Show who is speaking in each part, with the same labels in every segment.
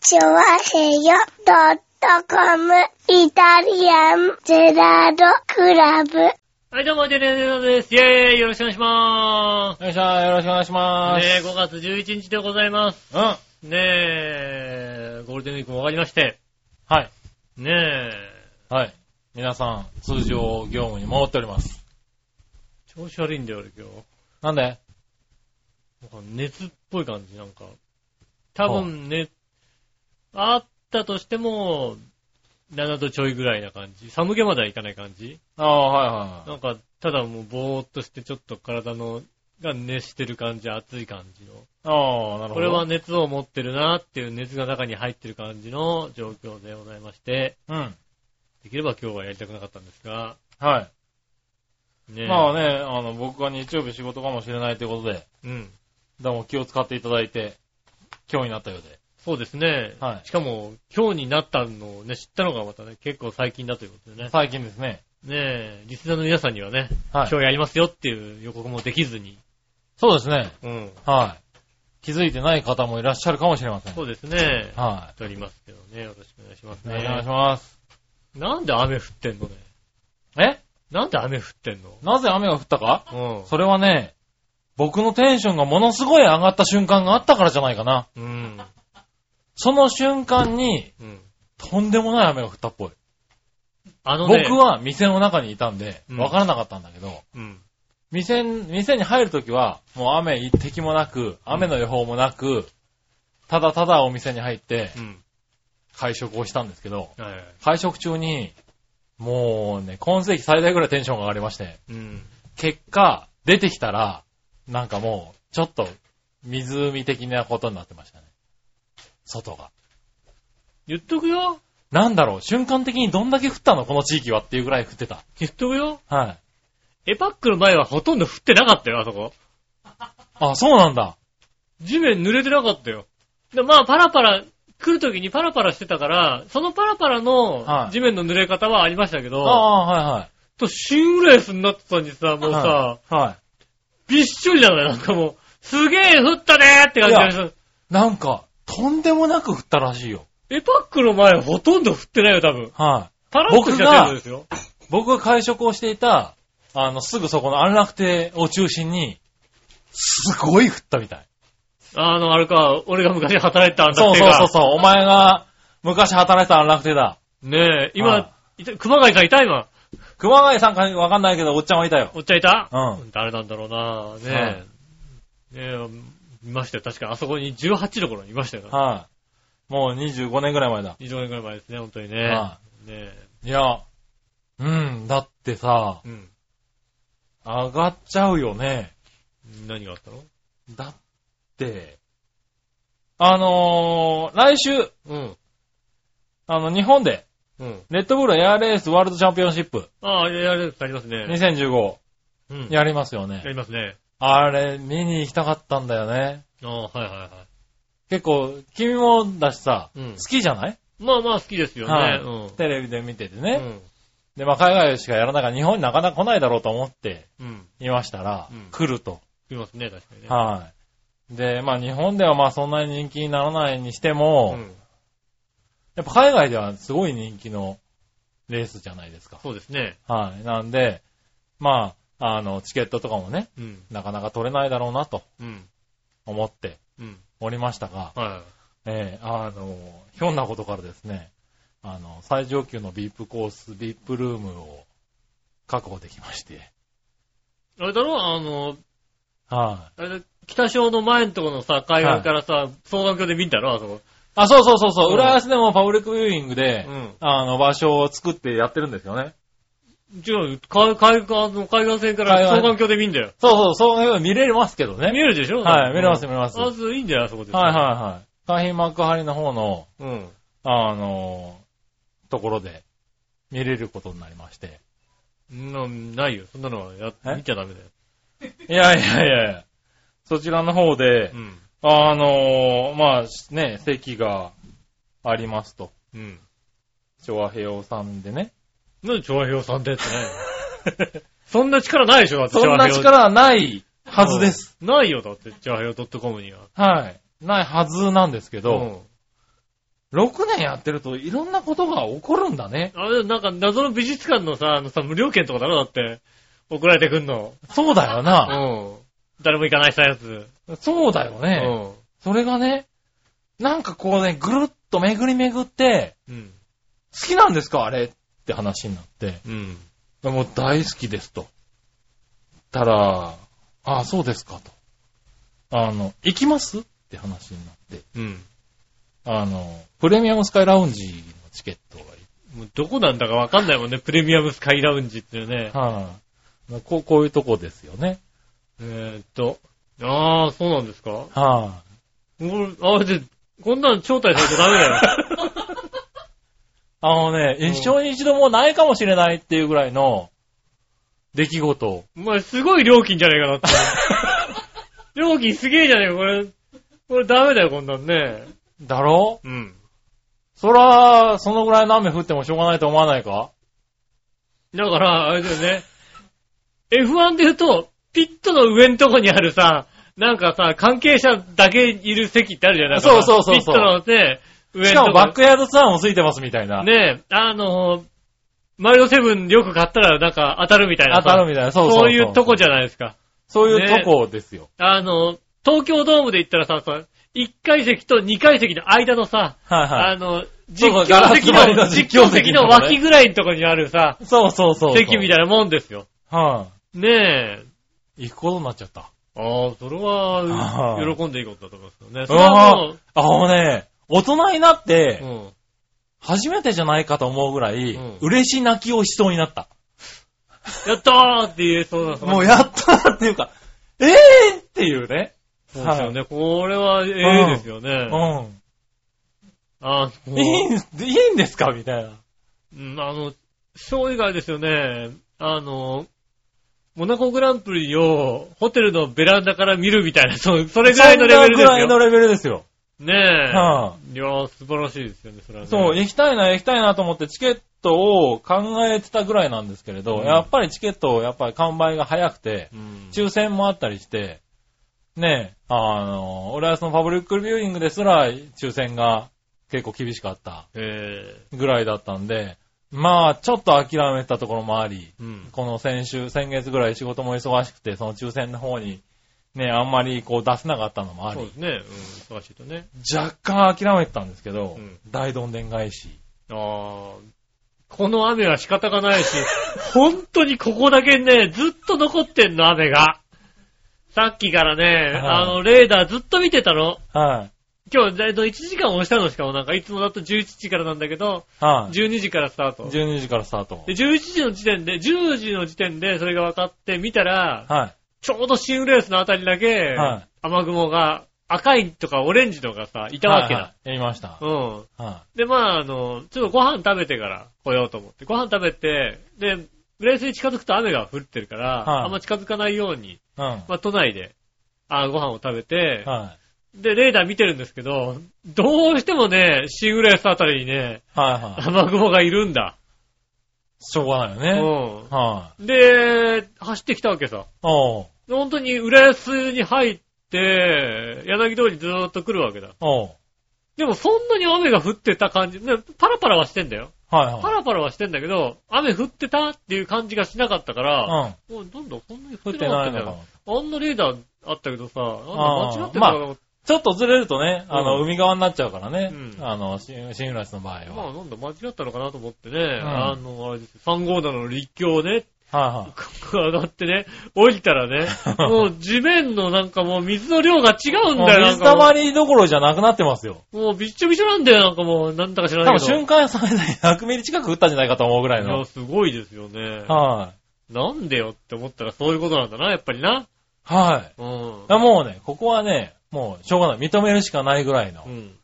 Speaker 1: チョワヘヨドットコムイタリアンゼラードクラブ。
Speaker 2: はい、どうも、ジェネゼロです。イェーイよろしくお願いしま。
Speaker 3: よいしょ、よろしくお願いしますす。
Speaker 2: ねえ、5月11日でございます。
Speaker 3: うん。は
Speaker 2: ねえ、ゴールデンウィークも終わりまして、
Speaker 3: い。
Speaker 2: ねえ、
Speaker 3: はい。皆さん、通常業務に戻っております。
Speaker 2: 調子悪いんだよ、俺今日。
Speaker 3: なんで
Speaker 2: なんか熱っぽい感じ、なんか。多分ね、あったとしても、7度ちょいぐらいな感じ。寒気まではいかない感じ。
Speaker 3: ああ、はい
Speaker 2: なんか、ただもうぼーっとして、ちょっと体の、が熱してる感じ、熱い感じの。
Speaker 3: はい。ああ、なるほど。
Speaker 2: これは熱を持ってるなっていう熱が中に入ってる感じの状況でございまして、
Speaker 3: うん。
Speaker 2: できれば今日はやりたくなかったんですが、
Speaker 3: は
Speaker 2: ね
Speaker 3: い。
Speaker 2: え
Speaker 3: まあね、あの、僕が日曜日仕事かもしれないということで、
Speaker 2: うん。
Speaker 3: どうも気を使っていただいて、今日になったようで。
Speaker 2: そうですね。
Speaker 3: はい
Speaker 2: しかも、今日になったのをね、知ったのがまたね、結構最近だということでね。
Speaker 3: 最近ですね。
Speaker 2: ねえ、リスナーの皆さんにはね、
Speaker 3: は
Speaker 2: 今。
Speaker 3: い
Speaker 2: 日やりますよっていう予告もできずに。
Speaker 3: そうですね。
Speaker 2: うん。
Speaker 3: はい。気づいてない方もいらっしゃるかもしれません。
Speaker 2: そうですね。
Speaker 3: は
Speaker 2: 撮りますけどね。よろしくお願いします
Speaker 3: い。お
Speaker 2: ね。
Speaker 3: 願いします。
Speaker 2: なんで雨降ってんのね。
Speaker 3: え
Speaker 2: なんで雨降ってんの
Speaker 3: なぜ雨が降ったか
Speaker 2: うん。
Speaker 3: それはね、僕のテンションがものすごい上がった瞬間があったからじゃないかな。
Speaker 2: うん。
Speaker 3: その瞬間に、
Speaker 2: うん。
Speaker 3: とんでもない雨が降ったっぽい。
Speaker 2: あのね。
Speaker 3: 僕は店の中にいたんで
Speaker 2: う、ん
Speaker 3: わからなかったんだけど、
Speaker 2: うん。
Speaker 3: 店、店に入るときは、もう雨一滴もなく、雨の予報もなく、ただただお店に入って
Speaker 2: うん。
Speaker 3: 会食をしたんですけど、
Speaker 2: はいはい。
Speaker 3: 会食中に、もうね、今世紀最大ぐらいテンションが上がりまして、
Speaker 2: うん。
Speaker 3: 結果、出てきたら、なんかもう、ちょっと、湖的なことになってましたね。外が。
Speaker 2: 言っとくよ。
Speaker 3: なんだろう、瞬間的にどんだけ降ったのこの地域はっていうぐらい降ってた。
Speaker 2: 言っとくよ。
Speaker 3: はい。
Speaker 2: エパックの前はほとんど降ってなかったよ、あそこ。
Speaker 3: あ、そうなんだ。
Speaker 2: 地面濡れてなかったよ。でまあ、パラパラ、来る時にパラパラしてたから、そのパラパラ
Speaker 3: は
Speaker 2: の
Speaker 3: い
Speaker 2: 地面の濡れ方はありましたけど、
Speaker 3: ああ、
Speaker 2: とシングレースになってたのにさ、もう
Speaker 3: はい
Speaker 2: さ、
Speaker 3: はい。はい。は
Speaker 2: びっしょりじゃないなんかもう、すげえ降ったねーって感じがします
Speaker 3: い。なんか、とんでもなく降ったらしいよ。
Speaker 2: エパックの前はほとんど降ってないよ、多分。
Speaker 3: は
Speaker 2: パラッとした程度ですよ。
Speaker 3: い。僕が会食をしていた、あの、すぐそこの安楽亭を中心に、すごい降ったみたい。
Speaker 2: あの、あれか、俺が昔働いてたんだ
Speaker 3: そ
Speaker 2: っ
Speaker 3: う
Speaker 2: て
Speaker 3: そうそうそう、お前が昔働いてた安楽亭だ。
Speaker 2: ねえ、
Speaker 3: はい
Speaker 2: 今、いた熊谷さんいた今。
Speaker 3: 熊谷さんかわかんないけど、おっちゃんはいたよ。
Speaker 2: おっちゃんいた
Speaker 3: うん。
Speaker 2: 誰なんだろうなねえ。ねえ、いましたよ。確かあそこに18の頃にいましたよ。
Speaker 3: はい。もう25年ぐらい前だ。
Speaker 2: 20年ぐらい前ですね、本当にね。
Speaker 3: は
Speaker 2: ねえ。
Speaker 3: い。いや、うん、だってさ、
Speaker 2: うん。
Speaker 3: 上がっちゃうよね。
Speaker 2: 何があったの
Speaker 3: だって、あのー、来週、
Speaker 2: うん。
Speaker 3: あの、日本で、
Speaker 2: うん。
Speaker 3: レッドブルエアレースワールドチャンピオンシップ
Speaker 2: ああ、やるありますね。
Speaker 3: 2015
Speaker 2: うん。や
Speaker 3: やりますよね。
Speaker 2: りますね。
Speaker 3: あれ、見に行きたかったんだよね。
Speaker 2: ああ、はいはいは
Speaker 3: 結構、君もだしさ、
Speaker 2: うん
Speaker 3: 好きじゃない
Speaker 2: い。まあまあ好きですよね。
Speaker 3: はい
Speaker 2: うん。
Speaker 3: テレビで見てて
Speaker 2: う
Speaker 3: ね。
Speaker 2: ん。
Speaker 3: で、まあ海外しかやらないから日本になかなか来ないだろうと思って
Speaker 2: うん。
Speaker 3: いましたら、
Speaker 2: うん
Speaker 3: 来ると。
Speaker 2: いますね、確かにね。
Speaker 3: はい。で、まあ日本ではまあそんなに人気にならないにしても、
Speaker 2: うん。
Speaker 3: やっぱ海外ではすごい人気のレースじゃないですか。
Speaker 2: そうですね。
Speaker 3: はい。なんで、まあ、あの、チケットとかもね、
Speaker 2: うん。
Speaker 3: なかなか取れないだろうなと
Speaker 2: うん。
Speaker 3: 思って
Speaker 2: うん。
Speaker 3: おりましたが、
Speaker 2: は
Speaker 3: えーあの、ひょんなことからですね、あの、最上級の VIP コース、VIP ルームを確保できまして、
Speaker 2: い。あれだろあの、
Speaker 3: は
Speaker 2: あ
Speaker 3: い。
Speaker 2: れだ北小の前のところのさ、海岸からさ、双眼鏡で見んだろあそこ。
Speaker 3: あ、そうそうそうそう、
Speaker 2: うん
Speaker 3: 浦安でもパブリックビューイング
Speaker 2: う
Speaker 3: で、
Speaker 2: ん。
Speaker 3: あの、場所を作ってやってるんですよね。
Speaker 2: 違う、海海岸の海岸線から
Speaker 3: 海岸
Speaker 2: 双眼鏡で見んだよ。
Speaker 3: そうそう、そういうの見れますけど
Speaker 2: 見
Speaker 3: ね。
Speaker 2: えるでしょ
Speaker 3: はい、見れます見れます。
Speaker 2: ま
Speaker 3: はい
Speaker 2: ずいいんだよ、あそこで。
Speaker 3: はいはい。海浜幕張の方の、
Speaker 2: い。うん。
Speaker 3: あの、ところで見れることになりまして。
Speaker 2: そんなないよ。そんなのはや
Speaker 3: え
Speaker 2: 見ちゃダメだよ。
Speaker 3: いやいやいやいやそちらの方で
Speaker 2: う、ん。
Speaker 3: あの、まあね、席がありますと。
Speaker 2: うん。
Speaker 3: 昭和平洋さんでね。
Speaker 2: なんで、長平さんでって ね。そんな力ないでしょ、だって
Speaker 3: そんな力はないはずです。。
Speaker 2: うんないよ、だって、長平 .com には。
Speaker 3: はい。ないはずなんですけど、
Speaker 2: ん。
Speaker 3: 6年やってるといろんなことが起こるんだね。
Speaker 2: あれ、なんか謎の美術館のさ、あのさ、無料券とかだろだって。送られてくんの。
Speaker 3: そうだよ
Speaker 2: う
Speaker 3: な。
Speaker 2: ん。誰も行かないしたやつ。
Speaker 3: そうだよ
Speaker 2: う
Speaker 3: ね。
Speaker 2: ん。
Speaker 3: それがね、なんかこうね、ぐるっと巡り巡って、
Speaker 2: うん。
Speaker 3: 好きなんですかあれって話になって。
Speaker 2: うん。
Speaker 3: もう大好きですと。たら、ああ、そうですかと。あの、行きますって話になって。
Speaker 2: うん。
Speaker 3: あの、プレミアムスカイラウンジのチケットがいっ
Speaker 2: もうどこなんだかわかんないもんね。プレミアムスカイラウンジっていうね。
Speaker 3: はい、こう、こういうとこですよね。
Speaker 2: えーっと。ああ、そうなんですか
Speaker 3: は
Speaker 2: うんあ、で、こんなの招待されちゃダメ だよ。
Speaker 3: あ、あのね、
Speaker 2: うん
Speaker 3: 一生に一度もないかもしれないっていうぐらいの出来事。
Speaker 2: お前すごい料金じゃねえか なって。料金すげえじゃねえか、これ。これダメだよ、こんなんね。
Speaker 3: だろ
Speaker 2: うん。
Speaker 3: そら、そのぐらいの雨降ってもしょうがないと思わないか
Speaker 2: だから、あれだよね。F1 で言うと、ピットの上のとこにあるさ、なんかさ、関係者だけいる席ってあるじゃないですか。
Speaker 3: そうそうそうそう
Speaker 2: ピットのね、上のとこ。
Speaker 3: しかもバックヤードツアーもついてますみたいな。
Speaker 2: ねえ、あの、マリオセブンよく買ったらなんか当たるみたいな
Speaker 3: 当
Speaker 2: さ。
Speaker 3: たるみたいな。そうそう
Speaker 2: そういうとこじゃないですか。
Speaker 3: そういうとこですよ。
Speaker 2: あの、東京ドームで言ったらさ、さ1階席と2階席の間のさ、
Speaker 3: はいは
Speaker 2: あの、
Speaker 3: そ
Speaker 2: 実
Speaker 3: うそうガ
Speaker 2: 況
Speaker 3: ラス
Speaker 2: 席
Speaker 3: 張り
Speaker 2: の、
Speaker 3: の
Speaker 2: 実況席の
Speaker 3: 実況席のね
Speaker 2: 脇ぐらいのとこにあるさ、
Speaker 3: い。そうそうそうそう。
Speaker 2: 席みたいなもんですよ。
Speaker 3: はい、
Speaker 2: ねえ。
Speaker 3: 行くことになっちゃった。
Speaker 2: ああ、それ
Speaker 3: あ
Speaker 2: は、
Speaker 3: ー
Speaker 2: 喜んでいいことだと思いますけどね。それはも
Speaker 3: ああ、もうね、大人になって、
Speaker 2: う、うん。
Speaker 3: 初めてじゃないかと思うぐらい、
Speaker 2: うん
Speaker 3: 嬉し泣きをしそうになった。
Speaker 2: やったーって言えそうだ
Speaker 3: もう
Speaker 2: や
Speaker 3: やったーっていうか、えぇーっていうね。
Speaker 2: そうですよね。これは、ええですよね。
Speaker 3: う
Speaker 2: ああ、
Speaker 3: ん。いいん、いいんですかみたいな。
Speaker 2: うん、あの、そう以外ですよね。あの、モナコグランプリをホテルのベランダから見るみたいな、そうそれぐらいのレベルです
Speaker 3: そんなぐらいの
Speaker 2: よ。
Speaker 3: レベルですよ。
Speaker 2: ねえ。
Speaker 3: はい
Speaker 2: や素晴らしいですよね、それはね。
Speaker 3: そう、行きたいな、行きたいなと思ってチケットを考えてたぐらいなんですけれど、
Speaker 2: うん
Speaker 3: やっぱりチケット、やっぱり完売が早くて、
Speaker 2: うん。
Speaker 3: 抽選もあったりして、ねえ、あの、俺はそのパブリックビューイングですら抽選が結構厳しかった
Speaker 2: え
Speaker 3: ぐらいだったんで、まあ、ちょっと諦めたところもあり、
Speaker 2: えうん。
Speaker 3: この先週、先月ぐらい仕事も忙しくて、その抽選の方に、ね、あんまりこう出せなかったのもあ
Speaker 2: そう
Speaker 3: り
Speaker 2: で、すね。うん、忙しいとね。
Speaker 3: 若干諦めてたんですけど、
Speaker 2: うん
Speaker 3: 大どんでん返し。
Speaker 2: ああ、この雨は仕方がないし、 本当にここだけね、ずっと残ってんの、雨が。さっきからね、
Speaker 3: はい
Speaker 2: あの、レーダーずっと見てたの。
Speaker 3: はい、
Speaker 2: 今日、えっと、1時間押したのしかもなんか、いつもだと11時からなんだけど、
Speaker 3: はい、
Speaker 2: 12時からスタート。で、
Speaker 3: 12時からスタート。
Speaker 2: 11時の時点で、10時の時点でそれが分かって見たら、
Speaker 3: はい。
Speaker 2: ちょうど新レースのあたりだけ
Speaker 3: はい、
Speaker 2: 雨雲が赤いとかオレンジとかさ、いたわけ
Speaker 3: はいは
Speaker 2: だ。
Speaker 3: いやりました。
Speaker 2: うん。
Speaker 3: は
Speaker 2: で、まああの、ちょっとご飯食べてから来ようと思って、ご飯食べて、で、レースに近づくと雨が降ってるから、
Speaker 3: はい
Speaker 2: あんま近づかないように、
Speaker 3: い。うん。
Speaker 2: まあ都内で、あご飯を食べて、
Speaker 3: はい。
Speaker 2: で、レーダー見てるんですけど、どうしてもね、シングレースあたりにね、
Speaker 3: はいはい。
Speaker 2: 雨雲がいるんだ。
Speaker 3: しょうがないうよ
Speaker 2: ん。
Speaker 3: ね。はい。
Speaker 2: で、走ってきたわけさ。
Speaker 3: おう。
Speaker 2: 本当に浦安に入って、柳通りずーっと来るわけだ。
Speaker 3: おう。
Speaker 2: でもそんなに雨が降ってた感じ、ねパラパラはしてんだよ。
Speaker 3: はい
Speaker 2: パ
Speaker 3: はい。
Speaker 2: ラパラはしてんだけど、雨降ってたっていう感じがしなかったから、もうどんどんこんなに
Speaker 3: う
Speaker 2: 降っ
Speaker 3: ん。降ってて
Speaker 2: なかっ
Speaker 3: な
Speaker 2: た
Speaker 3: い
Speaker 2: んだ
Speaker 3: のか
Speaker 2: よ
Speaker 3: も。。
Speaker 2: あんなレーダーあったけどさ、あん
Speaker 3: あー
Speaker 2: な間違ってるから、ま
Speaker 3: ちょっとずれるとね、あの、
Speaker 2: うん
Speaker 3: 海側になっちゃうからね。
Speaker 2: うん
Speaker 3: あの、シンシングラスの場合
Speaker 2: あ、
Speaker 3: は。
Speaker 2: なんだ間違ったのかなと思ってね、
Speaker 3: ん
Speaker 2: あの、あれですよ3号棚の立教をね、
Speaker 3: は
Speaker 2: 上がってね、降りたら ね、もう地面のなんかもう水の量が違うん
Speaker 3: いは
Speaker 2: だよ、
Speaker 3: い。もう
Speaker 2: なん
Speaker 3: 水
Speaker 2: か
Speaker 3: た
Speaker 2: も
Speaker 3: まりどころじゃなくなってますよ。
Speaker 2: う。もうびっちょびちょなんだよ、なんかもう、なんだか知ら
Speaker 3: 多
Speaker 2: ない
Speaker 3: 分
Speaker 2: けど。
Speaker 3: 瞬間最 大100ミリ近く降ったんじゃないかと思うぐらい
Speaker 2: いや、
Speaker 3: の。
Speaker 2: すごいですよね。
Speaker 3: はい。
Speaker 2: なんでよって思ったらそういうことなんだな、やっぱりな。
Speaker 3: はい
Speaker 2: うん。
Speaker 3: あ。もうね、ここはね、もうしょうがない。認めるしかないぐらいの
Speaker 2: う。ん。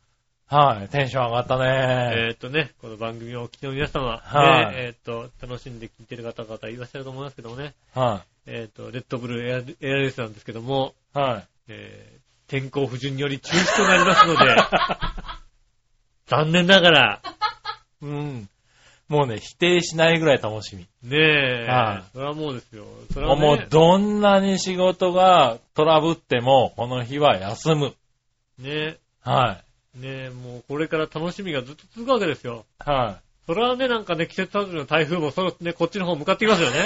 Speaker 3: はい。テンション上がったね。
Speaker 2: えーっとね、この番組をお聞きの皆様、
Speaker 3: はい
Speaker 2: ねえーっと、楽しんで聞いてる方々いらっしゃると思いますけどもね、
Speaker 3: は
Speaker 2: えーっと、レッドブルエアエアレースなんですけども、
Speaker 3: い。はい。
Speaker 2: えー天候不順により中止となりますの で、残念ながら、
Speaker 3: うん。もうね、否定しないぐらい楽しみ。
Speaker 2: ねえ、
Speaker 3: はい
Speaker 2: それはもうですよ。それは
Speaker 3: も
Speaker 2: も
Speaker 3: うどんなに仕事がトラブっても、この日は休む。
Speaker 2: ね、ね
Speaker 3: は
Speaker 2: ねえ、もうこれから楽しみがずっと続くわけですよ。
Speaker 3: はい。
Speaker 2: それはね、なんかね、季節外れの台風もそろね、こっちの方向かってきますよ ね。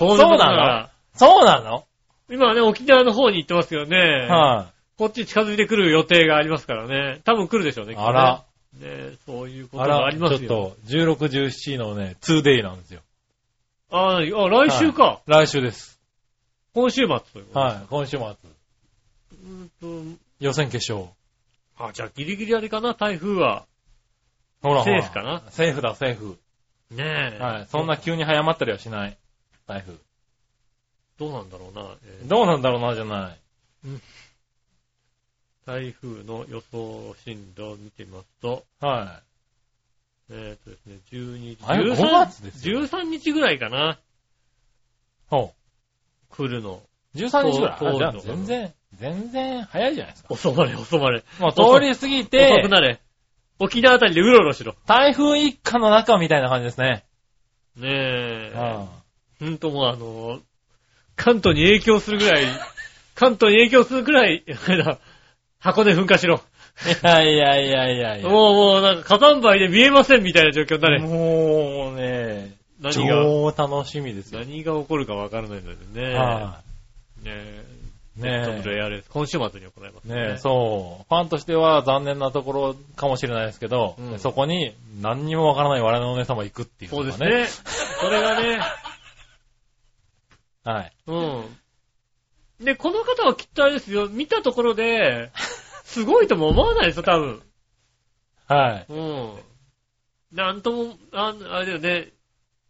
Speaker 3: そ
Speaker 2: こ
Speaker 3: う
Speaker 2: と
Speaker 3: なのそうなの
Speaker 2: ら今はね、沖縄の方に行ってますけどね。
Speaker 3: は
Speaker 2: こっちに近づいてくる予定がありますからね。多分来るでしょうね、
Speaker 3: い。
Speaker 2: きっと
Speaker 3: あ
Speaker 2: ね
Speaker 3: ら、
Speaker 2: ねえそういうこと
Speaker 3: あ
Speaker 2: があ
Speaker 3: ら、
Speaker 2: り
Speaker 3: ち
Speaker 2: ま
Speaker 3: ょ
Speaker 2: す
Speaker 3: っ
Speaker 2: よ。
Speaker 3: と、16、17のね、2day なんですよ。
Speaker 2: ああ、来週か。
Speaker 3: 来週です。
Speaker 2: 今週末ということで
Speaker 3: はい。今週末。
Speaker 2: うーんと
Speaker 3: 予選決勝。
Speaker 2: あ、じゃあギリギリあれかな、台風は。
Speaker 3: ほらほら。
Speaker 2: セーフかな
Speaker 3: セーフだ、セーフ。
Speaker 2: ねえ。
Speaker 3: はい。そんな急に早まったりはしない。台風。
Speaker 2: どうなんだろうな。えー
Speaker 3: どうなんだろうな、じゃない。
Speaker 2: 台風の予想進路を見てみますと、
Speaker 3: は
Speaker 2: えっ、とですね、12
Speaker 3: あれ
Speaker 2: 13
Speaker 3: 5月ですよ
Speaker 2: 13日ぐらいかな、
Speaker 3: い。ほ
Speaker 2: 来るの。
Speaker 3: う。13日ぐらい。
Speaker 2: そう
Speaker 3: あじゃあ
Speaker 2: そう
Speaker 3: 全然、全然早いじゃないですか。
Speaker 2: 遅まれ、遅まれ。
Speaker 3: もう通り過ぎ
Speaker 2: 遅
Speaker 3: て
Speaker 2: く、なれ。沖縄あたりでうろうろしろ。
Speaker 3: 台風一過の中みたいな感じですね。
Speaker 2: ねえ。
Speaker 3: うん
Speaker 2: ほんともうあの、関東に影響するぐらい、関東に影響するぐらい、あれだ箱根噴火しろ。
Speaker 3: いやいやいやい やいや。
Speaker 2: もうもうなんか火山灰で見えませんみたいな状況になれ。
Speaker 3: もうね、
Speaker 2: 何が、
Speaker 3: 超楽しみですよ。
Speaker 2: 何が起こるかわからないのでね。
Speaker 3: は
Speaker 2: ねえ。
Speaker 3: い
Speaker 2: ちょ
Speaker 3: ね
Speaker 2: っと
Speaker 3: え。
Speaker 2: レアレース、今週末に行います
Speaker 3: ねえ、そう。ファンとしては残念なところかもしれないですけど、
Speaker 2: うん
Speaker 3: そこに何にもわからない我のお姉様行くっていう
Speaker 2: そう
Speaker 3: の
Speaker 2: で
Speaker 3: が
Speaker 2: すね。それがね、
Speaker 3: はい。
Speaker 2: うん。で、この方はきっとあれですよ、見たところ で、すごいとも思わないですよ、多分。
Speaker 3: はい。
Speaker 2: うん。なんとも、ああれだよね、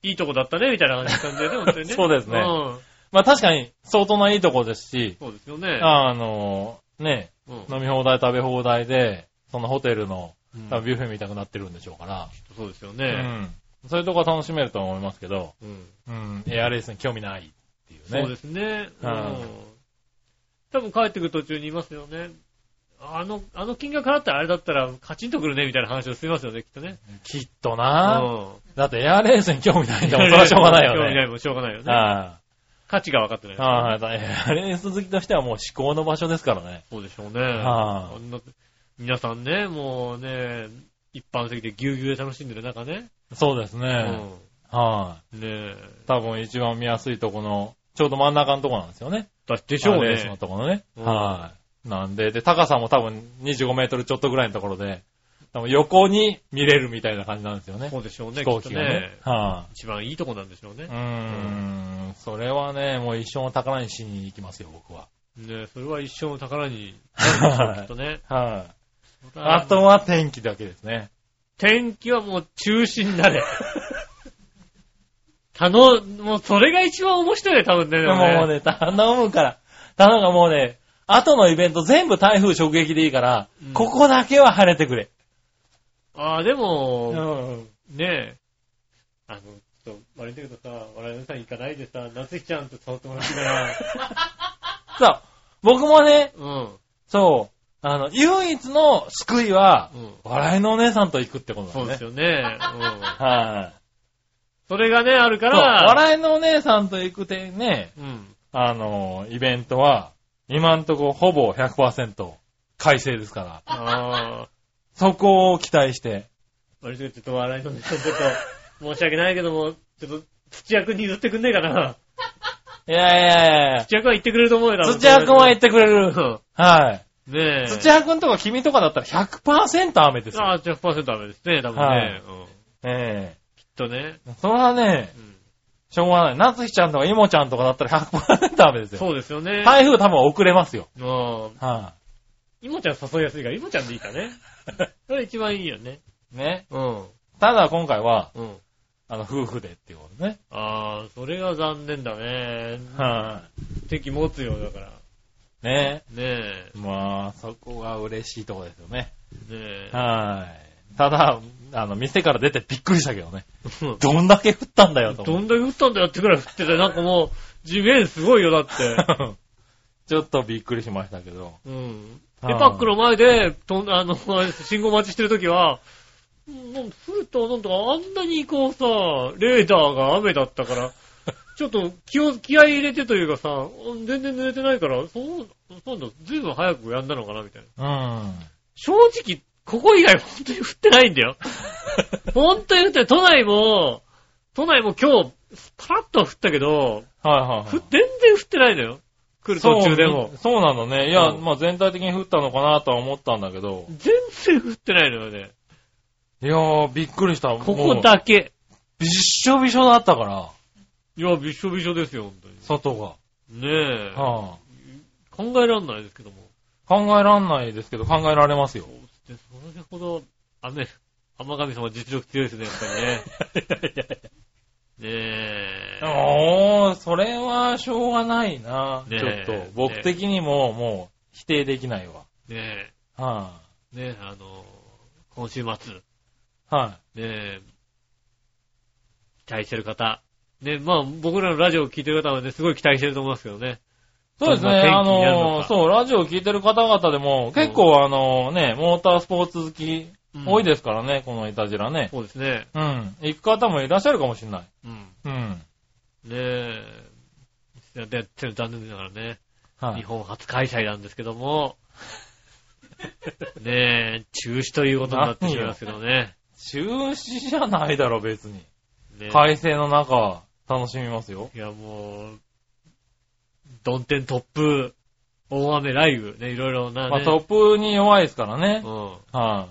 Speaker 2: いいとこだったね、みたいな感じだよ ね、本当にね。
Speaker 3: そうですね
Speaker 2: うん。
Speaker 3: まあ確かに相当ないいとこですし、
Speaker 2: そうですよね。
Speaker 3: あの、ね、
Speaker 2: うん、
Speaker 3: 飲み放題食べ放題で、そのホテルの
Speaker 2: うん
Speaker 3: 多分ビュッフェみたくなってるんでしょうから、
Speaker 2: そうですよ
Speaker 3: う
Speaker 2: ね。
Speaker 3: ん。そういうとこは楽しめると思いますけど、
Speaker 2: うん。
Speaker 3: うん、エアレースに興味ないっていうね。
Speaker 2: そうですね。うん
Speaker 3: はい。
Speaker 2: 多分帰ってくる途中にいますよね。あの、あの金額払ったらあれだったらカチンとくるね、みたいな話をしてますよね、きっとね。
Speaker 3: きっと
Speaker 2: う
Speaker 3: な、
Speaker 2: ん。
Speaker 3: だってエアレースに興味ないんだもん、それはしょうがないよね。
Speaker 2: 興味ないもんしょうがないよね。
Speaker 3: は
Speaker 2: 価値が分かってないい。
Speaker 3: はいはい。エアレース好きとしてはもう至高の場所ですからね。
Speaker 2: そうでしょうね。
Speaker 3: はい
Speaker 2: あんな皆さんね、もうね、一般的でぎゅうぎゅうで楽しんでる中ね。
Speaker 3: そうですね。
Speaker 2: う
Speaker 3: はい、
Speaker 2: ん。ねえ。
Speaker 3: 多分一番見やすいとこの、ちょうど真ん中のとこなんですよね。
Speaker 2: だでしょう
Speaker 3: エアレースの
Speaker 2: ね。
Speaker 3: とこのね。
Speaker 2: うん
Speaker 3: はい、なんで、で、高さも多分25メートルちょっとぐらいのところで、多分横に見れるみたいな感じなんですよね。
Speaker 2: そうでしょうね、
Speaker 3: 飛
Speaker 2: きっ
Speaker 3: 行
Speaker 2: と
Speaker 3: 機がね。
Speaker 2: ね。
Speaker 3: は
Speaker 2: 一番いいとこなんでしょうね
Speaker 3: い、う。ーん。それはね、もう一生の宝にしに行きますよ、僕は。
Speaker 2: ねえそれは一生の宝になる でしょう、きっ
Speaker 3: は
Speaker 2: とね。
Speaker 3: い、はい、あとは天気だけですね。
Speaker 2: 天気はもう中止になれ。 頼む、もうそれが一番面白いね、多分ね。でもね
Speaker 3: もうね、頼むから。頼むからもうね、後のイベント全部台風直撃でいいから、
Speaker 2: うん
Speaker 3: ここだけは晴れてくれ。
Speaker 2: ああ、で
Speaker 3: う
Speaker 2: も、
Speaker 3: ん。
Speaker 2: ねえ。あの、ちょっと、悪いんだけどさ、笑いのさん行かないでさ、夏日ちゃんと誘ってもらって から。
Speaker 3: そう。僕もね、
Speaker 2: うん。
Speaker 3: そう。あの、唯一の救いは、
Speaker 2: うん。
Speaker 3: 笑いのお姉さんと行くってことだね。
Speaker 2: そうです
Speaker 3: よ。
Speaker 2: よね。うん。
Speaker 3: はい、
Speaker 2: それがね、あるか
Speaker 3: そう
Speaker 2: ら、
Speaker 3: 笑いのお姉さんと行くてね、
Speaker 2: うん。
Speaker 3: あの、イベントは、今んとこほぼ100%快晴ですから、
Speaker 2: ああ、
Speaker 3: そこを期待して。
Speaker 2: 悪いけどちょっと笑いのね、ちょっと、申し訳ないけども、ちょっと、土屋くんに譲ってくんねえかな。
Speaker 3: いやいやいや
Speaker 2: 土屋くんは行ってくれると思うよ、多分
Speaker 3: 土屋くんは言ってくれる。
Speaker 2: うん
Speaker 3: はい。
Speaker 2: ねえ。
Speaker 3: 土屋くんとか君とかだったら100%雨ですよ。
Speaker 2: ああ、100%ダメですね、多分ね。
Speaker 3: はい
Speaker 2: うん。
Speaker 3: え
Speaker 2: きっとね。
Speaker 3: えそれはね
Speaker 2: う、ん
Speaker 3: しょうがない。夏日ちゃんとかイモちゃんとかだったら100%雨ですよ。
Speaker 2: そうですよね。い。
Speaker 3: 台風多分遅れますよ。
Speaker 2: うん。
Speaker 3: は
Speaker 2: イモちゃん誘いやすいから、イモちゃんでいいか ね。それ一番いいよね。
Speaker 3: い。ね。
Speaker 2: うん。
Speaker 3: ただ今回は、
Speaker 2: うん。
Speaker 3: あの、夫婦でっていうことね。
Speaker 2: ああ、それは残念だね。
Speaker 3: は
Speaker 2: 敵持つよ、だから。
Speaker 3: い。ね
Speaker 2: ね
Speaker 3: まあ、そこが嬉しいとこですよね。
Speaker 2: え。ねえ。
Speaker 3: はい。ただ、あの、店から出てびっくりしたけどね。
Speaker 2: うん
Speaker 3: どんだけ降ったんだよ、と
Speaker 2: ど
Speaker 3: 思っ
Speaker 2: んだけ降ったんだよってくらい降ってて、なんかもう、地面すごいよ、だって。
Speaker 3: て。ちょっとびっくりしましたけど。
Speaker 2: うん。
Speaker 3: あ
Speaker 2: で、
Speaker 3: ー
Speaker 2: パックの前で、とんあの、 信号待ちしてるときは、もう、すると、なんとか、あんなにこうさ、レーダーが雨だった から、ちょっと気を、気合い入れてというかさ、全然濡れてないから、そう、そうなんだ、ずいぶん早くやんだのかな、みたいな。
Speaker 3: うん。
Speaker 2: 正直、ここ以外本当に降ってないんだ よ。本当に降ってない。都内も、都内も今日、パラッとは降ったけど、
Speaker 3: はいはいは
Speaker 2: ふ
Speaker 3: い。
Speaker 2: 全然降ってないのよ。来る途中でも
Speaker 3: そう。そうなのね。いや、
Speaker 2: うん
Speaker 3: まあ全体的に降ったのかなとは思ったんだけど。
Speaker 2: 全然降ってないのよね。
Speaker 3: いやー、びっくりした。
Speaker 2: こ
Speaker 3: も
Speaker 2: こ
Speaker 3: う。
Speaker 2: だけ。
Speaker 3: びっしょびしょだったから、
Speaker 2: いや、びっしょびしょですよ、本当に。
Speaker 3: 外が。
Speaker 2: ねえ。
Speaker 3: はあ、
Speaker 2: 考えられないですけども。
Speaker 3: 考えらんないですけど、考えられますよ。
Speaker 2: でそれほど、雨、天神様実力強いですね、やっぱ りね。ねえ。
Speaker 3: おー、それはしょうがないな。
Speaker 2: ねえ
Speaker 3: ちょっと、僕的にももう否定できないわ。
Speaker 2: ね
Speaker 3: は
Speaker 2: え、ねえ、あの、今週末、ね
Speaker 3: い、はい、
Speaker 2: え、期待してる方。ねまあ僕らのラジオを聞いてる方はね、すごい期待してると思いますけどね。
Speaker 3: そうですね、
Speaker 2: どんな天
Speaker 3: あ
Speaker 2: 気になるのか
Speaker 3: の、そう、ラジオ聞いてる方々でも、結構あのね、モータースポーツ好き、多い
Speaker 2: で
Speaker 3: ですからね、このイタジラね。
Speaker 2: そうですね。
Speaker 3: うん。行く方もいらっしゃるかもしれない。
Speaker 2: うん。
Speaker 3: うん。
Speaker 2: ねえ、やってやってる残念ながらね、
Speaker 3: は
Speaker 2: 日
Speaker 3: い。
Speaker 2: 本初開催なんですけど も、ねえ、中止ということになってしまいますけどね。
Speaker 3: 中止じゃないだろ、別に。
Speaker 2: ねえ
Speaker 3: 快晴の中、楽しみますよ。
Speaker 2: いや、もう、どん天突風、大雨、雷雨、ね、いろいろな、ね。
Speaker 3: まあ、突風に弱いですからね。
Speaker 2: うん。
Speaker 3: は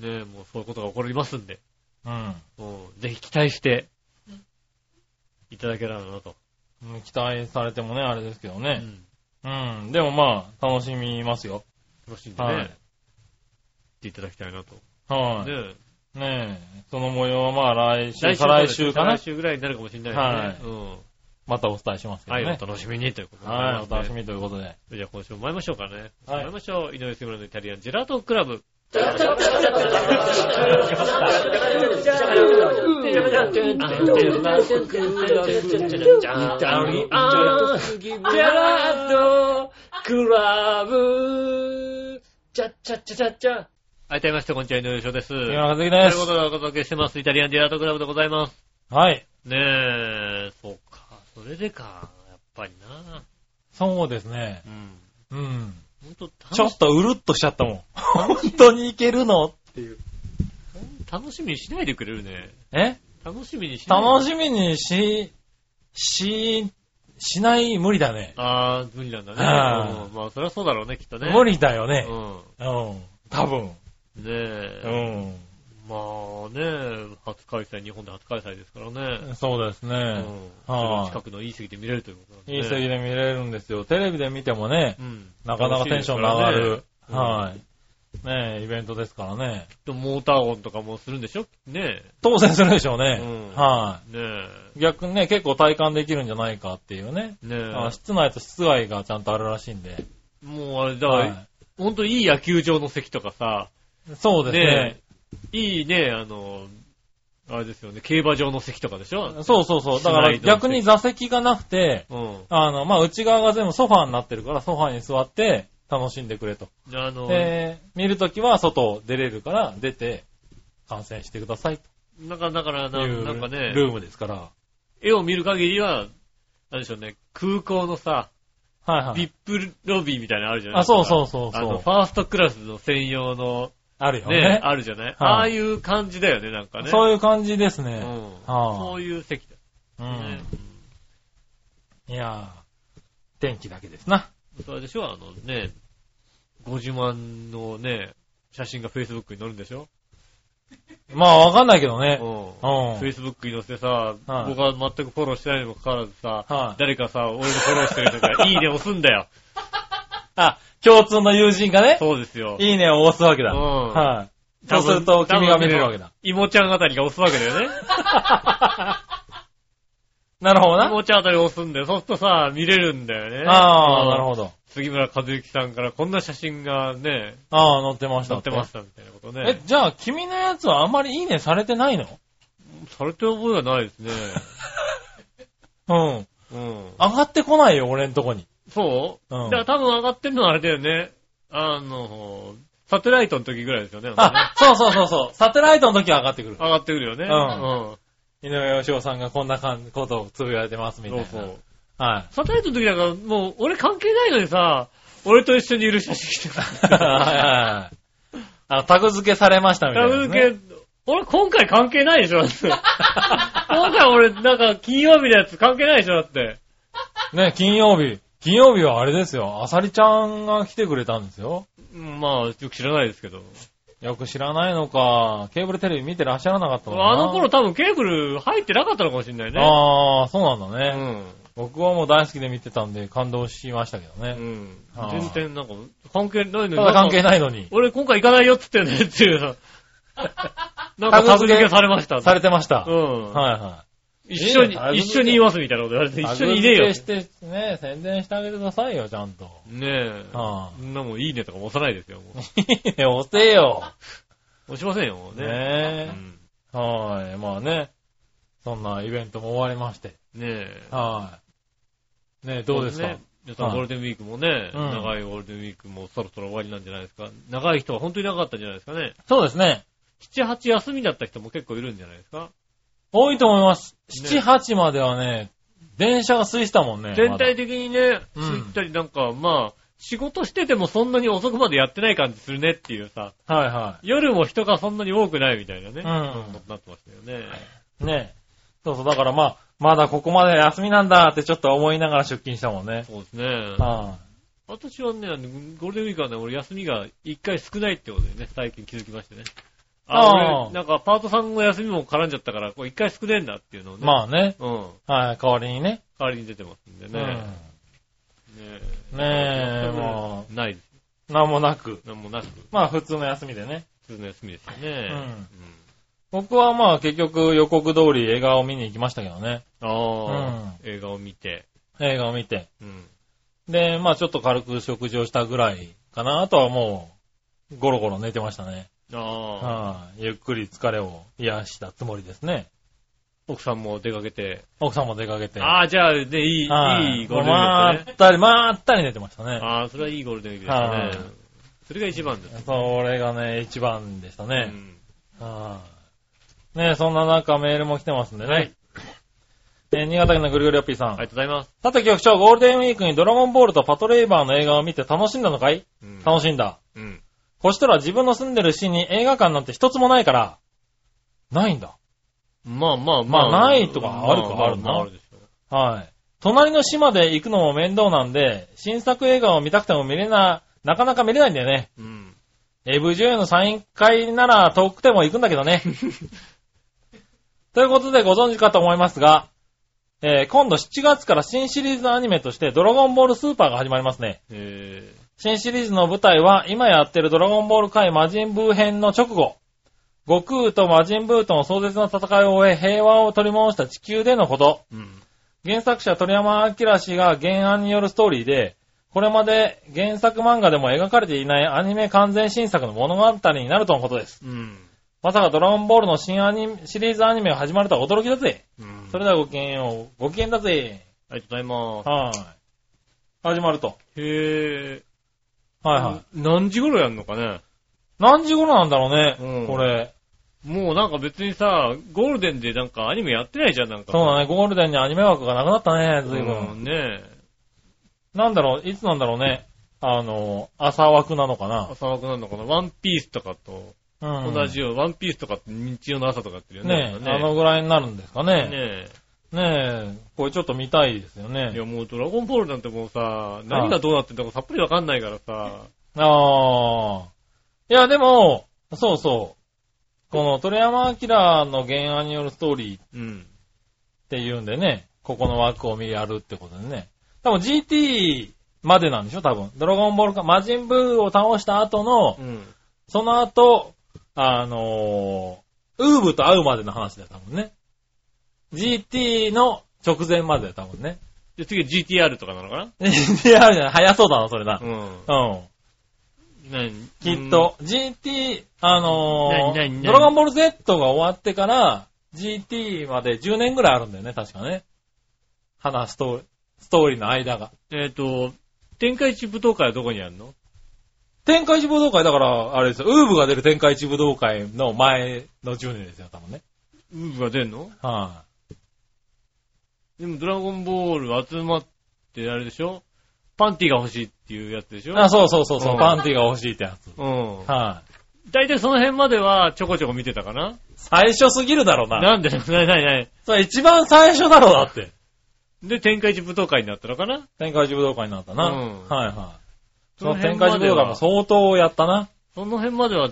Speaker 2: ねもうそういうことが起こりますんで、
Speaker 3: い。うん。
Speaker 2: うん、ぜひ期待して、いただけたらなと。
Speaker 3: うん期待されてもね、あれですけど
Speaker 2: う
Speaker 3: ね。
Speaker 2: ん。
Speaker 3: うん。でもまあ、楽しみますよ。
Speaker 2: 楽しんでね、
Speaker 3: はい
Speaker 2: 行っていただきたいなと。
Speaker 3: はい。
Speaker 2: ね
Speaker 3: ねえ。その模様はまあ来週、再
Speaker 2: まで
Speaker 3: 来週かな
Speaker 2: 再来。週ぐらいになるかもしれないですね。
Speaker 3: またお伝えします
Speaker 2: うん。
Speaker 3: けど
Speaker 2: はい、お
Speaker 3: ね。
Speaker 2: 楽しみにということで、
Speaker 3: はい、お楽しみということで。
Speaker 2: み。じゃあ今週も参りましょうかね。
Speaker 3: はい
Speaker 2: 参りましょう。井上杉村のイタリアンジェラートクラブ。はい、改めまして、こんにちは、井上翔です。と
Speaker 3: 杉
Speaker 2: いう
Speaker 3: 村和樹で
Speaker 2: ことでお届けしてます、イタリアンジェラートクラブでございます。
Speaker 3: す。はい。
Speaker 2: ねえ、そうか、それでか、やっぱりな。
Speaker 3: そうですね。
Speaker 2: うん。
Speaker 3: うん。
Speaker 2: ほんと、
Speaker 3: ちょっとうるっとしちゃったもん。本当にいけるのっていう。
Speaker 2: 楽しみにしないでくれるね。
Speaker 3: え
Speaker 2: 楽しみにしない。
Speaker 3: 楽しみにし、し、しない無理だね。
Speaker 2: あー、無理なんだね。
Speaker 3: はい
Speaker 2: うんまあ、そりゃそうだろうね、きっとね。
Speaker 3: 無理だよ
Speaker 2: う
Speaker 3: ね。
Speaker 2: ん。
Speaker 3: うん。多分。
Speaker 2: ね
Speaker 3: う
Speaker 2: え。まあね、初開催、日本で初開催ですからね。
Speaker 3: ん。そうです
Speaker 2: う
Speaker 3: ね。
Speaker 2: ん。
Speaker 3: はい
Speaker 2: 近くのいい席で見れるということなんで。
Speaker 3: いい席で見れるんですよ。テレビで見てもね
Speaker 2: う、ん。
Speaker 3: なかなかテンションの上がる。
Speaker 2: 楽しいですからね
Speaker 3: はい。ねえ、イベントですからね。
Speaker 2: でもモーター音とかもするんでしょね
Speaker 3: 当選するでしょうね。
Speaker 2: うん
Speaker 3: は
Speaker 2: え。ね
Speaker 3: い。逆にね、結構体感できるんじゃないかっていうね。
Speaker 2: え。ねえ。
Speaker 3: あ室内と室外がちゃんとあるらしいんで。
Speaker 2: もうあれだ、ほんといい野球場の席とかさ、
Speaker 3: いそうですね
Speaker 2: ね。え、いいね、あの、あれですよね、競馬場の席とかでしょ
Speaker 3: そうそうそう。だから
Speaker 2: 室内の
Speaker 3: 逆に座席がなくて、
Speaker 2: うん。
Speaker 3: あの、まあ、内側が全部ソファーになってるから、ソファーに座って楽しんでくれと。
Speaker 2: あの、
Speaker 3: で、見るときは外出れるから、出て観戦してください
Speaker 2: なんか、だから
Speaker 3: と
Speaker 2: な、
Speaker 3: いう
Speaker 2: なんかね、
Speaker 3: ルームですから。
Speaker 2: 絵を見る限りは、なんでしょうね、空港のさ、
Speaker 3: はいはい。
Speaker 2: VIP ロビーみたいなのあるじゃない
Speaker 3: あ、そうそうそう
Speaker 2: あ
Speaker 3: そ
Speaker 2: の、
Speaker 3: う
Speaker 2: フ。ァーストクラスの専用の、
Speaker 3: あるよ
Speaker 2: ね、
Speaker 3: ね
Speaker 2: あるじゃない、ああいう感じだよね、なんかね。
Speaker 3: そういう感じです
Speaker 2: う
Speaker 3: ね。
Speaker 2: ん
Speaker 3: はあ
Speaker 2: そういう席だ
Speaker 3: う
Speaker 2: よね
Speaker 3: ん。。いやー、天気だけですな。
Speaker 2: うんそれでしょ、あのね、50万のね、写真が Facebook に載るんでしょ
Speaker 3: まあ、わかんないけどね。う。
Speaker 2: うん Facebook に載せてさ、
Speaker 3: はい
Speaker 2: 僕は全くフォローしてないにもかかわらずさ、
Speaker 3: はい
Speaker 2: 誰かさ、俺のフォローしてる人が、いいね押すんだよ。
Speaker 3: あ、共通の友人が ね、
Speaker 2: そうですよ。
Speaker 3: いいねを押すわけだ。
Speaker 2: うん
Speaker 3: はい。そ
Speaker 2: 多
Speaker 3: う
Speaker 2: 分
Speaker 3: すると、君が見れるわけだ。。
Speaker 2: イモちゃんあたりが押すわけだよ ね。
Speaker 3: なるほど
Speaker 2: イ
Speaker 3: な。
Speaker 2: モちゃんあたりが押すんだよ。そうするとさ、見れるんだよね。う
Speaker 3: ああ、
Speaker 2: ん
Speaker 3: なるほど。
Speaker 2: 杉村和之さんからこんな写真がね、
Speaker 3: ああ、載ってました。
Speaker 2: 載ってましたみたいなこと
Speaker 3: え
Speaker 2: ね、。
Speaker 3: じゃあ、君のやつはあんまりいいねされてないの
Speaker 2: されて覚えはないですね。
Speaker 3: うん。
Speaker 2: うん。
Speaker 3: 上がってこないよ、俺んとこに。
Speaker 2: そう、
Speaker 3: う
Speaker 2: だ
Speaker 3: ん
Speaker 2: から多分上がってるのはあれだよね。あの、サテライトの時ぐらいですよね。
Speaker 3: あ、そうそうそうそう。サテライトの時は上がってくる。
Speaker 2: 上がってくるよね。
Speaker 3: う
Speaker 2: う
Speaker 3: ん
Speaker 2: ん
Speaker 3: 井上義雄さんがこんなかんことをつぶやいてますみたい
Speaker 2: そう
Speaker 3: な。
Speaker 2: そう。
Speaker 3: は
Speaker 2: サテライトの時なんかもう 俺関係ないのにさ、俺と一緒にいる写真来て
Speaker 3: い。はいはいはいあ、タグ付けされましたみたい
Speaker 2: タ
Speaker 3: な
Speaker 2: グ
Speaker 3: ですね、
Speaker 2: 付け、俺今回関係ないでしょだ って今回俺なんか金曜日のやつ関係ないでしょだって。
Speaker 3: ね、金曜日。金曜日はあれですよ。あさりちゃんが来てくれたんですよ。
Speaker 2: うんまあ、よく知らないですけど。
Speaker 3: よく知らないのか、ケーブルテレビ見てらっしゃらなかったのかな。
Speaker 2: あの頃多分ケーブル入ってなかったのかもしれないね。
Speaker 3: ああ、そうなんだ
Speaker 2: う
Speaker 3: ね、
Speaker 2: ん。
Speaker 3: 僕はもう大好きで見てたんで感動しましたけど
Speaker 2: う
Speaker 3: ね。
Speaker 2: ん
Speaker 3: あ。ー
Speaker 2: 全然なんか関係ないのに。
Speaker 3: ただ関係
Speaker 2: い。
Speaker 3: ないのに。
Speaker 2: 俺今回行かないよって言ってねって いう。なんかタグ付けされました。
Speaker 3: されてました。
Speaker 2: う
Speaker 3: は
Speaker 2: ん
Speaker 3: い。は
Speaker 2: 一緒
Speaker 3: いい
Speaker 2: に
Speaker 3: ねタグ、付け
Speaker 2: 一緒にいますみたいなこと言われて、
Speaker 3: い。
Speaker 2: 一緒にいねえよ
Speaker 3: タグ。付けして、ね、宣伝してあげてくださいよ、ちゃんと。
Speaker 2: ねえ。
Speaker 3: ああ
Speaker 2: そんなもういいねとかも押さないですよ。もう
Speaker 3: いい ね、押せよ。
Speaker 2: 押しませんよ、もうね。う
Speaker 3: ね
Speaker 2: ん
Speaker 3: え。はい。まあね。そんなイベントも終わりまして。
Speaker 2: ねえ。
Speaker 3: はい。ねえ、どうですか
Speaker 2: ね皆さん
Speaker 3: はい
Speaker 2: ゴールデンウィークもね、
Speaker 3: うん
Speaker 2: 長いゴールデンウィークもそろそろ終わりなんじゃないですか。長い人は本当にいなかったんじゃないですかね。
Speaker 3: そうですね。
Speaker 2: 7、8休みだった人も結構いるんじゃないですか。
Speaker 3: 多いと思います。
Speaker 2: ね
Speaker 3: 7、8まではね、電車が空いてたもんね。
Speaker 2: 全体的にね、
Speaker 3: う
Speaker 2: つ
Speaker 3: ん
Speaker 2: いたりなんか、まあ、仕事しててもそんなに遅くまでやってない感じするねっていうさ、
Speaker 3: まだは
Speaker 2: 夜も人がそんなに多くないみたいなね、
Speaker 3: ん
Speaker 2: そことになってましたよね。
Speaker 3: いはい。ねえ。そうそう、だからまあ、まだここまで休みなんだってちょっと思いながら出勤したもんね。
Speaker 2: そうですね。
Speaker 3: は
Speaker 2: 私はね、あのゴールデンウィークはね、俺休みが1回少ないってことでね、最近気づきましてね。あ、
Speaker 3: あー
Speaker 2: 俺、なんかパートさんの休みも絡んじゃったから、こう1回少ねえんだっていうのを
Speaker 3: い。
Speaker 2: ね、
Speaker 3: まあね。
Speaker 2: うん、代
Speaker 3: はい、代わりにね。
Speaker 2: わりに出てますんでね。ね
Speaker 3: うんねえ、
Speaker 2: も
Speaker 3: も
Speaker 2: う、ない、
Speaker 3: う、なんもなく。
Speaker 2: なんもなく、
Speaker 3: まあ、普通の休みでね。
Speaker 2: 普通の休みですよね。
Speaker 3: うん僕はまあ、結局予告通り映画を見に行きましたけどね。
Speaker 2: うんああ、映画を見て、
Speaker 3: 映画を見て。
Speaker 2: うん。
Speaker 3: で、まあ、ちょっと軽く食事をしたぐらいかな。あとはもう、ゴロゴロ寝てましたね。
Speaker 2: ああ、
Speaker 3: はい、ゆっくり疲れを癒したつもりですね。
Speaker 2: 奥さんも出かけて、
Speaker 3: 奥さんも出かけて。
Speaker 2: ああ、じゃあね、いい、
Speaker 3: はい
Speaker 2: いゴールデンウィーク
Speaker 3: ま
Speaker 2: で
Speaker 3: ー
Speaker 2: すね。
Speaker 3: ったり、まーったり寝てましたね。
Speaker 2: ああ、それはいいゴールデンウィークでした
Speaker 3: は
Speaker 2: ね。それが一番です。
Speaker 3: それがね、一番でした
Speaker 2: う
Speaker 3: ね。
Speaker 2: ん
Speaker 3: はいねそんな中メールも来てますんでね。
Speaker 2: はい
Speaker 3: えー新潟県のぐるぐるよっぴーさん。
Speaker 2: ありがとうございます。
Speaker 3: さて局長、ゴールデンウィークにドラゴンボールとパトレイバーの映画を見て楽しんだのかい、
Speaker 2: うん
Speaker 3: 楽しんだ。
Speaker 2: うん。
Speaker 3: そしたら自分の住んでる市に映画館なんて一つもないから、ないんだ。
Speaker 2: まあまあ
Speaker 3: まあないとかあるか
Speaker 2: ま
Speaker 3: あるな
Speaker 2: まああるでしょ
Speaker 3: はい。隣の市まで行くのも面倒なんで、新作映画を見たくても見れな、なかなか見れないんだよね。
Speaker 2: う。ん。
Speaker 3: AV 女優のサイン会なら遠くても行くんだけどね。ということでご存知かと思いますが、えー今度7月から新シリーズアニメとしてドラゴンボールスーパーが始まりますね。
Speaker 2: え
Speaker 3: 新シリーズの舞台は今やってるドラゴンボール界魔人ブー編の直後。悟空と魔人ブーとの壮絶な戦いを終え平和を取り戻した地球でのこと。
Speaker 2: ーうん。
Speaker 3: 原作者鳥山明氏が原案によるストーリーで、これまで原作漫画でも描かれていないアニメ完全新作の物語になるとのことです。
Speaker 2: うん。
Speaker 3: まさかドラゴンボールの新アニメシリーズアニメが始まるとは驚きだぜ。
Speaker 2: うん。
Speaker 3: それではごきげんよう。ごきげんだぜ。
Speaker 2: ありがとうございま
Speaker 3: はい。始まると。
Speaker 2: す。へえ。
Speaker 3: はいはい。
Speaker 2: 何時頃やんのかね
Speaker 3: 何時頃なんだろうね、
Speaker 2: うん
Speaker 3: これ。
Speaker 2: もうなんか別にさ、ゴールデンでなんかアニメやってないじゃん、なんか。
Speaker 3: そうだね、ゴールデンにアニメ枠がなくなったね、随
Speaker 2: う
Speaker 3: 分。
Speaker 2: んねえ。
Speaker 3: なんだろう、いつなんだろうね。あの、朝枠なのか
Speaker 2: 朝枠なのかなワンピースとかと
Speaker 3: な。うん
Speaker 2: 同じよう、ワンピースとかって日曜の朝とかやってるよね。
Speaker 3: ね
Speaker 2: なんか
Speaker 3: え、あのぐらいになるんですかね。
Speaker 2: ね
Speaker 3: ねえ、これちょっと見たいですよ
Speaker 2: え。い
Speaker 3: ね。
Speaker 2: やもうドラゴンボールなんてもうさ、何がどうなってんだかさっぱりわかんないからさ。
Speaker 3: ああ。いや、でも、そうそう。この鳥山明の原案によるストーリーっ
Speaker 2: うん。
Speaker 3: ていうんでね、ここの枠を見やるってことでね。多分 GT までなんでしょ多分。ドラゴンボールか、魔人ブーを倒した後の
Speaker 2: う、ん。
Speaker 3: その後、あのーウーブと会うまでの話だよ、多分ね。GT の直前までだよ、多分ね。
Speaker 2: で、次 GTR とかなのか
Speaker 3: GTR じゃない、早そうだな、それな
Speaker 2: な。うん。
Speaker 3: うん
Speaker 2: 何
Speaker 3: きっ。と、GT、あのー
Speaker 2: 何何何
Speaker 3: ドラゴンボール Z が終わってから、GT まで10年ぐらいあるんだよね、確かね。話すと、ストーリーの間が。
Speaker 2: うんえっ、と、天下一武道会はどこにあるの
Speaker 3: 天下一武道会、だから、あれですよ、ウーブが出る天下一武道会の前の10年ですよ、多分ね。
Speaker 2: ウーブが出んの
Speaker 3: は
Speaker 2: でもドラゴンボール集まってあれでしょパンティが欲しいっていうやつでし
Speaker 3: い、
Speaker 2: ょ
Speaker 3: あ。そうそうそうそう、
Speaker 2: うん
Speaker 3: パンティが欲しいってやつ。
Speaker 2: うん。
Speaker 3: は
Speaker 2: 大体その辺まではちょこちょこ見てたかな。
Speaker 3: 最初すぎるだろうな。
Speaker 2: なんで、 なになになに
Speaker 3: それ一番最初だろうだって。
Speaker 2: で、天下一武闘会になったのかな
Speaker 3: 天下一武道会になったな。
Speaker 2: うん
Speaker 3: はいはい。
Speaker 2: そ
Speaker 3: その
Speaker 2: の
Speaker 3: 天
Speaker 2: 辺ま
Speaker 3: 下一武
Speaker 2: で
Speaker 3: 道会も
Speaker 2: は、そ
Speaker 3: 相当やったな。
Speaker 2: の辺までは、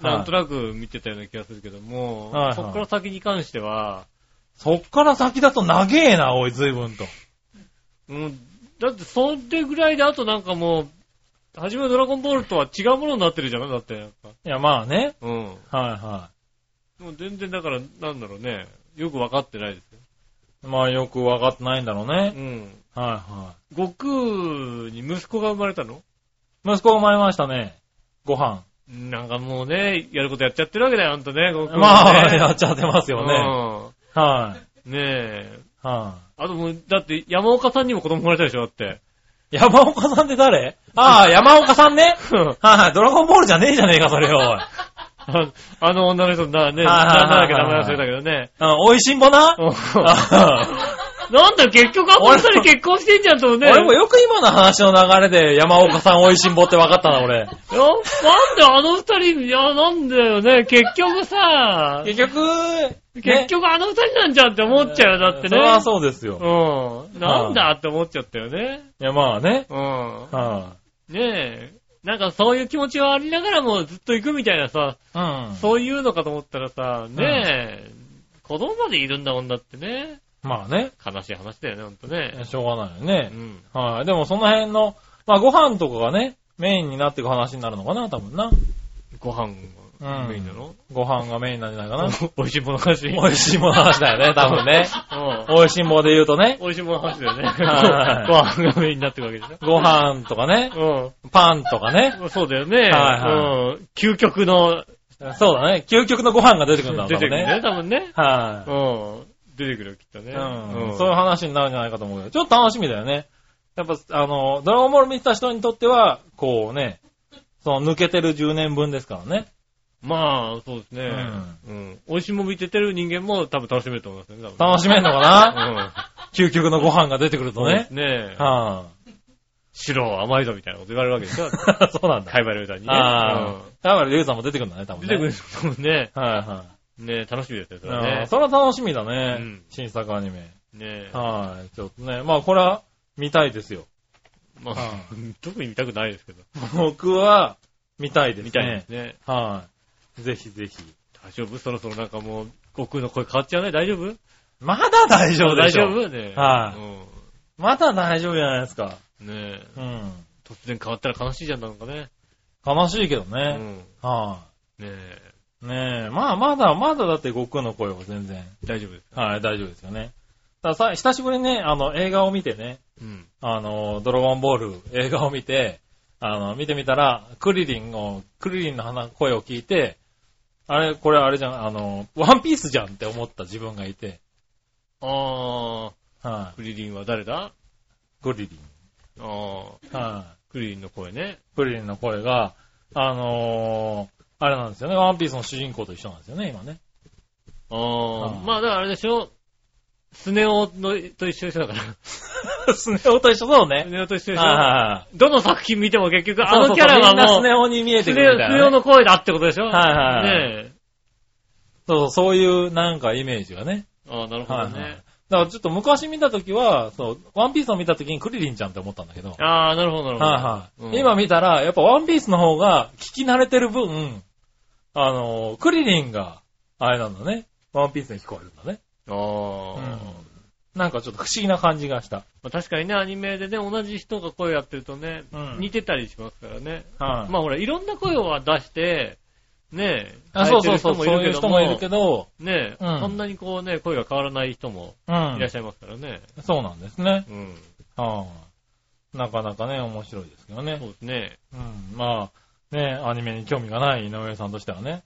Speaker 2: なんとなく見てたような気がするけども、
Speaker 3: はいはい
Speaker 2: そっから先に関しては、
Speaker 3: そっから先だと長えな、おい、随分と。
Speaker 2: うん、だってそれぐらいであとなんかもう、はじめドラゴンボールとは違うものになってるじゃんだって、やっぱ。
Speaker 3: いや、まあね。
Speaker 2: うん。
Speaker 3: はいは
Speaker 2: もう全然だから、なんだろうね。よくわかってないですよ。
Speaker 3: い。まあよくわかってないんだろう
Speaker 2: う
Speaker 3: ね。
Speaker 2: ん。
Speaker 3: は
Speaker 2: 悟空に息子が生まれたの
Speaker 3: いはい。息子生まれましたね。ご飯。
Speaker 2: なんかもうね、やることやっちゃってるわけだよ、あんたね、悟空、ね。
Speaker 3: まあ、やっちゃってますよね。はい。
Speaker 2: うん。ねえ。
Speaker 3: は
Speaker 2: あともう、だって山岡さんにも子供生まれたでしょ、だって。
Speaker 3: い。山岡さんって誰ああ、山岡さんね。はいはい。ドラゴンボールじゃねえじゃねえか、それ よ。
Speaker 2: ああの女の人だね、な
Speaker 3: はいはい
Speaker 2: んだ
Speaker 3: は
Speaker 2: っ
Speaker 3: い
Speaker 2: け名前忘れ
Speaker 3: は
Speaker 2: たけど ね。
Speaker 3: おいしんぼな。
Speaker 2: なんだよ、結局あんた二人結婚してんじゃんと思うね。
Speaker 3: 俺もよく今の話の流れで山岡さんおいしんぼって分かったな、俺。
Speaker 2: いやなんであの二人、いや、なんだよね、結局さ、
Speaker 3: 結局、
Speaker 2: 結局あの二人なんじゃんって思っちゃうよ、だってね。
Speaker 3: それはそうですよ。
Speaker 2: うん。なんだって思っちゃったよね。
Speaker 3: いや、まあね。
Speaker 2: うん。
Speaker 3: は
Speaker 2: ねえ。なんかそういう気持ちはありながらもずっと行くみたいなさ、
Speaker 3: い。うん。
Speaker 2: そういうのかと思ったらさ、ねえ、子供までいるんだもんだってね。
Speaker 3: まあね。
Speaker 2: 悲しい話だよね、ほんとね。
Speaker 3: しょうがないよ
Speaker 2: う
Speaker 3: ね。
Speaker 2: ん。
Speaker 3: はい。でもその辺の、まあご飯とかがね、メインになっていく話になるのかな、多分な。
Speaker 2: ご飯がメインなの、
Speaker 3: ご飯がメインなんじゃないかな。
Speaker 2: 美味しいもの話。
Speaker 3: おいしんぼの話だよ ね、多分ね。
Speaker 2: う
Speaker 3: おいしんぼで言うとね
Speaker 2: ん。、美味しいもの話だよね。
Speaker 3: はい
Speaker 2: ご飯がメインになってるわけでし
Speaker 3: ご飯とかね、
Speaker 2: ょ。
Speaker 3: パンとかね。
Speaker 2: うん。そうだよね。
Speaker 3: はいは
Speaker 2: うん。究極の、
Speaker 3: そうだね。究極のご飯が出てくるんだろ
Speaker 2: 出
Speaker 3: う
Speaker 2: てくるね、
Speaker 3: ね。
Speaker 2: 多分ね。
Speaker 3: は
Speaker 2: うん。出てくるよ、きっとね。
Speaker 3: い。うん。そういう話になるんじゃないかと思うけど、ちょっと楽しみだよね。やっぱ、あの、ドラゴンボール見てた人にとっては、こうね、その抜けてる10年分ですからね。
Speaker 2: まあ、そうですね。うん。美味しいもん見ててる人間も多分楽しめると思いますね。多分
Speaker 3: 楽しめんのかな
Speaker 2: うん。
Speaker 3: 究極のご飯が出てくるとね。
Speaker 2: ねえ。
Speaker 3: は
Speaker 2: 白は甘いぞみたいなこと言われるわけで しょ。
Speaker 3: い。 そうなんだ。
Speaker 2: カイバル歌にね。
Speaker 3: ああ。だから、リュウさんも出てくるんだね、多
Speaker 2: うん
Speaker 3: 分
Speaker 2: 出
Speaker 3: ね。
Speaker 2: てくるもんね。
Speaker 3: はいはい。
Speaker 2: ねえ、楽しみですね、それは
Speaker 3: ああ
Speaker 2: ね。
Speaker 3: それは楽しみだね。
Speaker 2: うん
Speaker 3: 新作アニメ。
Speaker 2: ねえ。
Speaker 3: はい。ちょっとね。まあ、これは見たいですよ。
Speaker 2: まあ、 特に見たくないですけど。
Speaker 3: 僕は見たいですね。
Speaker 2: 見たいですね。
Speaker 3: はい。ぜひぜひ。
Speaker 2: 大丈夫そろそろなんかもう、悟空の声変わっちゃわない大丈夫
Speaker 3: まだ大丈夫で
Speaker 2: 大
Speaker 3: しょ
Speaker 2: 丈。夫ねえ。
Speaker 3: はい
Speaker 2: い。
Speaker 3: まだ大丈夫じゃないですか。
Speaker 2: ねえ。
Speaker 3: うん。
Speaker 2: 突然変わったら悲しいじゃん、なんかね。
Speaker 3: 悲しいけど
Speaker 2: う
Speaker 3: ね。
Speaker 2: ん。ね
Speaker 3: は
Speaker 2: え。
Speaker 3: い。ねえ。まあ、まだ、まだだって悟空の声は全然。
Speaker 2: 大丈夫です。
Speaker 3: はい、大丈夫ですよね。たださ、久しぶりにね、あの、映画を見てね、
Speaker 2: うん。
Speaker 3: あの、ドラゴンボール映画を見て、あの、見てみたら、クリリンの、クリリンの話声を聞いて、あれ、これあれじゃん、あの、ワンピースじゃんって思った自分がいて、
Speaker 2: ああ、
Speaker 3: はい、
Speaker 2: クリリンは誰だ
Speaker 3: クリリ
Speaker 2: ああ。
Speaker 3: ン。はい、
Speaker 2: クリリンの声ね。
Speaker 3: クリリンの声が、あのーあれなんですよね、ワンピースの主人公と一緒なんですよね、今ね。
Speaker 2: あ
Speaker 3: あ
Speaker 2: あ。まあ、だからあれでしょ。スネ夫のと一緒でしょだから。
Speaker 3: スネ夫と一緒だよ
Speaker 2: ス
Speaker 3: ね。
Speaker 2: ネ夫と一緒でしょ。
Speaker 3: は
Speaker 2: どの作品見ても結局
Speaker 3: い
Speaker 2: あのキャラ
Speaker 3: みんな
Speaker 2: は
Speaker 3: ス
Speaker 2: もう、
Speaker 3: ネ夫に見え
Speaker 2: ス
Speaker 3: て
Speaker 2: ネ
Speaker 3: くるみたいな、
Speaker 2: 夫
Speaker 3: ね。
Speaker 2: の声だってことでしょ
Speaker 3: はいはい
Speaker 2: ねえ。
Speaker 3: そうそう、そういうなんかイメージがね。
Speaker 2: ああ、なるほど
Speaker 3: はいはい
Speaker 2: ね。
Speaker 3: だからちょっと昔見たときは、そう、ワンピースを見たときにクリリンちゃんって思ったんだけど、はい
Speaker 2: ああ、なるほど、なるほど。
Speaker 3: はい、
Speaker 2: うん
Speaker 3: 今見たら、やっぱワンピースの方が聞き慣れてる分、あの、クリリンが、あれなんだね。ワンピースに聞こえるんだね。
Speaker 2: ああ、
Speaker 3: うんなんかちょっと不思議な感じがした。
Speaker 2: まあ確かにね、アニメでね、同じ人が声やってるとね、
Speaker 3: うん
Speaker 2: 似てたりしますからね。
Speaker 3: はい、
Speaker 2: まあほら、いろんな声を出して、ねえ、
Speaker 3: あそうそうそう、そ
Speaker 2: 変
Speaker 3: う
Speaker 2: えて
Speaker 3: い
Speaker 2: る
Speaker 3: う
Speaker 2: 人
Speaker 3: 人
Speaker 2: も
Speaker 3: も
Speaker 2: い
Speaker 3: い
Speaker 2: る
Speaker 3: る
Speaker 2: けど
Speaker 3: け
Speaker 2: も、
Speaker 3: ど、
Speaker 2: ねえ、
Speaker 3: うん
Speaker 2: そんなにこうね、声が変わらない人も
Speaker 3: う
Speaker 2: いらっ
Speaker 3: ん
Speaker 2: し。ゃいますからね。
Speaker 3: そうなんですね。
Speaker 2: うん。
Speaker 3: はいなかなかね、面白いですけどね
Speaker 2: そ。うですね。
Speaker 3: うん。まあ、ね、アニメに興味がない井上さんとしてはね。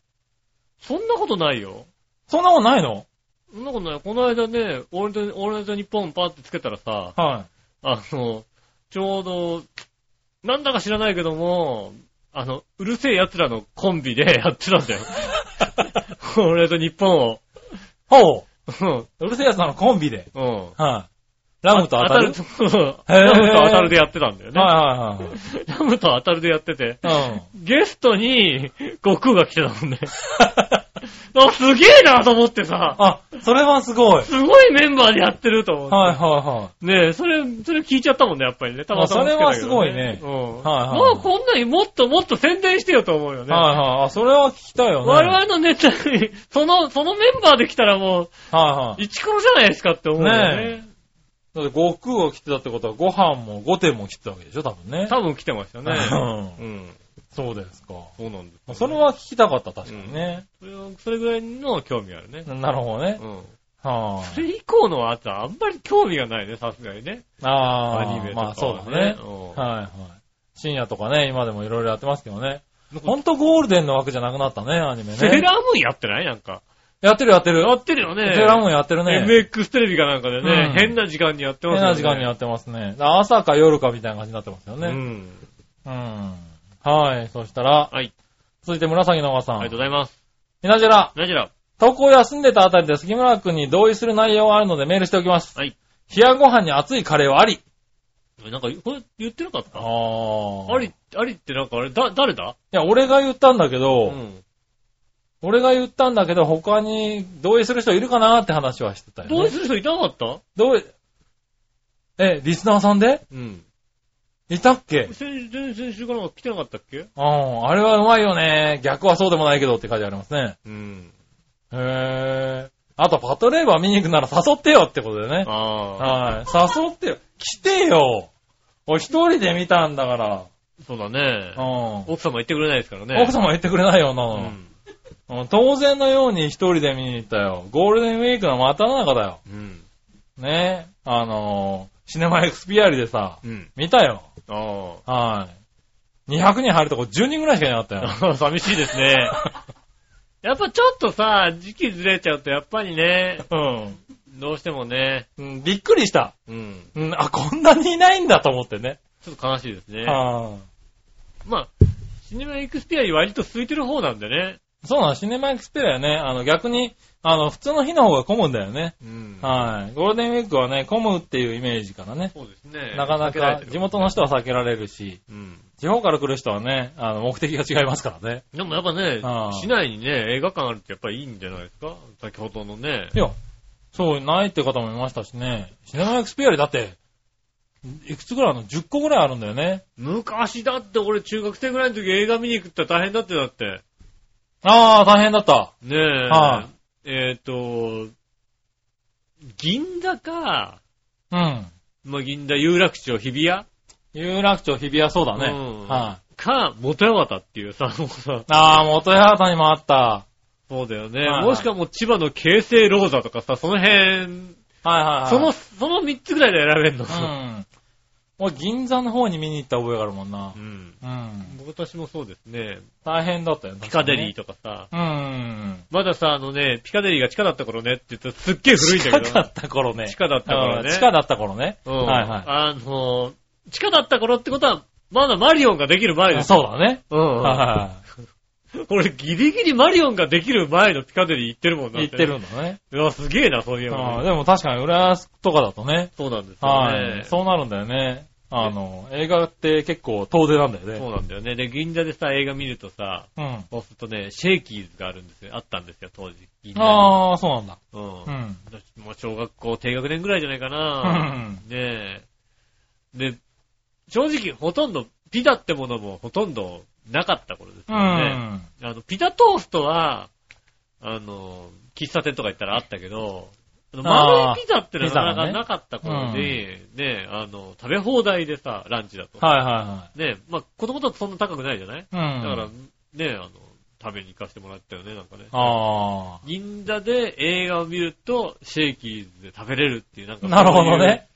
Speaker 2: そんなことないよ。
Speaker 3: そんなもんないの
Speaker 2: そんなことない。この間ね、オールナイトオールナイトニッポンパーってつけたらさ、
Speaker 3: は
Speaker 2: あの、ちょうど、なんだか知らないけども、あの、うるせえ奴らのコンビで やってたんだよ。俺と日本を。
Speaker 3: い。ほう
Speaker 2: うん
Speaker 3: うるせえやつらのコンビで。
Speaker 2: うん。
Speaker 3: はラムと当たる
Speaker 2: 当たるラムと当たるでやってたんだよね。
Speaker 3: はいはいはい
Speaker 2: ラムと当たるでやってて、
Speaker 3: はい。 うん。
Speaker 2: ゲストに悟空が来てたもん ね。あすげえなと思ってさ、
Speaker 3: あ、それはすごい。
Speaker 2: すごいメンバーでやってると思って。
Speaker 3: はいはいは
Speaker 2: ねえ、それ、それ聞いちゃったもんね、やっぱりね。たまたま、
Speaker 3: あそれはすごいね
Speaker 2: うん。
Speaker 3: はいはい
Speaker 2: もうこんなにもっともっと宣伝してよと思うよ
Speaker 3: い。
Speaker 2: ね。
Speaker 3: はいはい。あ、それは聞きたいよね。
Speaker 2: 我々のネタに、 その、そのメンバーで来たらもう、
Speaker 3: はいはい。
Speaker 2: 一コロじゃないですかって思うよね。
Speaker 3: だって悟空を切ってたってことは、ご飯も御殿も切ってたわけでしょ、多分ね。
Speaker 2: 多分来てましたね。
Speaker 3: う
Speaker 2: うんん。
Speaker 3: そうですか。
Speaker 2: そうなんです、
Speaker 3: それは聞きたかった、確かにね。
Speaker 2: それは、それぐらいの興味あるね。
Speaker 3: なるほどね
Speaker 2: う。ん。
Speaker 3: は
Speaker 2: それ以降のはあんまり興味がないね、さすがにね。
Speaker 3: あ。あ
Speaker 2: ア
Speaker 3: あ、
Speaker 2: ニメとかはね
Speaker 3: まあそうだね。
Speaker 2: うん
Speaker 3: はいはい。深夜とかね、今でもいろいろやってますけどね。ほんとゴールデンの枠じゃなくなったね、アニメね。
Speaker 2: セーラームーンやってないなんか。
Speaker 3: やってるやってる。
Speaker 2: やってるよね。
Speaker 3: セーラームーンやってるね。
Speaker 2: MX テレビかなんかでね、
Speaker 3: うん
Speaker 2: 変な時間にやってます
Speaker 3: 変
Speaker 2: よ
Speaker 3: な
Speaker 2: ね。
Speaker 3: 時間にやってますね。朝か夜かみたいな感じになってますよね。
Speaker 2: うん。
Speaker 3: うん。はい。そしたら、
Speaker 2: はい。
Speaker 3: 続いて紫のおばさ。
Speaker 2: ありがとうんございます。
Speaker 3: みなじら、
Speaker 2: 何じら。
Speaker 3: 投稿を休んでたあたりで杉村くんに同意する内容があるのでメールしておきます。
Speaker 2: はい。
Speaker 3: 冷やご飯に熱いカレーはあり。
Speaker 2: なんか、これ言ってなかった
Speaker 3: あ
Speaker 2: あり、ありってなんかあれ、だ、誰だ
Speaker 3: いや、俺が言ったんだけ
Speaker 2: う
Speaker 3: ど、
Speaker 2: ん。
Speaker 3: 俺が言ったんだけど、他に同意する人いるかなって話はしてたよ、ね。
Speaker 2: 同意する人いなかった
Speaker 3: 同意え、リスナーさんで
Speaker 2: うん。
Speaker 3: いたっけ
Speaker 2: 先先先週から来てなかったっけ
Speaker 3: うん、あれはうまいよね。逆はそうでもないけどって書いてありますね。
Speaker 2: うん。
Speaker 3: へー。あと、パトレーバー見に行くなら誘ってよってことでね。
Speaker 2: ああ。
Speaker 3: はい。誘ってよ。来てよ俺一人で見たんだから。
Speaker 2: そうだね
Speaker 3: う。ん。
Speaker 2: 奥様言ってくれないですからね。
Speaker 3: 奥様言ってくれないよ
Speaker 2: う
Speaker 3: な、
Speaker 2: ん。
Speaker 3: うん当然のように一人で見に行ったよ。ゴールデンウィークの真った中だよ。
Speaker 2: うん。
Speaker 3: ね。あのー、シネマエクスピアリでさ、
Speaker 2: うん。
Speaker 3: 見たよ。
Speaker 2: あ
Speaker 3: はい。200人入るとこ10人ぐらいしかいなかったよ。
Speaker 2: あ。 寂しいですね。やっぱちょっとさ、時期ずれちゃうと、やっぱりね、どうしてもね、
Speaker 3: うんうん。びっくりした。
Speaker 2: うん。
Speaker 3: うん、あ、こんなにいないんだと思ってね。
Speaker 2: ちょっと悲しいですね。
Speaker 3: はい。
Speaker 2: まあ、シネマエクスペアリ割と空いてる方なんでね。
Speaker 3: そうなの、シネマエクスペリアね、あの、逆に、あの、普通の日の方が混むんだよね。
Speaker 2: うん
Speaker 3: はい。ゴールデンウィークはね、混むっていうイメージからね。
Speaker 2: そうですね。
Speaker 3: なかなか、地元の人は避けられるし、
Speaker 2: うん。
Speaker 3: 地方から来る人はね、あの、目的が違いますからね。
Speaker 2: でもやっぱね
Speaker 3: ああ、
Speaker 2: 市内にね、映画館あるってやっぱいいんじゃないですか先ほどのね
Speaker 3: い。や、そう、ないって方もいましたしね。シネマエクスペリアだって、いくつぐらいあるの ?10 個ぐらいあるんだよね。
Speaker 2: 昔だって俺中学生ぐらいの時映画見に行くって大変だってだって。
Speaker 3: ああ、大変だった。
Speaker 2: ねえ。
Speaker 3: はい
Speaker 2: えっ、と、銀座か、
Speaker 3: うん。
Speaker 2: まあ、銀座有楽町日比谷
Speaker 3: 有楽町日比谷そうだね。
Speaker 2: うん
Speaker 3: はい。
Speaker 2: か、元山田っていうさ、も うさ、
Speaker 3: ああ、元八幡にもあった。
Speaker 2: そうだよね。
Speaker 3: はいはい
Speaker 2: もしかも千葉の京成ローザとかさ、その辺、
Speaker 3: はいはいはい。
Speaker 2: その、その3つぐらいで選べんの。
Speaker 3: うん。俺、銀座の方に見に行った覚えがあるもんな
Speaker 2: う。ん。
Speaker 3: うん。
Speaker 2: 私もそうですね。
Speaker 3: 大変だったよね。
Speaker 2: ピカデリー
Speaker 3: と。
Speaker 2: とかさ。
Speaker 3: うん。
Speaker 2: まださ、あのね、ピカデリーが地下だった頃ねって言ったらすっげえ古いんだ
Speaker 3: 近
Speaker 2: け
Speaker 3: か
Speaker 2: ど。
Speaker 3: った頃ね。
Speaker 2: 地下だった頃ね
Speaker 3: うん地下だった頃ね。
Speaker 2: うん
Speaker 3: はいは
Speaker 2: あの、地下だった頃ってことは、まだマリオンができる前
Speaker 3: い。
Speaker 2: です。
Speaker 3: そうだね。
Speaker 2: うん
Speaker 3: はいは
Speaker 2: 俺ギリギリマリオンができる前のピカデリー行ってるもん
Speaker 3: い
Speaker 2: な
Speaker 3: はい。行ってるんだね。
Speaker 2: うわ、すげえな、そういう
Speaker 3: うん
Speaker 2: の、
Speaker 3: でも確かに浦安とかだとね。
Speaker 2: そうなんですよ
Speaker 3: は
Speaker 2: ね
Speaker 3: い。。そうなるんだよね。あの、映画って結構遠出なんだよ
Speaker 2: そ
Speaker 3: ね。
Speaker 2: うなんだよね。で、銀座でさ、映画見るとさ、
Speaker 3: うん。
Speaker 2: そうするとね、シェイキーズがあるんですよ。あったんですよ、当時。銀座に
Speaker 3: ああ、そうなんだ。
Speaker 2: うん。
Speaker 3: うん。
Speaker 2: もう小学校低学年ぐらいじゃないかな。ねえ。で、正直ほとんど、ピザってものもほとんどなかった頃です
Speaker 3: う
Speaker 2: よね。
Speaker 3: ん。
Speaker 2: あの、ピザトーストは、あの、喫茶店とか行ったらあったけど、あの
Speaker 3: あー
Speaker 2: 丸いピザってなかな
Speaker 3: ピザが
Speaker 2: か
Speaker 3: ね
Speaker 2: なかった頃に、ねえ、あの、食べ放題でさ、ランチだと。
Speaker 3: はいは
Speaker 2: ねえ、まあ、子供だとそんな高くないじゃない
Speaker 3: いは
Speaker 2: だ
Speaker 3: い。うん。
Speaker 2: から、ねえ、あの、食べに行かせてもらったよね、なんかね。
Speaker 3: あ
Speaker 2: 銀座で映画を見ると、シェイキーズで食べれるっていう、なん
Speaker 3: あ。
Speaker 2: か、
Speaker 3: なるほどね。。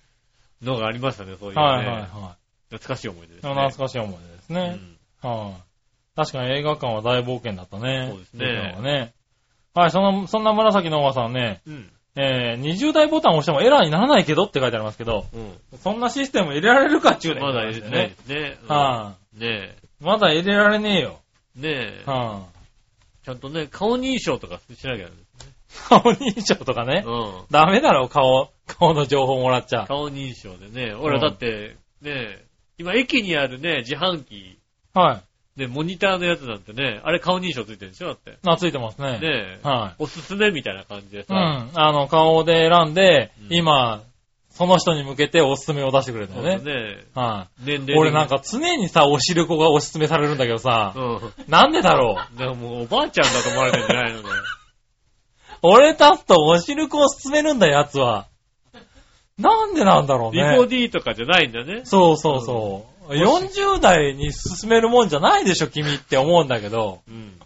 Speaker 2: のがありましたね、そういうね。
Speaker 3: はいはいは
Speaker 2: 懐かしい思い出で
Speaker 3: い。
Speaker 2: すね。
Speaker 3: 懐かしい思い出ですね。はい、確かに映画館は大冒険だったね。
Speaker 2: そうですね
Speaker 3: 映画館はね。はい、その、そんな紫のおばさんね、
Speaker 2: うん。
Speaker 3: えー、20代ボタンを押してもエラーにならないけどって書いてありますけど、
Speaker 2: うん。うん。
Speaker 3: そんなシステム入れられるかっちゅうねん
Speaker 2: まだいるね。。ね。うん
Speaker 3: は
Speaker 2: ね
Speaker 3: い、まだ入れられねえよ。
Speaker 2: え。ねえ。
Speaker 3: は
Speaker 2: ちゃんとね、顔認証とかしなきゃね。
Speaker 3: い、顔認証とかね。
Speaker 4: うん。
Speaker 3: ダメだろ、顔、顔の情報もらっちゃ。
Speaker 4: 顔認証でね。俺だって、ね、今駅にあるね、自販機、
Speaker 3: は
Speaker 4: ね、モニターのやつなんてね、あれ顔認証ついてるんでしょだって。
Speaker 3: い。なついてますね。
Speaker 4: ね
Speaker 3: は
Speaker 4: おすすめみたいな感じで
Speaker 3: い。う
Speaker 4: さ。
Speaker 3: ん。あの、顔で選んで、
Speaker 4: うん
Speaker 3: 今、その人に向けておすすめを出してくれるんだ
Speaker 4: そう
Speaker 3: よ
Speaker 4: だ
Speaker 3: ね。
Speaker 4: ね。
Speaker 3: はい。
Speaker 4: 年齢に
Speaker 3: 俺なん。か常にさ、おしるこがおすすめされるんだけどさ
Speaker 4: う、ん。
Speaker 3: なんでだろう。
Speaker 4: だからもうおばあちゃんだと思われてんじゃないのね。
Speaker 3: 俺立つとおしるこを勧めるんだよ、やつは。なんでなんだろう
Speaker 4: リコ
Speaker 3: ね。
Speaker 4: ディとかじゃないんだね。
Speaker 3: そうそうそう。40代に勧めるもんじゃないでしょ、君って思うんだけど。
Speaker 4: うん。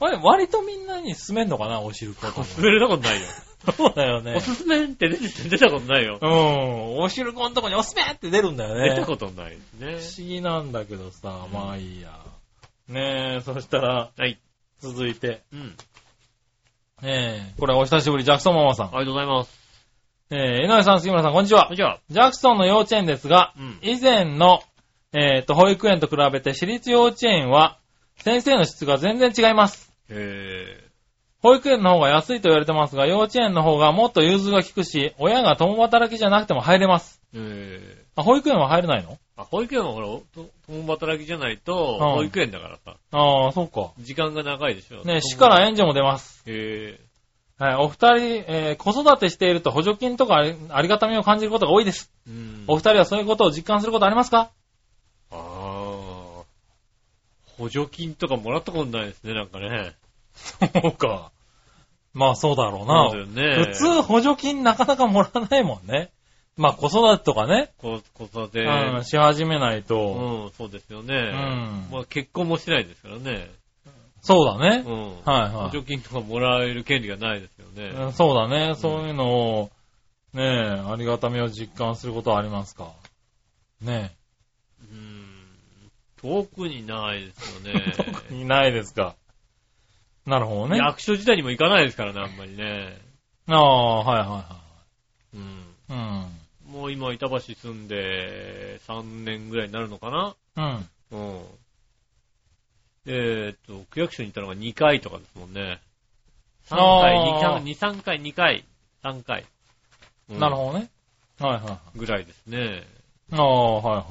Speaker 3: あれ、割とみんなに勧めんのかな、おしるこって
Speaker 4: おすすめれたことないよ。
Speaker 3: そうだよね
Speaker 4: お。すすめって出て出たことないよ。
Speaker 3: うん。おしるこのとこにおすすめって出るんだよ
Speaker 4: 出た
Speaker 3: ね。
Speaker 4: ことないね。
Speaker 3: 不思議なんだけどさ、まあいいや。ねえ、そしたら、
Speaker 4: はい。
Speaker 3: 続いて。
Speaker 4: うん。
Speaker 3: ねえ、これお久しぶり、ジャクソンママさん。
Speaker 4: ありがとうございます。
Speaker 3: えー、井上さん、杉村さん、こんにちは
Speaker 4: はい。じゃあ、
Speaker 3: ジャクソンの幼稚園ですが、
Speaker 4: うん
Speaker 3: 以前の、えっ、と、保育園と比べて私立幼稚園は、先生の質が全然違います。
Speaker 4: え
Speaker 3: 保育園の方が安いと言われてますが、幼稚園の方がもっと融通が利くし、親が共働きじゃなくても入れます。
Speaker 4: ー、えー、
Speaker 3: あ、保育園は入れないの
Speaker 4: あ、保育園はほら、と共働きじゃないと、
Speaker 3: うん
Speaker 4: 保育園だからさ、
Speaker 3: ああ、そうか。
Speaker 4: 時間が長いでしょ。
Speaker 3: ね、市から
Speaker 4: え
Speaker 3: 援助も出ます。
Speaker 4: え
Speaker 3: はい、お二人、えー子育てしていると補助金とかありありがたみを感じることが多いです。
Speaker 4: ー、うん。
Speaker 3: お二人はそういうことを実感することありますか
Speaker 4: ああ。補助金とかもらったことないですね、なんかね。
Speaker 3: そうか。まあそうだろうな。
Speaker 4: そうだよね。
Speaker 3: 普通補助金なかなかもらわないもんね。まあ子育てとかね、
Speaker 4: こ子育て、
Speaker 3: うん、し始めないと、
Speaker 4: うん、そうですよね。
Speaker 3: うん
Speaker 4: まあ結婚もしてないですからね。
Speaker 3: そうだね
Speaker 4: う。ん。
Speaker 3: はい
Speaker 4: 補
Speaker 3: はい
Speaker 4: 助金とかもらえる権利がないですよ
Speaker 3: う
Speaker 4: ね。
Speaker 3: ん。そうだね。そういうのを、ねえ、ありがたみを実感することはありますかね
Speaker 4: うん。特にないですよ ね。
Speaker 3: え。特にないですか。なるほどね。あ
Speaker 4: 役所自体にも行かないですからね、あんまりね。
Speaker 3: あ、はいは
Speaker 4: うん。
Speaker 3: いはい。
Speaker 4: もう今、板橋住んで、3年ぐらいになるのかな
Speaker 3: うん。うん。
Speaker 4: うん。えーっと、区役所に行ったのが2回とかですもんね。3回、
Speaker 3: あー
Speaker 4: 2回、2、3回、2回、3回。うん
Speaker 3: なるほどね。はいはいはい。
Speaker 4: ぐらいですね。
Speaker 3: ああ、はいはい。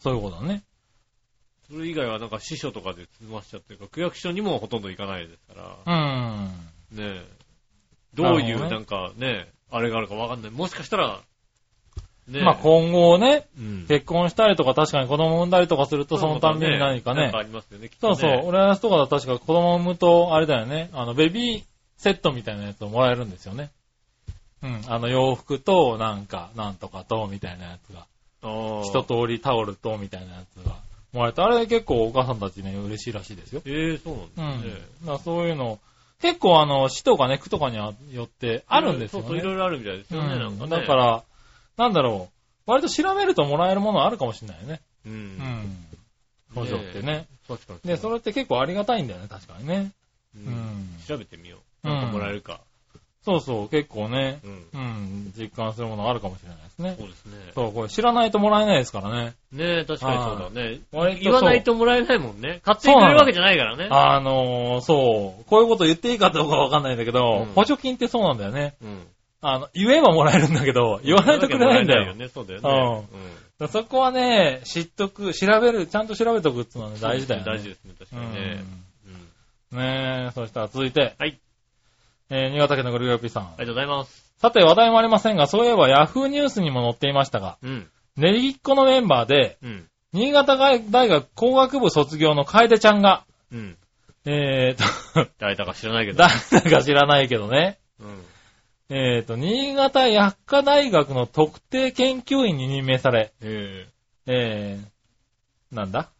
Speaker 3: そういうことだね。
Speaker 4: それ以外はなんか司書とかで済ましちゃってるから、区役所にもほとんど行かないですから、
Speaker 3: うん。
Speaker 4: ねえどうい
Speaker 3: なるほ
Speaker 4: う
Speaker 3: どね
Speaker 4: なんかね、あれがあるかわかんない。もしかしたら、ねえ
Speaker 3: まあ今後ね、
Speaker 4: うん
Speaker 3: 結婚したりとか確かに子供産んだりとかするとそのたんびに何か
Speaker 4: なん
Speaker 3: ね
Speaker 4: か。ありますよね、きっと
Speaker 3: そう
Speaker 4: ね。
Speaker 3: そう。俺のやつとかだと確か子供産むと、あれだよね。あの、ベビーセットみたいなやつをもらえるんですよね。うん。あの、洋服と、なんか、なんとかと、みたいなやつが。
Speaker 4: あー
Speaker 3: 一通りタオルと、みたいなやつがもらえて、あれ結構お母さんたちね、嬉しいらしいですよ。
Speaker 4: ええそう
Speaker 3: うん。
Speaker 4: なん
Speaker 3: だ
Speaker 4: ですね。
Speaker 3: からそういうの、結構あの、市とかね、区とかによってあるんですよね。
Speaker 4: そうそう、いろいろあるみたいですよね、なんか
Speaker 3: う
Speaker 4: ね。
Speaker 3: んだか、ら、なんだろう。割と調べるともらえるものあるかもしれないよね。
Speaker 4: う。
Speaker 3: うんん。補助ってね。
Speaker 4: 確かに。
Speaker 3: で、それって結構ありがたいんだよね、確かにね。
Speaker 4: うん、
Speaker 3: うん
Speaker 4: 調べてみよう。
Speaker 3: うん
Speaker 4: なんかもらえるか。
Speaker 3: そうそう、結構ね、
Speaker 4: うん。
Speaker 3: うん、実感するものあるかもしれないですね
Speaker 4: そ。うですね。
Speaker 3: そう、これ知らないともらえないですからね。
Speaker 4: ねえ、確かにそうだね。
Speaker 3: 割とそ
Speaker 4: 言
Speaker 3: う
Speaker 4: わないともらえないもんね。勝手にくれるわけじゃないからね。
Speaker 3: あのー、そう、こういうこと言っていいかどうかわかんないんだけど、
Speaker 4: うん
Speaker 3: 補助金ってそうなんだよね。
Speaker 4: うん。
Speaker 3: あの、言えばもらえるんだけど、言わないとくれないんだよ。
Speaker 4: ね、そうだよね。うん
Speaker 3: だからそこはね、知っとく、調べる、ちゃんと調べとくっていうのはね、大事だよね。
Speaker 4: 大事ですね、確かにね。う
Speaker 3: うん
Speaker 4: ん。
Speaker 3: ねえ、そしたら続いて、
Speaker 4: はい。
Speaker 3: えー、新潟県のグルーピーさん
Speaker 4: あ。りがとうございます。
Speaker 3: さて、話題もありませんが、そういえば Yahoo ニュースにも載っていましたが、
Speaker 4: うん。
Speaker 3: 練りっ子のメンバーで、
Speaker 4: うん。
Speaker 3: 新潟大学工学部卒業の楓ちゃんが、
Speaker 4: うん。
Speaker 3: えーと、
Speaker 4: 誰だか知らないけど。
Speaker 3: 誰だか知らないけどね、
Speaker 4: うん。
Speaker 3: えーと、新潟薬科大学の特定研究員に任命され、
Speaker 4: え
Speaker 3: えー、なんだ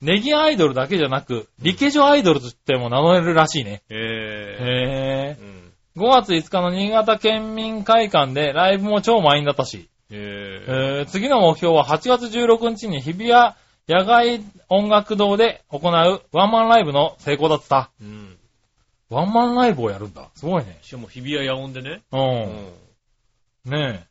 Speaker 3: ネギアイドルだけじゃなく、理系女アイドルとしても名乗れるらしいね。
Speaker 4: え。え
Speaker 3: へ
Speaker 4: え。うん。
Speaker 3: ぇー。5月5日の新潟県民会館でライブも超満員だったし、
Speaker 4: ええ。
Speaker 3: えー、次の目標は8月16日に日比谷野外音楽堂で行うワンマンライブの成功だった。
Speaker 4: うん。
Speaker 3: ワンマンライブをやるんだ。すごいね。
Speaker 4: しかも日比谷野音でね。
Speaker 3: う。。
Speaker 4: うん
Speaker 3: ねえ。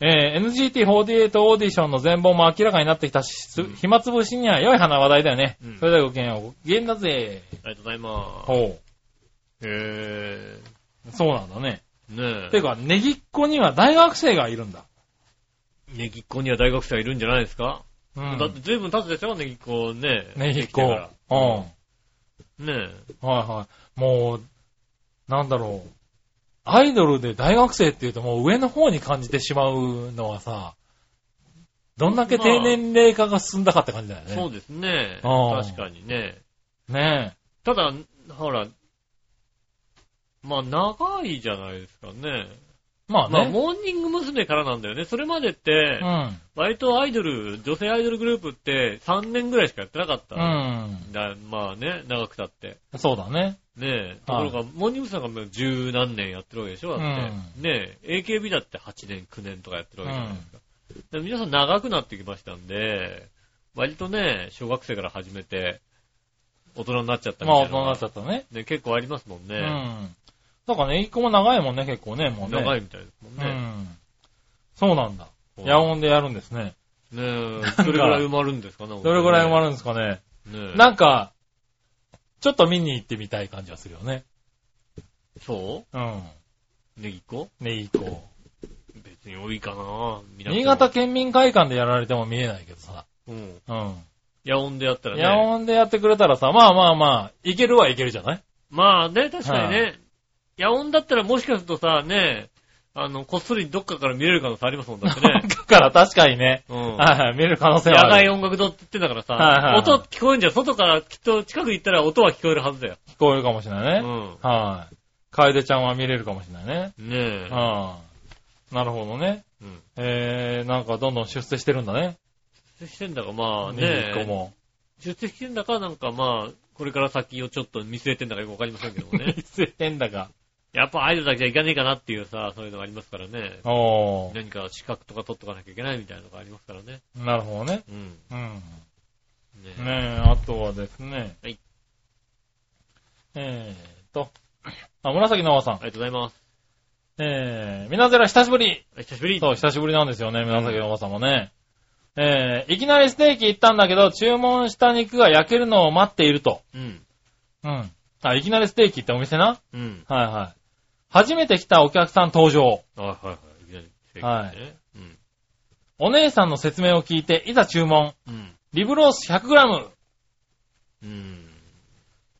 Speaker 3: えー、NGT48 オーディションの全貌も明らかになってきたし、す
Speaker 4: うん
Speaker 3: 暇つぶしには良い花話題だよね。
Speaker 4: うん
Speaker 3: それではごきげんよう。ごきげんだぜ。
Speaker 4: ありがとうございます。
Speaker 3: ほ
Speaker 4: へえ。
Speaker 3: う。そうなんだね。
Speaker 4: ね
Speaker 3: てか、ネギっ子には大学生がいるんだ。
Speaker 4: え。ねぎっ子には大学生はいるんじゃないですか、
Speaker 3: う
Speaker 4: だって随分経つでしょねぎっ子ね。
Speaker 3: ネギっ子。
Speaker 4: で
Speaker 3: う
Speaker 4: き
Speaker 3: ん。は
Speaker 4: てからねえ。
Speaker 3: いはい。もう、なんだろう。アイドルで大学生っていうともう上の方に感じてしまうのはさ、どんだけ低年齢化が進んだかって感じだよね。
Speaker 4: そうですね。
Speaker 3: ああ
Speaker 4: 確かにね。
Speaker 3: ね
Speaker 4: ただ、ほら、まあ長いじゃないですかね。
Speaker 3: え。まあね。
Speaker 4: まあモーニング娘。からなんだよね。それまでって、
Speaker 3: うん。
Speaker 4: 割とアイドル、女性アイドルグループって3年ぐらいしかやってなかった。
Speaker 3: う
Speaker 4: だまあね、長くたって。
Speaker 3: ん。そうだね。
Speaker 4: ねえ。ところが、モーニングさんがもう十何年やってるわけでしょだって。
Speaker 3: う
Speaker 4: ねえ、AKB だって8年、9年とかやってるわけじゃないですか。で皆さん長くなってきましたんで、割とね、小学生から始めて、大人になっちゃったみ
Speaker 3: まあ
Speaker 4: たい
Speaker 3: 大人にな
Speaker 4: なのが。
Speaker 3: っちゃったね。
Speaker 4: ね、結構ありますもん
Speaker 3: う
Speaker 4: ね。
Speaker 3: ん。だからね、一個も長いもんね、結構ね、もうね。
Speaker 4: 長
Speaker 3: い。
Speaker 4: いみたいですも
Speaker 3: う
Speaker 4: んね。
Speaker 3: ん。そうなんだ。
Speaker 4: こう
Speaker 3: 夜音でやるんですね。
Speaker 4: ねえ、どれぐらい埋まるんですか ね。
Speaker 3: どれぐらい埋ま
Speaker 4: る
Speaker 3: るんですかね。
Speaker 4: ねえ。
Speaker 3: なんか、ちょっと見に行ってみたい感じはするよね。
Speaker 4: そ
Speaker 3: うん。
Speaker 4: うネギっ子
Speaker 3: ね、いい子。
Speaker 4: 別に多いかな見なくても
Speaker 3: 新潟県民会館でやられても見えないけどさ。
Speaker 4: うん。
Speaker 3: うん。
Speaker 4: 夜音でやったらね。
Speaker 3: 夜音でやってくれたらさ、まあまあまあ、いけるはいけるじゃない
Speaker 4: まあね、確かにね。野音だったらもしかするとさ、ね、あの、こっそりどっかから見れる可能性ありますもん、だっ てね。
Speaker 3: だから確かにね。
Speaker 4: うん。
Speaker 3: はいはい、見れる可能性はあ
Speaker 4: 野
Speaker 3: る。
Speaker 4: 外音楽堂って言ってんだからさ、
Speaker 3: はいはいはい
Speaker 4: 音聞こえんじゃん。外からきっと近く行ったら音は聞こえるは ずだよ。
Speaker 3: 聞こえるかもしれな
Speaker 4: う
Speaker 3: いね。
Speaker 4: ん。
Speaker 3: はい。楓ちゃんは見れるかもしれないね。
Speaker 4: ねえ。
Speaker 3: うん。なるほどね。
Speaker 4: うん。
Speaker 3: えー、なんかどんどん出世してるんだね。
Speaker 4: 出世してんだか、まあ
Speaker 3: ね個
Speaker 4: ね。
Speaker 3: も。。
Speaker 4: 出世してんだか、なんかまあ、これから先をちょっと見据えてんだかよくわかりませんけどもね
Speaker 3: 出世してんだか。
Speaker 4: やっぱアイドルだけじゃいかねえかなっていうさ、そういうのがありますからね。
Speaker 3: おー。
Speaker 4: 何か資格とか取っとかなきゃいけないみたいなのがありますからね。
Speaker 3: なるほどね。
Speaker 4: うん。
Speaker 3: うん。
Speaker 4: ねえ。
Speaker 3: ねえ、あとはですね。
Speaker 4: はい。
Speaker 3: えーと。あ、紫の和さん
Speaker 4: あ。りがとうございます。
Speaker 3: えー、みなぜら久しぶり。
Speaker 4: あ久しぶり。
Speaker 3: そう、久しぶりなんですよね、紫の和さんもね。えー、いきなりステーキ行ったんだけど、注文した肉が焼けるのを待っていると。
Speaker 4: うん。
Speaker 3: うん。あ、いきなりステーキってお店な
Speaker 4: うん。
Speaker 3: はいはい。初めて来たお客さん登場。
Speaker 4: はいはい。いきなり正
Speaker 3: はい
Speaker 4: ね。うん。
Speaker 3: お姉さんの説明を聞いて、いざ注文。
Speaker 4: うん。
Speaker 3: リブロース 100g。
Speaker 4: うん。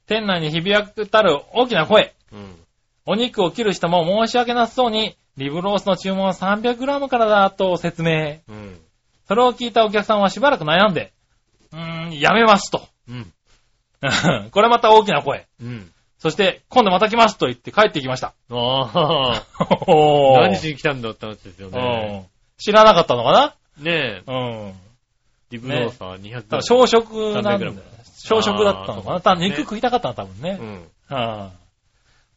Speaker 3: 店内に響くたる大きな声。
Speaker 4: うん。
Speaker 3: お肉を切る人も申し訳なさそうに、リブロースの注文は 300g からだと説明。
Speaker 4: うん。
Speaker 3: それを聞いたお客さんはしばらく悩んで、うーん、やめますと。
Speaker 4: うん。
Speaker 3: これまた大きな声。
Speaker 4: うん。
Speaker 3: そして、今度また来ますと言って帰ってきました。
Speaker 4: ああ、
Speaker 3: お
Speaker 4: 何しに来たんだって話ですよね。
Speaker 3: 知らなかったのか
Speaker 4: ねえ、
Speaker 3: なうん。
Speaker 4: リブローサー200
Speaker 3: 多
Speaker 4: グ
Speaker 3: 分朝食
Speaker 4: ラム
Speaker 3: なんだよ
Speaker 4: 300g
Speaker 3: 朝食だったのか
Speaker 4: あ
Speaker 3: な
Speaker 4: ー
Speaker 3: 多分肉食いたかったの、多分ね。
Speaker 4: うん。
Speaker 3: はあ、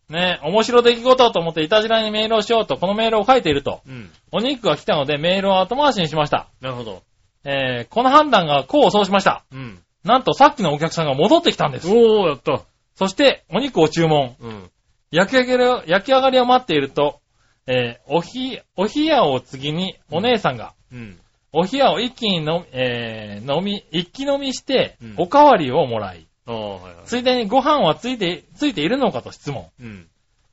Speaker 3: ね面白出来事と思っていたじらにメールをしようと、このメールを書いていると、
Speaker 4: うん。
Speaker 3: お肉が来たのでメールを後回しにしました。
Speaker 4: なるほど。
Speaker 3: えー、この判断が功を奏しました。
Speaker 4: うん。
Speaker 3: なんとさっきのお客さんが戻ってきたんです。
Speaker 4: おー、やった。
Speaker 3: そして、お肉を注文。
Speaker 4: うん。
Speaker 3: 焼き上げる、焼き上がりを待っていると、えー、おひ、おひやを次にお姉さんが、
Speaker 4: うん。
Speaker 3: おひやを一気に飲み、えー、飲み、一気飲みして
Speaker 4: うん、
Speaker 3: おかわりをもらい、
Speaker 4: ああ、はいはい。
Speaker 3: ついでにご飯はついて、ついているのかと質問。
Speaker 4: うん。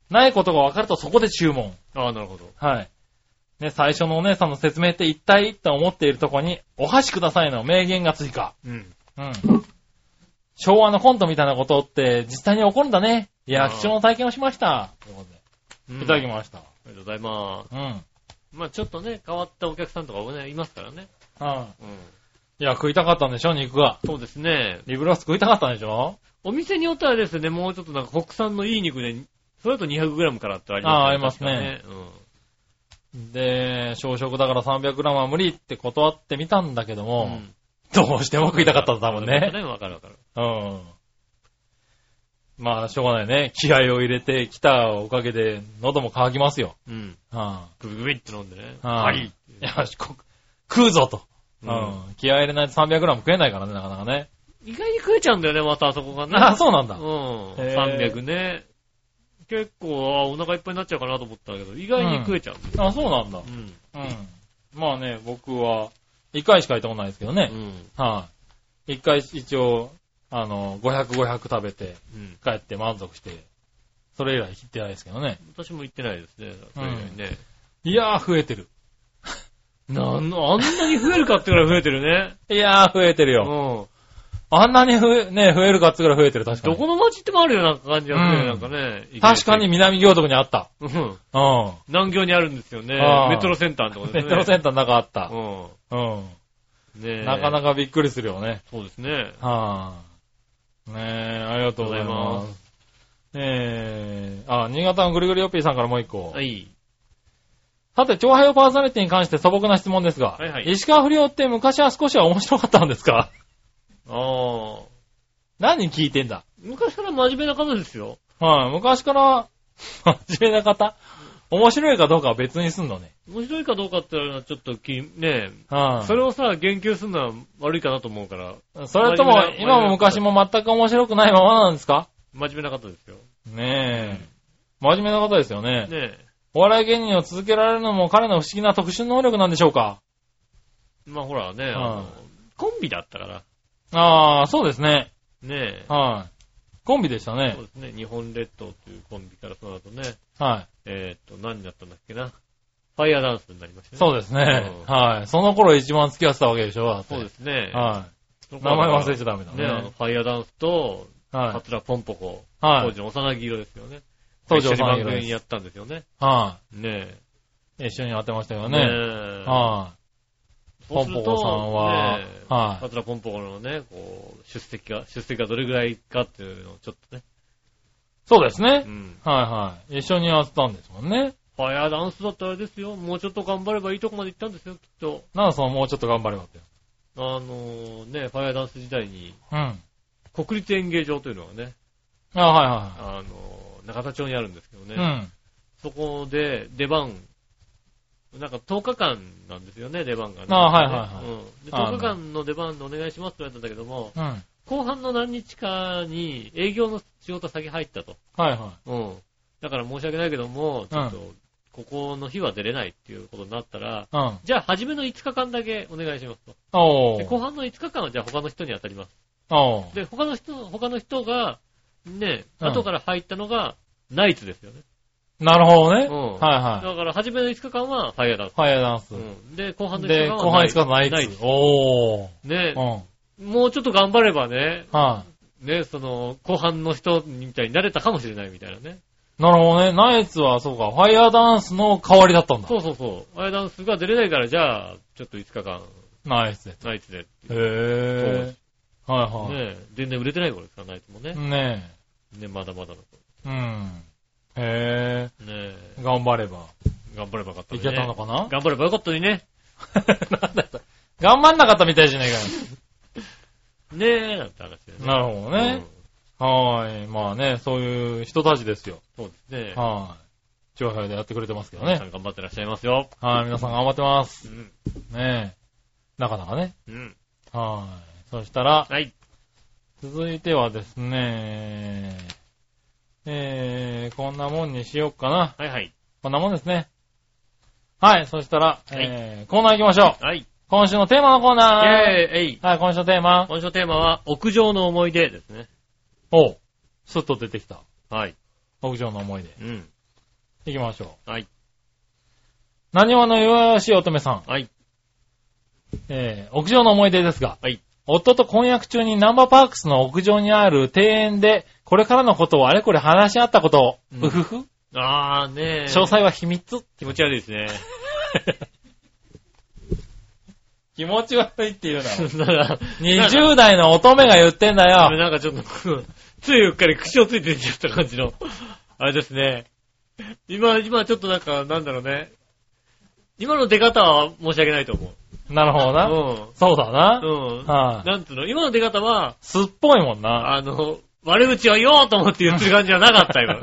Speaker 3: ないことが分かるとそこで注文。
Speaker 4: ああ、なるほど。
Speaker 3: はい。ね、最初のお姉さんの説明って一体と思っているとこに、お箸くださいの名言が追加。
Speaker 4: うん。
Speaker 3: うん。昭和のコントみたいなことって実際に起こるんだね。いや、
Speaker 4: あー
Speaker 3: 貴重な体験をしました。ということ
Speaker 4: うん
Speaker 3: でいただきました。
Speaker 4: ありがとうございます。
Speaker 3: うん。うん。
Speaker 4: まあちょっとね、変わったお客さんとかもね、いますからね。うん。
Speaker 3: いや、食いたかったんでしょ、肉が。
Speaker 4: そうですね。
Speaker 3: リブロス食いたかったんでしょ
Speaker 4: お店によってはですね、もうちょっとなんか国産のいい肉で、それだと 200g からってあります
Speaker 3: あーありますね。
Speaker 4: 確かね
Speaker 3: で、小食だから 300g は無理って断ってみたんだけど
Speaker 4: うん。
Speaker 3: も、
Speaker 4: うん
Speaker 3: どうしても食いたかったんだもんね。
Speaker 4: わかるわかる。
Speaker 3: うん。まあ、しょうがないね。気合を入れてきたおかげで、喉も渇きますよ。
Speaker 4: うん。
Speaker 3: うん。
Speaker 4: グビグビって飲んでね。
Speaker 3: はい
Speaker 4: パリッて
Speaker 3: よし、こ食うぞと。う
Speaker 4: うん
Speaker 3: ん。気合入れないと 300g 食えないからね、なかなかね。
Speaker 4: 意外に食えちゃうんだよね、またあそこがね。
Speaker 3: ああ、そうなんだ。
Speaker 4: うん。
Speaker 3: へー
Speaker 4: 300ね。結構、あーお腹いっぱいになっちゃうかなと思ったんだけど、意外に食えちゃうんだよ
Speaker 3: あそうなんだ。
Speaker 4: うん。
Speaker 3: うん。まあね、僕は、1回しか行ったことないですけどね
Speaker 4: う。ん。
Speaker 3: はい、1回一応、あの、500、500食べて、
Speaker 4: うん。
Speaker 3: 帰って満足して、それ以来切ってないですけどね。
Speaker 2: 私も行ってないですね。それ以外ね。
Speaker 3: いやー、増えてる。
Speaker 2: なんの、あんなに増えるかってぐらい増えてるね。
Speaker 3: いやー、増えてる
Speaker 2: うん
Speaker 3: よ。。あんなに増え、ね、増えるかっつうぐらい増えてる、確か
Speaker 2: ど
Speaker 3: に。
Speaker 2: この町行ってもあるような感じがする
Speaker 3: う
Speaker 2: ね、
Speaker 3: ん
Speaker 2: なんかね。
Speaker 3: 確かに。南行徳にあった。
Speaker 2: うん。
Speaker 3: うん。
Speaker 2: 南京にあるんですよね。
Speaker 3: ああ
Speaker 2: メトロセンターのとこです
Speaker 3: メ
Speaker 2: ね。
Speaker 3: トロセンターの中あった。
Speaker 2: う。
Speaker 3: うん
Speaker 2: ねえ。
Speaker 3: ん。なかな
Speaker 2: か。
Speaker 3: かびっくりするよね。
Speaker 2: そうですね。
Speaker 3: はぁ、ねえ、ありがとうござい
Speaker 2: ありがとうござ
Speaker 3: ま。
Speaker 2: います
Speaker 3: ええあ、新潟のぐるぐるよっぴーさんからもう一個。
Speaker 2: はい。
Speaker 3: さて、長輩をパーソナリティに関して素朴な質問ですが、
Speaker 2: はいはい
Speaker 3: 石川不良って昔は少しは面白かったんですか
Speaker 2: ああ。
Speaker 3: 何聞いてんだ
Speaker 2: 昔から真面目な方ですよ。
Speaker 3: はい、昔から、 真面目な方面白いかどうかは別にすんのね。
Speaker 2: 面白いかどうかっていうのはちょっと気に、ね
Speaker 3: は
Speaker 2: え。
Speaker 3: い、
Speaker 2: それをさ、言及するのは悪いかなと思うから、
Speaker 3: それとも
Speaker 2: 真面目、な
Speaker 3: 今も昔も全く面白くないままなんですか
Speaker 2: 真面目な方ですよ。
Speaker 3: ねえ。真面目な方ですよね。
Speaker 2: ねえ。
Speaker 3: お笑い芸人を続けられるのも彼の不思議な特殊能力なんでしょうか
Speaker 2: まあほらね、あ
Speaker 3: は
Speaker 2: の、コンビだったから。
Speaker 3: ああ、そうですね。
Speaker 2: ねえ。
Speaker 3: はい。コンビでしたね
Speaker 2: そう。ですね。日本列島というコンビからその後ね、
Speaker 3: は
Speaker 2: えーっと、何だったんだっけな。ファイアダンスになりましたね。
Speaker 3: い。そうですね。
Speaker 2: うん
Speaker 3: はい。その頃一番付き合ってたわけでしょだって
Speaker 2: そうですね。
Speaker 3: は
Speaker 2: その
Speaker 3: い。
Speaker 2: 頃
Speaker 3: 名
Speaker 2: は
Speaker 3: 前忘れちゃダメだ
Speaker 2: ね、あの、
Speaker 3: ね。
Speaker 2: ファイアダンスと、
Speaker 3: は
Speaker 2: カツラポンポコ、
Speaker 3: い。は
Speaker 2: 当
Speaker 3: い。
Speaker 2: 時の幼木色ですよね。
Speaker 3: 当時
Speaker 2: 一緒に番
Speaker 3: 幼木色です
Speaker 2: 組やったんですよね。
Speaker 3: は
Speaker 2: ね
Speaker 3: い。一緒に当てましたけど
Speaker 2: え。
Speaker 3: ね。
Speaker 2: え
Speaker 3: はい。
Speaker 2: そ
Speaker 3: ポ
Speaker 2: うす
Speaker 3: ン
Speaker 2: る
Speaker 3: ポ
Speaker 2: と
Speaker 3: コさんは
Speaker 2: ね、
Speaker 3: は
Speaker 2: カツラポンポコのね、こう、出席が、出席がどれぐらいかっていうのをちょっとね。
Speaker 3: い。そうですね
Speaker 2: う。ん。
Speaker 3: はいはい。一緒にやってたんですもんね。
Speaker 2: ファイアダンスだったらあれですよ。もうちょっと頑張ればいいとこまで行ったんですよ、きっと。
Speaker 3: なんでそのもうちょっと頑張ればって。
Speaker 2: あのね、ファイアダンス時代に、
Speaker 3: うん。あ
Speaker 2: 国立演芸場というのがね、
Speaker 3: は
Speaker 2: あの中田町にあるんですけどね。
Speaker 3: いはいはい。
Speaker 2: そこで出番、なんか10日間なんですよね、出番がね。
Speaker 3: あはいはいはい
Speaker 2: うんで
Speaker 3: あ
Speaker 2: 10
Speaker 3: の
Speaker 2: 日間の出番でお願いしますって言われたんだけども、
Speaker 3: うん。うん。
Speaker 2: 後半の何日かに営業の仕事先入ったと。
Speaker 3: はいは
Speaker 2: うん。だから申し訳ないけども、ちょっ
Speaker 3: う
Speaker 2: と、ここの日は出れないっていうことになったら、
Speaker 3: い。うん。
Speaker 2: じゃあ初めの5日間だけお願いしますと。
Speaker 3: お
Speaker 2: で
Speaker 3: ー。
Speaker 2: 後半の5日間はじゃあ他の人に当たります。
Speaker 3: おー。
Speaker 2: で、他の人、他の人が、ね、
Speaker 3: うん
Speaker 2: 後から入ったのが、ナイツですよね。
Speaker 3: なるほどね。
Speaker 2: うん
Speaker 3: はいはい。
Speaker 2: だから、初めの5日間はファイアダンス。
Speaker 3: ファイアダンス。
Speaker 2: うんで、後半の5日
Speaker 3: で、
Speaker 2: 間は
Speaker 3: 後半に使うのナイ
Speaker 2: ナイ
Speaker 3: ツ。おー。
Speaker 2: ね
Speaker 3: う、ん。
Speaker 2: もうちょっと頑張ればね、
Speaker 3: は
Speaker 2: ね、その、後半の人みたいになれたかもしれないみたいなね。
Speaker 3: い。なるほどね。ナイツは、そうか、ファイアダンスの代わりだったんだ。
Speaker 2: そうそうそう。ファイアダンスが出れないから、じゃあ、ちょっと5日間、
Speaker 3: ナイツで。
Speaker 2: ナイツで。
Speaker 3: へぇー。はい
Speaker 2: ね、全然売れてない頃ですから、ナイツもね
Speaker 3: はい。。ね
Speaker 2: ね、まだまだの
Speaker 3: え。うん。へ
Speaker 2: 頃。ね、
Speaker 3: ぇー。頑張れば。
Speaker 2: 頑張ればよかった
Speaker 3: い
Speaker 2: のに
Speaker 3: け
Speaker 2: ね。
Speaker 3: たのかな
Speaker 2: 頑張ればよかったのにね。
Speaker 3: な んだった頑張んなかったみたいじゃないか
Speaker 2: ねえ、なんて話で
Speaker 3: よ。なるほどね。はーい。まあね、そういう人たちですよ。
Speaker 2: うん。そうですね。
Speaker 3: はーい。長編でやってくれてますけど
Speaker 2: 皆さ
Speaker 3: ね。
Speaker 2: ん頑張ってらっしゃいますよ。
Speaker 3: はい。皆さん頑張ってます。
Speaker 2: うん。
Speaker 3: ねえ。なかなかね。
Speaker 2: うん。
Speaker 3: はーい。そしたら、
Speaker 2: はい。
Speaker 3: 続いてはですね、えー、こんなもんにしようかな。
Speaker 2: はいはい。
Speaker 3: こんなもんですね。はい、そしたら、えー、コーナー行きましょう。
Speaker 2: はい。イ
Speaker 3: 今週のテーマのコー
Speaker 2: ェー
Speaker 3: ナー。
Speaker 2: イえい
Speaker 3: はい、今週のテーマ。
Speaker 2: 今週のテーマは、屋上の思い出ですね。
Speaker 3: おう、スッと出てきた。
Speaker 2: はい。
Speaker 3: 屋上の思い出。
Speaker 2: うん。
Speaker 3: 行きましょう。
Speaker 2: はい。
Speaker 3: 何話の弱々しい乙女さん。
Speaker 2: はい。
Speaker 3: えー、屋上の思い出ですが、
Speaker 2: はい。
Speaker 3: 夫と婚約中にナンバーパークスの屋上にある庭園で、これからのことをあれこれ話し合ったことを、
Speaker 2: うん
Speaker 3: うふふ、詳
Speaker 2: あーねえ。
Speaker 3: 細は 秘密。
Speaker 2: 気持ち悪い ですね。
Speaker 3: 気持ち悪いって言うな。
Speaker 2: だから、
Speaker 3: 20代の乙女が言ってんだよ。
Speaker 2: なんかちょっと、ついうっかり口をついて出ちゃった感じの、あれですね。今、今ちょっとなんか、なんだろうね。今の出方は申し訳ないと思う。
Speaker 3: なるほどな。そうだな。
Speaker 2: うん。うん。
Speaker 3: はい
Speaker 2: なんつうの、今の出方は、
Speaker 3: すっぽいもんな。
Speaker 2: あの、悪口を言おうと思って言ってる感じじゃなかった、今。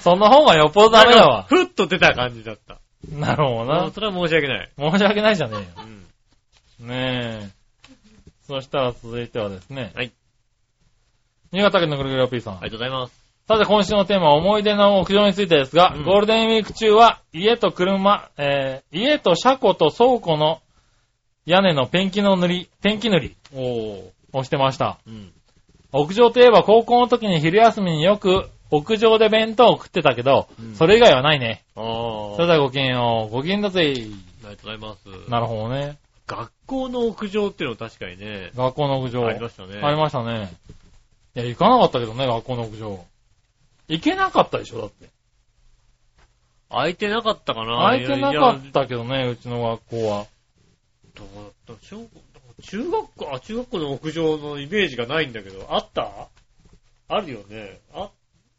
Speaker 3: その方がよっぽどダメだわ。
Speaker 2: ふっと出た感じだった。
Speaker 3: なるほど
Speaker 2: うん
Speaker 3: な。
Speaker 2: それは申し訳ない。
Speaker 3: 申し訳ないじゃね
Speaker 2: うん。
Speaker 3: えよ。ねえ。そしたら続いてはですね。
Speaker 2: はい。
Speaker 3: 新潟県のぐるぐるおっぴーさん。
Speaker 2: ありがとうございます。
Speaker 3: さて今週のテーマは思い出の屋上についてですが、
Speaker 2: うん
Speaker 3: ゴールデンウィーク中は家と車、えー家と車庫と倉庫の屋根のペンキの塗り、ペンキ塗り
Speaker 2: おー。
Speaker 3: をしてました。
Speaker 2: うん。
Speaker 3: 屋上といえば高校の時に昼休みによく屋上で弁当を食ってたけど、
Speaker 2: うん
Speaker 3: それ以外はないね。
Speaker 2: ああ。
Speaker 3: それではごきげんよう。ごきげんだぜ。
Speaker 2: ありがとうございます。
Speaker 3: なるほどね。
Speaker 2: 学校の屋上っていうのは確かにね、
Speaker 3: 学校の屋上。
Speaker 2: ありましたね。
Speaker 3: ありましたね。いや、行かなかったけどね、学校の屋上。行けなかったでしょ、だって。
Speaker 2: 空いてなかったかな
Speaker 3: 空いてない
Speaker 2: や
Speaker 3: か
Speaker 2: い
Speaker 3: っ
Speaker 2: や
Speaker 3: たけどね、うちの学校は。
Speaker 2: どうだった小学中学校、あ、中学校の屋上のイメージがないんだけど、あったあるよね。あ、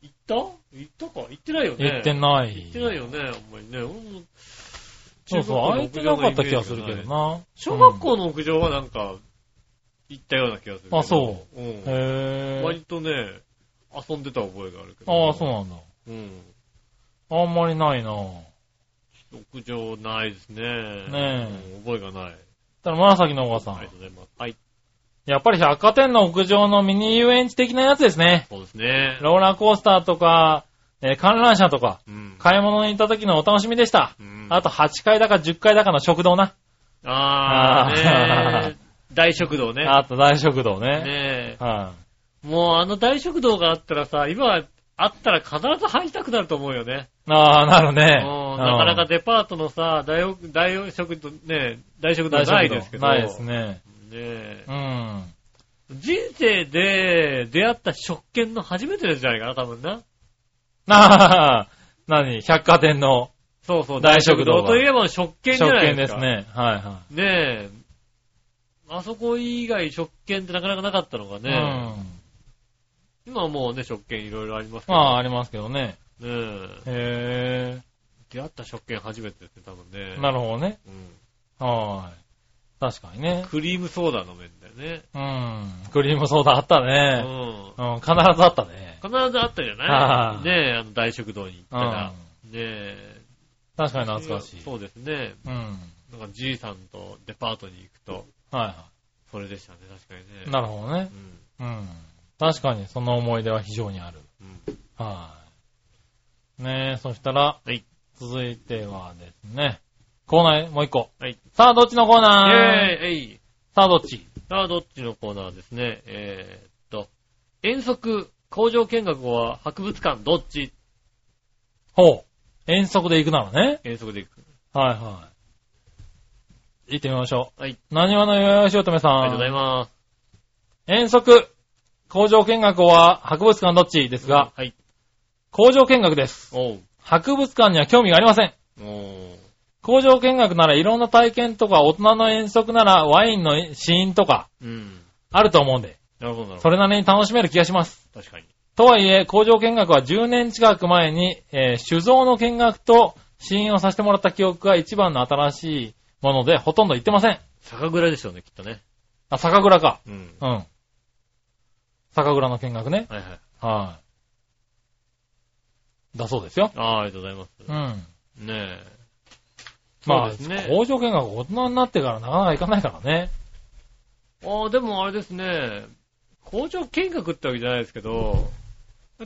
Speaker 2: 行った行ったか行ってないよね。
Speaker 3: 行って
Speaker 2: い。
Speaker 3: ない。
Speaker 2: 行ってないよね、あんまりね。俺も
Speaker 3: そうそう、空いてなかった気がするけど。な。
Speaker 2: 小学校の屋上はなんか、行ったような気がするけど。。
Speaker 3: あそう
Speaker 2: う。
Speaker 3: うんへ
Speaker 2: 割
Speaker 3: ぇ
Speaker 2: とね、遊んでた覚えがあるけ
Speaker 3: ー。
Speaker 2: ど。
Speaker 3: ああ、そうなんだ。
Speaker 2: うん。
Speaker 3: あんまりないな
Speaker 2: 屋上ないですね。
Speaker 3: ね
Speaker 2: うん覚えがない。
Speaker 3: ただ、紫のおばさ
Speaker 2: あり
Speaker 3: ん
Speaker 2: が。とうございます。はい。
Speaker 3: やっぱり百貨店の屋上のミニ遊園地的なやつですね。
Speaker 2: そうですね。
Speaker 3: ローラーコースターとか、えー観覧車とか、
Speaker 2: うん。
Speaker 3: 買い物に行った時のお楽しみでした。
Speaker 2: うん
Speaker 3: あと8階だか10階だかの食堂な。
Speaker 2: あ
Speaker 3: あ
Speaker 2: ー
Speaker 3: ー
Speaker 2: ねー大食堂ね。
Speaker 3: あと大食堂ね。
Speaker 2: ね
Speaker 3: は
Speaker 2: えもうあの大食堂があったらさ、今あったら必ず入りたくなると思うよね。
Speaker 3: い。ああ、なるね。
Speaker 2: うん
Speaker 3: うん
Speaker 2: なかなかデパートのさ、大お大食堂、ね大食堂
Speaker 3: 大食堂
Speaker 2: ないですけど。
Speaker 3: ないですね。
Speaker 2: ねえ
Speaker 3: うん。
Speaker 2: 人生で出会った食券の初めてなんじゃないかな、多分な。
Speaker 3: なあ、何百貨店の
Speaker 2: そうそう、
Speaker 3: 大食堂が
Speaker 2: といえば食券じゃ
Speaker 3: 食
Speaker 2: ない
Speaker 3: 券
Speaker 2: で
Speaker 3: ですす
Speaker 2: か。
Speaker 3: ね。はいは
Speaker 2: ねえ。あそこ以外食券ってなかなかなかったのが
Speaker 3: い。
Speaker 2: ね。
Speaker 3: うん。
Speaker 2: 今はもうね、食券いろいろありますけ
Speaker 3: ま
Speaker 2: ど。
Speaker 3: あ、ありますけどね。
Speaker 2: ねえ。
Speaker 3: へ
Speaker 2: 出会った食券初めてって多分ね。
Speaker 3: え。なるほどね。
Speaker 2: うん
Speaker 3: はーい。確かにね。
Speaker 2: クリームソーダ飲めんだよね。
Speaker 3: うん。クリームソーダあった
Speaker 2: う
Speaker 3: ね。
Speaker 2: ん。
Speaker 3: うん、必ずあったね。
Speaker 2: 必ずあったじゃな
Speaker 3: はいい
Speaker 2: ねえ、あの大食堂に行ったら。
Speaker 3: う
Speaker 2: ねえ。
Speaker 3: 確かに懐かしい。
Speaker 2: そうですね。
Speaker 3: うん。はい
Speaker 2: なんかじいさんとデパートに行くと、
Speaker 3: は
Speaker 2: それでしたね、確かに
Speaker 3: い。
Speaker 2: ね。
Speaker 3: なるほどね。うん。確かに、その思い出は非常にある。
Speaker 2: うん。
Speaker 3: はい。ねえ、そしたら、
Speaker 2: はい
Speaker 3: 続いてはですね、コーナーへもう一個。
Speaker 2: はい。
Speaker 3: さあ、どっちのコー
Speaker 2: うん。
Speaker 3: ナ
Speaker 2: イ
Speaker 3: ー
Speaker 2: ェーイえい
Speaker 3: さあ、どっち
Speaker 2: さあ、どっちのコーナーですね。えーっと、遠足、工場見学は博物館、どっち
Speaker 3: ほう。遠足で行くならね。
Speaker 2: 遠足で行く。
Speaker 3: はいはい。行ってみましょう。
Speaker 2: はい。
Speaker 3: 何話のよよしおとめさん。
Speaker 2: ありがとうございます。
Speaker 3: 遠足。工場見学は博物館どっちですが、
Speaker 2: はい。
Speaker 3: 工場見学です。
Speaker 2: おう。
Speaker 3: 博物館には興味がありません。
Speaker 2: おう。
Speaker 3: 工場見学ならいろんな体験とか、大人の遠足ならワインの試飲とか、
Speaker 2: うん。
Speaker 3: あると思うんで、
Speaker 2: なるほど、なるほ
Speaker 3: それなりに楽しめる気がします。
Speaker 2: ど。確かに。
Speaker 3: とはいえ、工場見学は10年近く前に、えー酒造の見学と試飲をさせてもらった記憶が一番の新しいもので、ほとんど行ってません。
Speaker 2: 酒蔵でしょうね、きっとね。
Speaker 3: あ、酒蔵か。
Speaker 2: うん。
Speaker 3: うん。酒蔵の見学ね。
Speaker 2: はいはい。
Speaker 3: はい。だそうですよ。
Speaker 2: ああ、ありがとうございます。
Speaker 3: うん。
Speaker 2: ねえ。
Speaker 3: まあ、
Speaker 2: そうですね
Speaker 3: 工場見学大人になってからなかなか行かないからね。
Speaker 2: ああ、でもあれですね。工場見学ってわけじゃないですけど、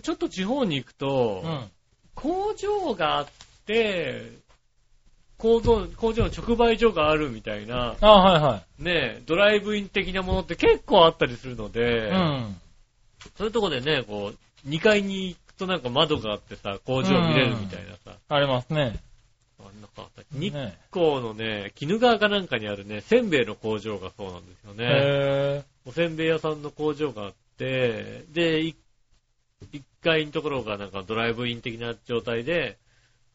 Speaker 2: ちょっと地方に行くと、
Speaker 3: うん。
Speaker 2: 工場があって、工場、工場の直売所があるみたいな、
Speaker 3: あはいは
Speaker 2: ねえ、ドライブイン的なものって結構あったりするので、
Speaker 3: い。うん。
Speaker 2: そういうとこでね、こう、2階に行くとなんか窓があってさ、工場見れるみたいなさ、
Speaker 3: ありますね。
Speaker 2: あんなかった日
Speaker 3: ね
Speaker 2: 光のね、鬼怒川かなんかにあるね、せんべいの工場がそうなんですよね。
Speaker 3: へ
Speaker 2: おせんべい屋さんの工場があって、で、1階のところがなんかドライブイン的な状態で、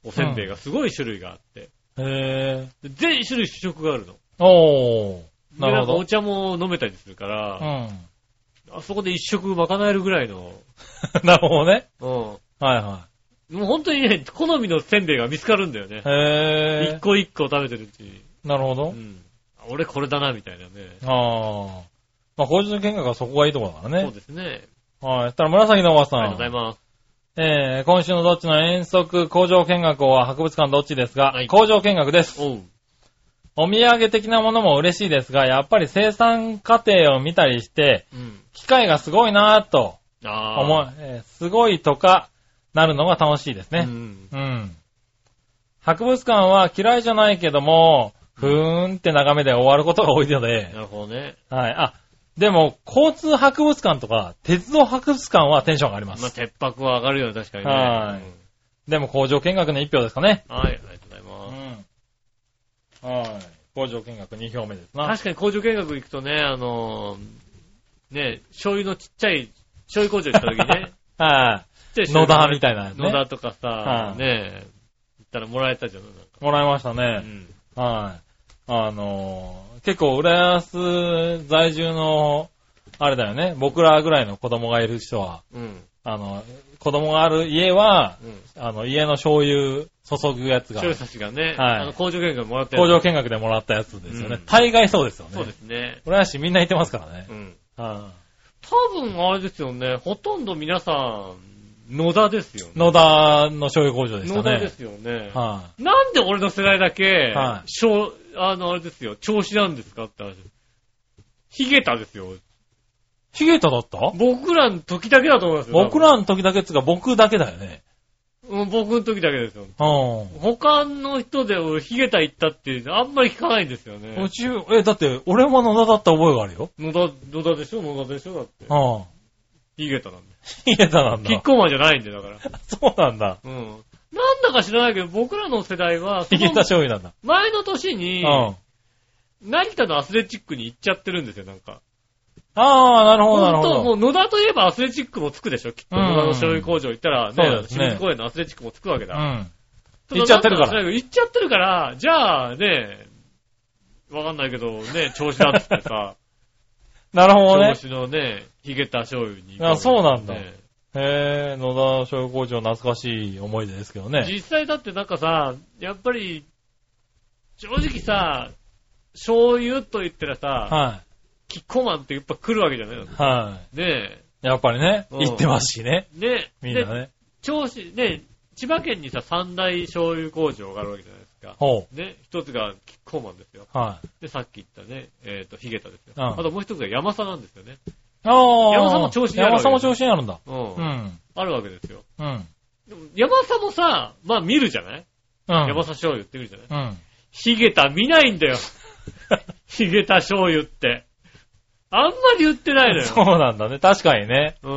Speaker 2: おせんべいがすごい種類があって、
Speaker 3: ぇー。へ
Speaker 2: で全種類主食があるの。
Speaker 3: ぇー。おー。
Speaker 2: で
Speaker 3: なる
Speaker 2: んか
Speaker 3: ほ
Speaker 2: お茶も飲めたりするから、
Speaker 3: ど。うん。
Speaker 2: あそこで一食賄えるぐらいの、
Speaker 3: なるほどね。
Speaker 2: うん。も
Speaker 3: はいは
Speaker 2: う本当にね、好みのせんべいが見つかるんだよね
Speaker 3: い。。へ
Speaker 2: 一個一個食べてるうちに。
Speaker 3: ー。なるほ
Speaker 2: う
Speaker 3: ど。
Speaker 2: ん。あ俺これだな、みたいなね。
Speaker 3: あー。まあ、工場見学はそこがいいところだから
Speaker 2: そう
Speaker 3: ね。
Speaker 2: ですね。
Speaker 3: はい。そしたら紫のおばさ
Speaker 2: あ
Speaker 3: ん。
Speaker 2: りがとうございます。
Speaker 3: えー、今週のどっちの遠足工場見学は博物館どっちですが、
Speaker 2: はい
Speaker 3: 工場見学です。
Speaker 2: おう。
Speaker 3: お土産的なものも嬉しいですが、やっぱり生産過程を見たりして、
Speaker 2: うん。
Speaker 3: 機械がすごいなぁと
Speaker 2: ああ。
Speaker 3: 思う、えーすごいとかなるのが楽しいですね。
Speaker 2: うん。
Speaker 3: うん。博物館は嫌いじゃないけども、ふーんって眺めで終わることが多いので
Speaker 2: な、るほどね。
Speaker 3: はい。あ、でも、交通博物館とか、鉄道博物館はテンションが上がりま
Speaker 2: まあ、
Speaker 3: す。
Speaker 2: 鉄泊は上がるよね、確かにね。
Speaker 3: はーいでも、工場見学の1票ですかね。
Speaker 2: うんはい、ありがとうございます。
Speaker 3: うん。はい。工場見学2票目ですな。
Speaker 2: 確かに工場見学行くとね、あのーね、醤油のちっちゃい、醤油工場行った時 ね、
Speaker 3: は
Speaker 2: ちっちゃい
Speaker 3: い。
Speaker 2: 醤
Speaker 3: 野田
Speaker 2: 油
Speaker 3: みたいなやつ
Speaker 2: 野
Speaker 3: ね。
Speaker 2: 田とか
Speaker 3: は
Speaker 2: さ、
Speaker 3: い
Speaker 2: ね、行ったらもらえたじゃん。なんか
Speaker 3: もらいました
Speaker 2: う
Speaker 3: ね。
Speaker 2: ん。
Speaker 3: はい。あのー結構、浦安在住の、あれだよね、僕らぐらいの子供がいる人は、
Speaker 2: うん。
Speaker 3: あの、子供がある家は、
Speaker 2: うん。
Speaker 3: あの、家の醤油注ぐやつ
Speaker 2: 醤
Speaker 3: が、
Speaker 2: 油差しがね、
Speaker 3: はい
Speaker 2: あの工場見学もらったや
Speaker 3: 工
Speaker 2: つ
Speaker 3: 場見学でもらったやつですよね。
Speaker 2: うん
Speaker 3: 大概そうですよね。
Speaker 2: そうですね。
Speaker 3: 浦安市みんな行ってますからね
Speaker 2: う。ん。
Speaker 3: は
Speaker 2: 多分あれですよね、ほとんど皆さん、野田ですよ
Speaker 3: い
Speaker 2: ね。
Speaker 3: 野田の醤油工場でした
Speaker 2: 野
Speaker 3: ね。
Speaker 2: 田ですよね。
Speaker 3: は
Speaker 2: なんで俺の世代だけ、
Speaker 3: はい
Speaker 2: しょうあの、あれですよ、調子なんですかって話。ヒゲタですよ。
Speaker 3: い。ヒゲタだった
Speaker 2: 僕らの時だけだと思いますよ。
Speaker 3: 僕らの時だけっつうか僕だけだよね。
Speaker 2: うん、僕の時だけですよ。
Speaker 3: う
Speaker 2: 他の人で俺、ヒゲタ行ったって、あんまり聞かないんですよ
Speaker 3: ん。う
Speaker 2: ね。
Speaker 3: ち、え、だって俺も野田だった覚えがあるよ。
Speaker 2: 野田、野田でしょ野田でしょだって。
Speaker 3: うん。
Speaker 2: ヒゲタなんで。
Speaker 3: ヒゲタなん
Speaker 2: キッ
Speaker 3: だ。
Speaker 2: コーマンじゃないんで、だから。
Speaker 3: そうなんだ。
Speaker 2: うん。なんだか知らないけど、僕らの世代は、そ
Speaker 3: ヒゲタ
Speaker 2: の
Speaker 3: 醤油なんだ。
Speaker 2: 前の年に、
Speaker 3: うん。
Speaker 2: 成田のアスレチックに行っちゃってるんですよ、なんか。
Speaker 3: ああ、なるほど、なる
Speaker 2: 本
Speaker 3: ほ
Speaker 2: 当も
Speaker 3: ど。
Speaker 2: う野田といえばアスレチックもつくでしょ、きっと。
Speaker 3: うん
Speaker 2: 野田の醤油工場行ったら、ね、
Speaker 3: そうですね
Speaker 2: 清水公園のアスレチックもつくわけ
Speaker 3: う
Speaker 2: だ。
Speaker 3: ん。
Speaker 2: ただ
Speaker 3: 行っちゃってるから
Speaker 2: なん知んけど行っちゃってるから、じゃあね、わかんないけど、ね、調子だっつって さ、
Speaker 3: なるほど
Speaker 2: 調
Speaker 3: ね。
Speaker 2: 子のね、ヒゲタ醤油に行く
Speaker 3: あそうなんだ
Speaker 2: ね
Speaker 3: へえ、野田醤油工場懐かしい思い出ですけどね。
Speaker 2: 実際だってなんかさ、やっぱり、正直さ、醤油と言ったらさ、
Speaker 3: は
Speaker 2: キッコーマンってやっぱ来るわけじゃないのね
Speaker 3: い。は
Speaker 2: え。
Speaker 3: い。やっぱりね、
Speaker 2: うん
Speaker 3: 行ってますしね。
Speaker 2: ねえ。
Speaker 3: みんな
Speaker 2: で
Speaker 3: ね。
Speaker 2: 銚子、ね、千葉県にさ、三大醤油工場があるわけじゃないですか。
Speaker 3: ほ
Speaker 2: ね、一つがキッコーマンですよ。
Speaker 3: う。はい。
Speaker 2: で、さっき言ったね、えっ、と、ヒゲタですよ。
Speaker 3: うん
Speaker 2: あともう一つが山佐なんですよね。
Speaker 3: ああ。
Speaker 2: 山さんも調子にあるわけ
Speaker 3: 山さんも調子にあるんだ。
Speaker 2: うん。
Speaker 3: うん。
Speaker 2: あるわけですよ。
Speaker 3: うん。
Speaker 2: でも山佐もさ、まあ見るじゃない、
Speaker 3: うん。
Speaker 2: 山佐醤油って見るじゃない
Speaker 3: うん。
Speaker 2: ヒゲタ見ないん だよ。ヒゲタ醤油って。あんまり売ってないの
Speaker 3: そう
Speaker 2: よ。
Speaker 3: なんだね。確かにね。
Speaker 2: う
Speaker 3: はい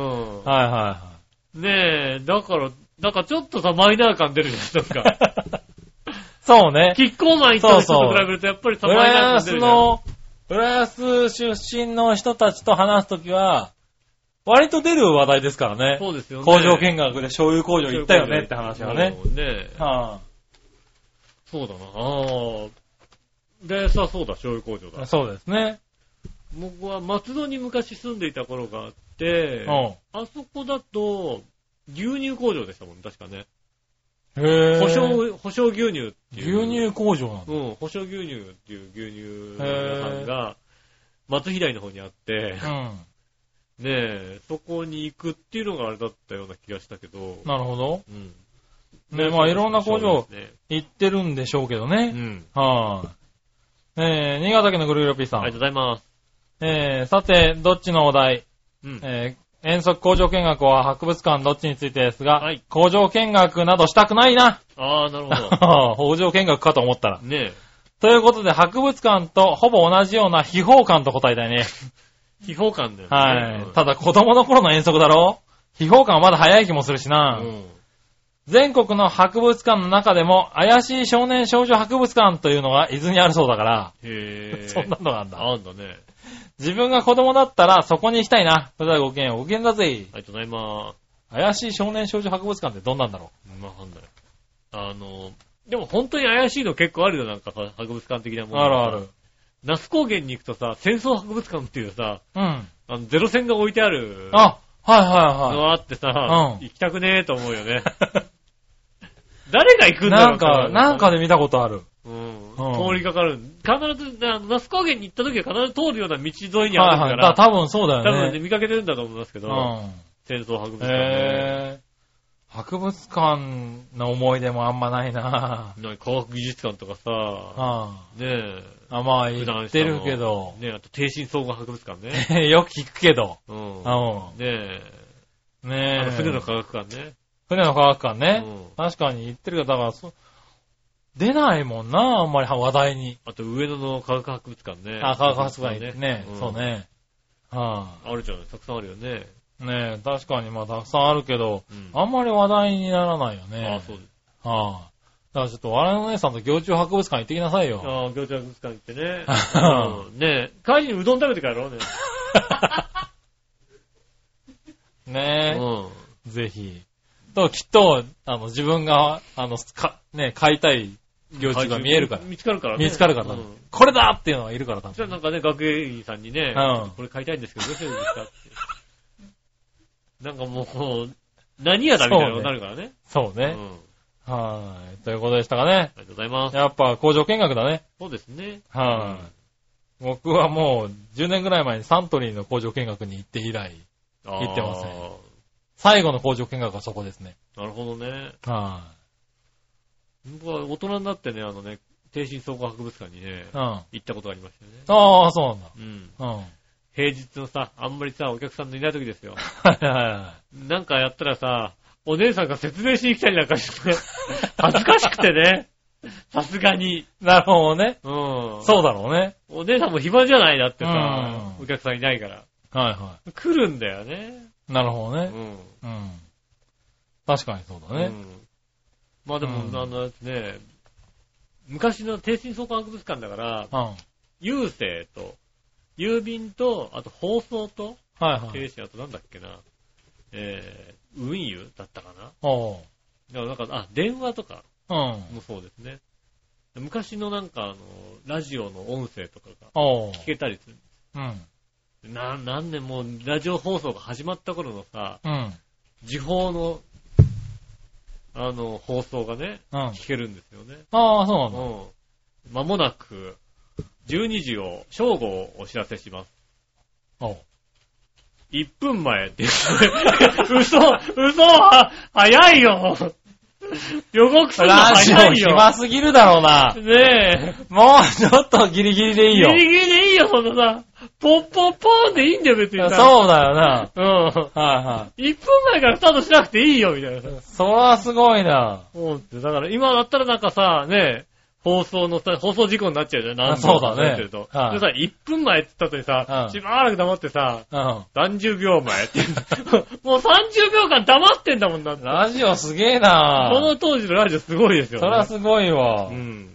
Speaker 3: は
Speaker 2: ん。ねえ、だから、なんかちょっとさ、マイナー感出るじゃん、なん
Speaker 3: い
Speaker 2: か。
Speaker 3: はい。そうね。
Speaker 2: キッコーマン行った人と比べるとやっぱりさ、マイ
Speaker 3: 浦
Speaker 2: ナー感出
Speaker 3: 安
Speaker 2: るじゃん。
Speaker 3: の、浦安出身の人たちと話すときは、割と出る話題ですからね。
Speaker 2: そうですよね。
Speaker 3: 工場見学で醤油工場行ったよねって話はね。。
Speaker 2: ねえ。
Speaker 3: は
Speaker 2: そうだな。ああ。で、さ、そうだ、醤油工場
Speaker 3: あ、
Speaker 2: だ。
Speaker 3: そうですね。
Speaker 2: 僕は松戸に昔住んでいた頃があって、
Speaker 3: う
Speaker 2: あそこだと、牛乳工場でしたもん、確かね。
Speaker 3: ん。へぇ
Speaker 2: 保証、保証牛乳っていう。
Speaker 3: 牛乳工場なんだ。
Speaker 2: うん、保証牛乳っていう牛乳屋さんが、松平井の方にあって、
Speaker 3: うん。
Speaker 2: ねえ、そこに行くっていうのがあれだったような気がしたけど、
Speaker 3: なるほど。
Speaker 2: うん。
Speaker 3: ね、まあいろんな工場
Speaker 2: そうです
Speaker 3: 行ってるんでしょうけど
Speaker 2: ね。う
Speaker 3: ね。
Speaker 2: ん。
Speaker 3: はい。ねえ、新潟県のグルーロピーさ
Speaker 2: ありがと
Speaker 3: ん。
Speaker 2: うございます。
Speaker 3: えー、さて、どっちのお題
Speaker 2: うん。
Speaker 3: えー、遠足工場見学は博物館どっちについてですが、
Speaker 2: はい
Speaker 3: 工場見学などしたくないな
Speaker 2: ああ、なるほど。
Speaker 3: 工場見学かと思ったら。
Speaker 2: ね
Speaker 3: ということで、博物館とほぼ同じような秘宝館と答えたいね。
Speaker 2: え、 秘宝感だよね。
Speaker 3: は
Speaker 2: うん
Speaker 3: い。ただ、子供の頃の遠足だろ秘宝館はまだ早い気もするしな。
Speaker 2: うん。
Speaker 3: 全国の博物館の中でも、怪しい少年少女博物館というのが伊豆にあるそうだから、
Speaker 2: へえ。
Speaker 3: そんなのがあんだ。
Speaker 2: あんだね。
Speaker 3: 自分が子供だったらそこに行きたいな。それではごきげんよう、ごきげんだぜ。
Speaker 2: ありがとうございま
Speaker 3: 怪しい少年少女博物館ってどんなんだろ
Speaker 2: す。まあ、なんだよ。あの、でも本当に怪しいの結構あるよ、なんかさ、博物館的なも
Speaker 3: う。
Speaker 2: の。
Speaker 3: あるある。。
Speaker 2: 那須高原に行くとさ、戦争博物館っていうさ、
Speaker 3: うん。
Speaker 2: あの、ゼロ戦が置いてあるの
Speaker 3: あ、はいはいは
Speaker 2: あってさ、
Speaker 3: うん
Speaker 2: 行きたくねえと思うよね。 誰が行く
Speaker 3: い。
Speaker 2: んだ
Speaker 3: な
Speaker 2: ろ
Speaker 3: ん
Speaker 2: う
Speaker 3: か、なんか
Speaker 2: ね。
Speaker 3: で見たことある。
Speaker 2: うん。
Speaker 3: うん
Speaker 2: 通りかかる。必ず、あの那須高原に行った時は必ず通るような道沿いにあ
Speaker 3: は
Speaker 2: る
Speaker 3: い
Speaker 2: か
Speaker 3: は
Speaker 2: ら
Speaker 3: い。だ、多分そうだ
Speaker 2: 多
Speaker 3: よ
Speaker 2: 分ね、
Speaker 3: ね。
Speaker 2: 見かけてるんだと思いますけ
Speaker 3: う
Speaker 2: ど、
Speaker 3: ん。
Speaker 2: 戦争博物館ね。
Speaker 3: へぇ博物館の思い出もあんまないなぁ。
Speaker 2: なんか科学技術館とかさ、
Speaker 3: あ
Speaker 2: ねえ、
Speaker 3: あ、まあ
Speaker 2: 普
Speaker 3: 言
Speaker 2: 段
Speaker 3: ってるけど、
Speaker 2: ねえ、あと、帝神総合博物館ね。
Speaker 3: よく聞くけど、
Speaker 2: うん。
Speaker 3: う
Speaker 2: ね
Speaker 3: ん。
Speaker 2: え、あ
Speaker 3: ね
Speaker 2: の
Speaker 3: え。
Speaker 2: 船の科学館ね。
Speaker 3: 船の科学館
Speaker 2: う
Speaker 3: ね。
Speaker 2: ん。
Speaker 3: 確かに言ってるけど、だからそ、出ないもんな、あんまり話題に。
Speaker 2: あと、上野の科学博物館ね。
Speaker 3: あ、科学博物館行ってね
Speaker 2: う。ん
Speaker 3: そう。ね。うは
Speaker 2: あるじゃない。たくさんあるよね。
Speaker 3: い、ねえ、確かにまあたくさんあるけど、
Speaker 2: うん
Speaker 3: あんまり話題にならないよね。
Speaker 2: ああ、そうです。
Speaker 3: はあ。だからちょっと、我々の姉さんと行中博物館行ってきなさいよ。
Speaker 2: ああ、餃子博物館行ってね。 うんねえ、帰りにうどん食べて帰ろうね。
Speaker 3: ね
Speaker 2: うん。
Speaker 3: え、ぜひ。と、きっと、あの、自分が、あの、か、ね、買いたい行中が見えるから。
Speaker 2: 見つかるからね。
Speaker 3: 見つかるから、
Speaker 2: うん
Speaker 3: これだっていうのがいるから、多
Speaker 2: そしたらな
Speaker 3: 分。
Speaker 2: んかね、学芸員さんにね、
Speaker 3: うん
Speaker 2: これ買いたいんですけど、どうしたらいいですかって。なんかもう、何やだみたいなことになるからね。
Speaker 3: そ
Speaker 2: う
Speaker 3: う
Speaker 2: ん。あ
Speaker 3: ね。はい。ということでしたかね。
Speaker 2: りがとうございます。
Speaker 3: やっぱ工場見学だね。
Speaker 2: そうですね。
Speaker 3: はい、僕はもう10年ぐらい前にサントリーの工場見学に行って以来、
Speaker 2: あー
Speaker 3: 行ってますね最後の工場見学はそこですね。
Speaker 2: なるほどね。
Speaker 3: は
Speaker 2: 僕は大人になってね、あのね、低心総合博物館にね
Speaker 3: い、、うん。あ
Speaker 2: 行ったことがありましたよね。
Speaker 3: あ、そうなんだ。
Speaker 2: うん。
Speaker 3: うん。は
Speaker 2: 平日のさ、あんまりさ、お客さんのいない時ですよ。
Speaker 3: いはいは
Speaker 2: なんかやったらさ、お姉さんが説明しに来たりなんかして、 恥ずかしくてね。さすがに。
Speaker 3: い。なるほどね。
Speaker 2: うん。
Speaker 3: そうだろうね。
Speaker 2: お姉さんも暇じゃないだってさ、
Speaker 3: うん
Speaker 2: お客さんいないから。
Speaker 3: はいは
Speaker 2: 来るんだよね。
Speaker 3: い。なるほど
Speaker 2: う
Speaker 3: ね。
Speaker 2: ん。
Speaker 3: うん。確かにそうだ
Speaker 2: う
Speaker 3: ね。
Speaker 2: んまあでも、
Speaker 3: うん
Speaker 2: あのね、昔の低心相関博物館だから、
Speaker 3: うん。はい
Speaker 2: 郵政と、郵便と、あと放送と、
Speaker 3: は
Speaker 2: 経
Speaker 3: い。
Speaker 2: 営者あとなんだっけな、えー、運輸だったかな。
Speaker 3: おう。
Speaker 2: だからなんか、あ、電話とか
Speaker 3: うん。
Speaker 2: もそうですね。昔のなんか、あの、ラジオの音声とかが
Speaker 3: おう。
Speaker 2: 聞けたりする。
Speaker 3: うん。
Speaker 2: な、何年もうラジオ放送が始まった頃のさ、
Speaker 3: うん。
Speaker 2: 時報の、あの、放送がね、
Speaker 3: うん。あ
Speaker 2: 聞けるんですよね。
Speaker 3: あ、そうなんだ。
Speaker 2: うん。まもなく、12時を、正午をお知らせします。
Speaker 3: おう。
Speaker 2: 1分前って 言う嘘嘘は早いよ予告するの
Speaker 3: ラジオ
Speaker 2: 早いよ
Speaker 3: 暇すぎるだろうな。
Speaker 2: ねえ。
Speaker 3: もうちょっとギリギリでいい
Speaker 2: ギ
Speaker 3: よ。
Speaker 2: リギリでいいよ、そのさ、ポッポッポーンでいいんだよ、別にさ。
Speaker 3: そうだよな。
Speaker 2: う。うん。
Speaker 3: はいは
Speaker 2: 1分前からスタートしなくていいよ、みたいなさ。
Speaker 3: い。それはすごいな。
Speaker 2: そうって、だから今だったらなんかさ、ねえ、放送のさ、放送事故になっちゃうじゃん、何
Speaker 3: そうだね
Speaker 2: なってると。
Speaker 3: はい
Speaker 2: でさ、1分前って言った後にさ、
Speaker 3: うん
Speaker 2: しばらく黙ってさ、
Speaker 3: う
Speaker 2: 何十秒前って。 もう30秒間黙ってんだもんなって
Speaker 3: ん。。ラジオすげえ
Speaker 2: こ
Speaker 3: な
Speaker 2: の当時のラジオすごいですよ、
Speaker 3: そ
Speaker 2: ね。
Speaker 3: れはすごいうわ。
Speaker 2: ん。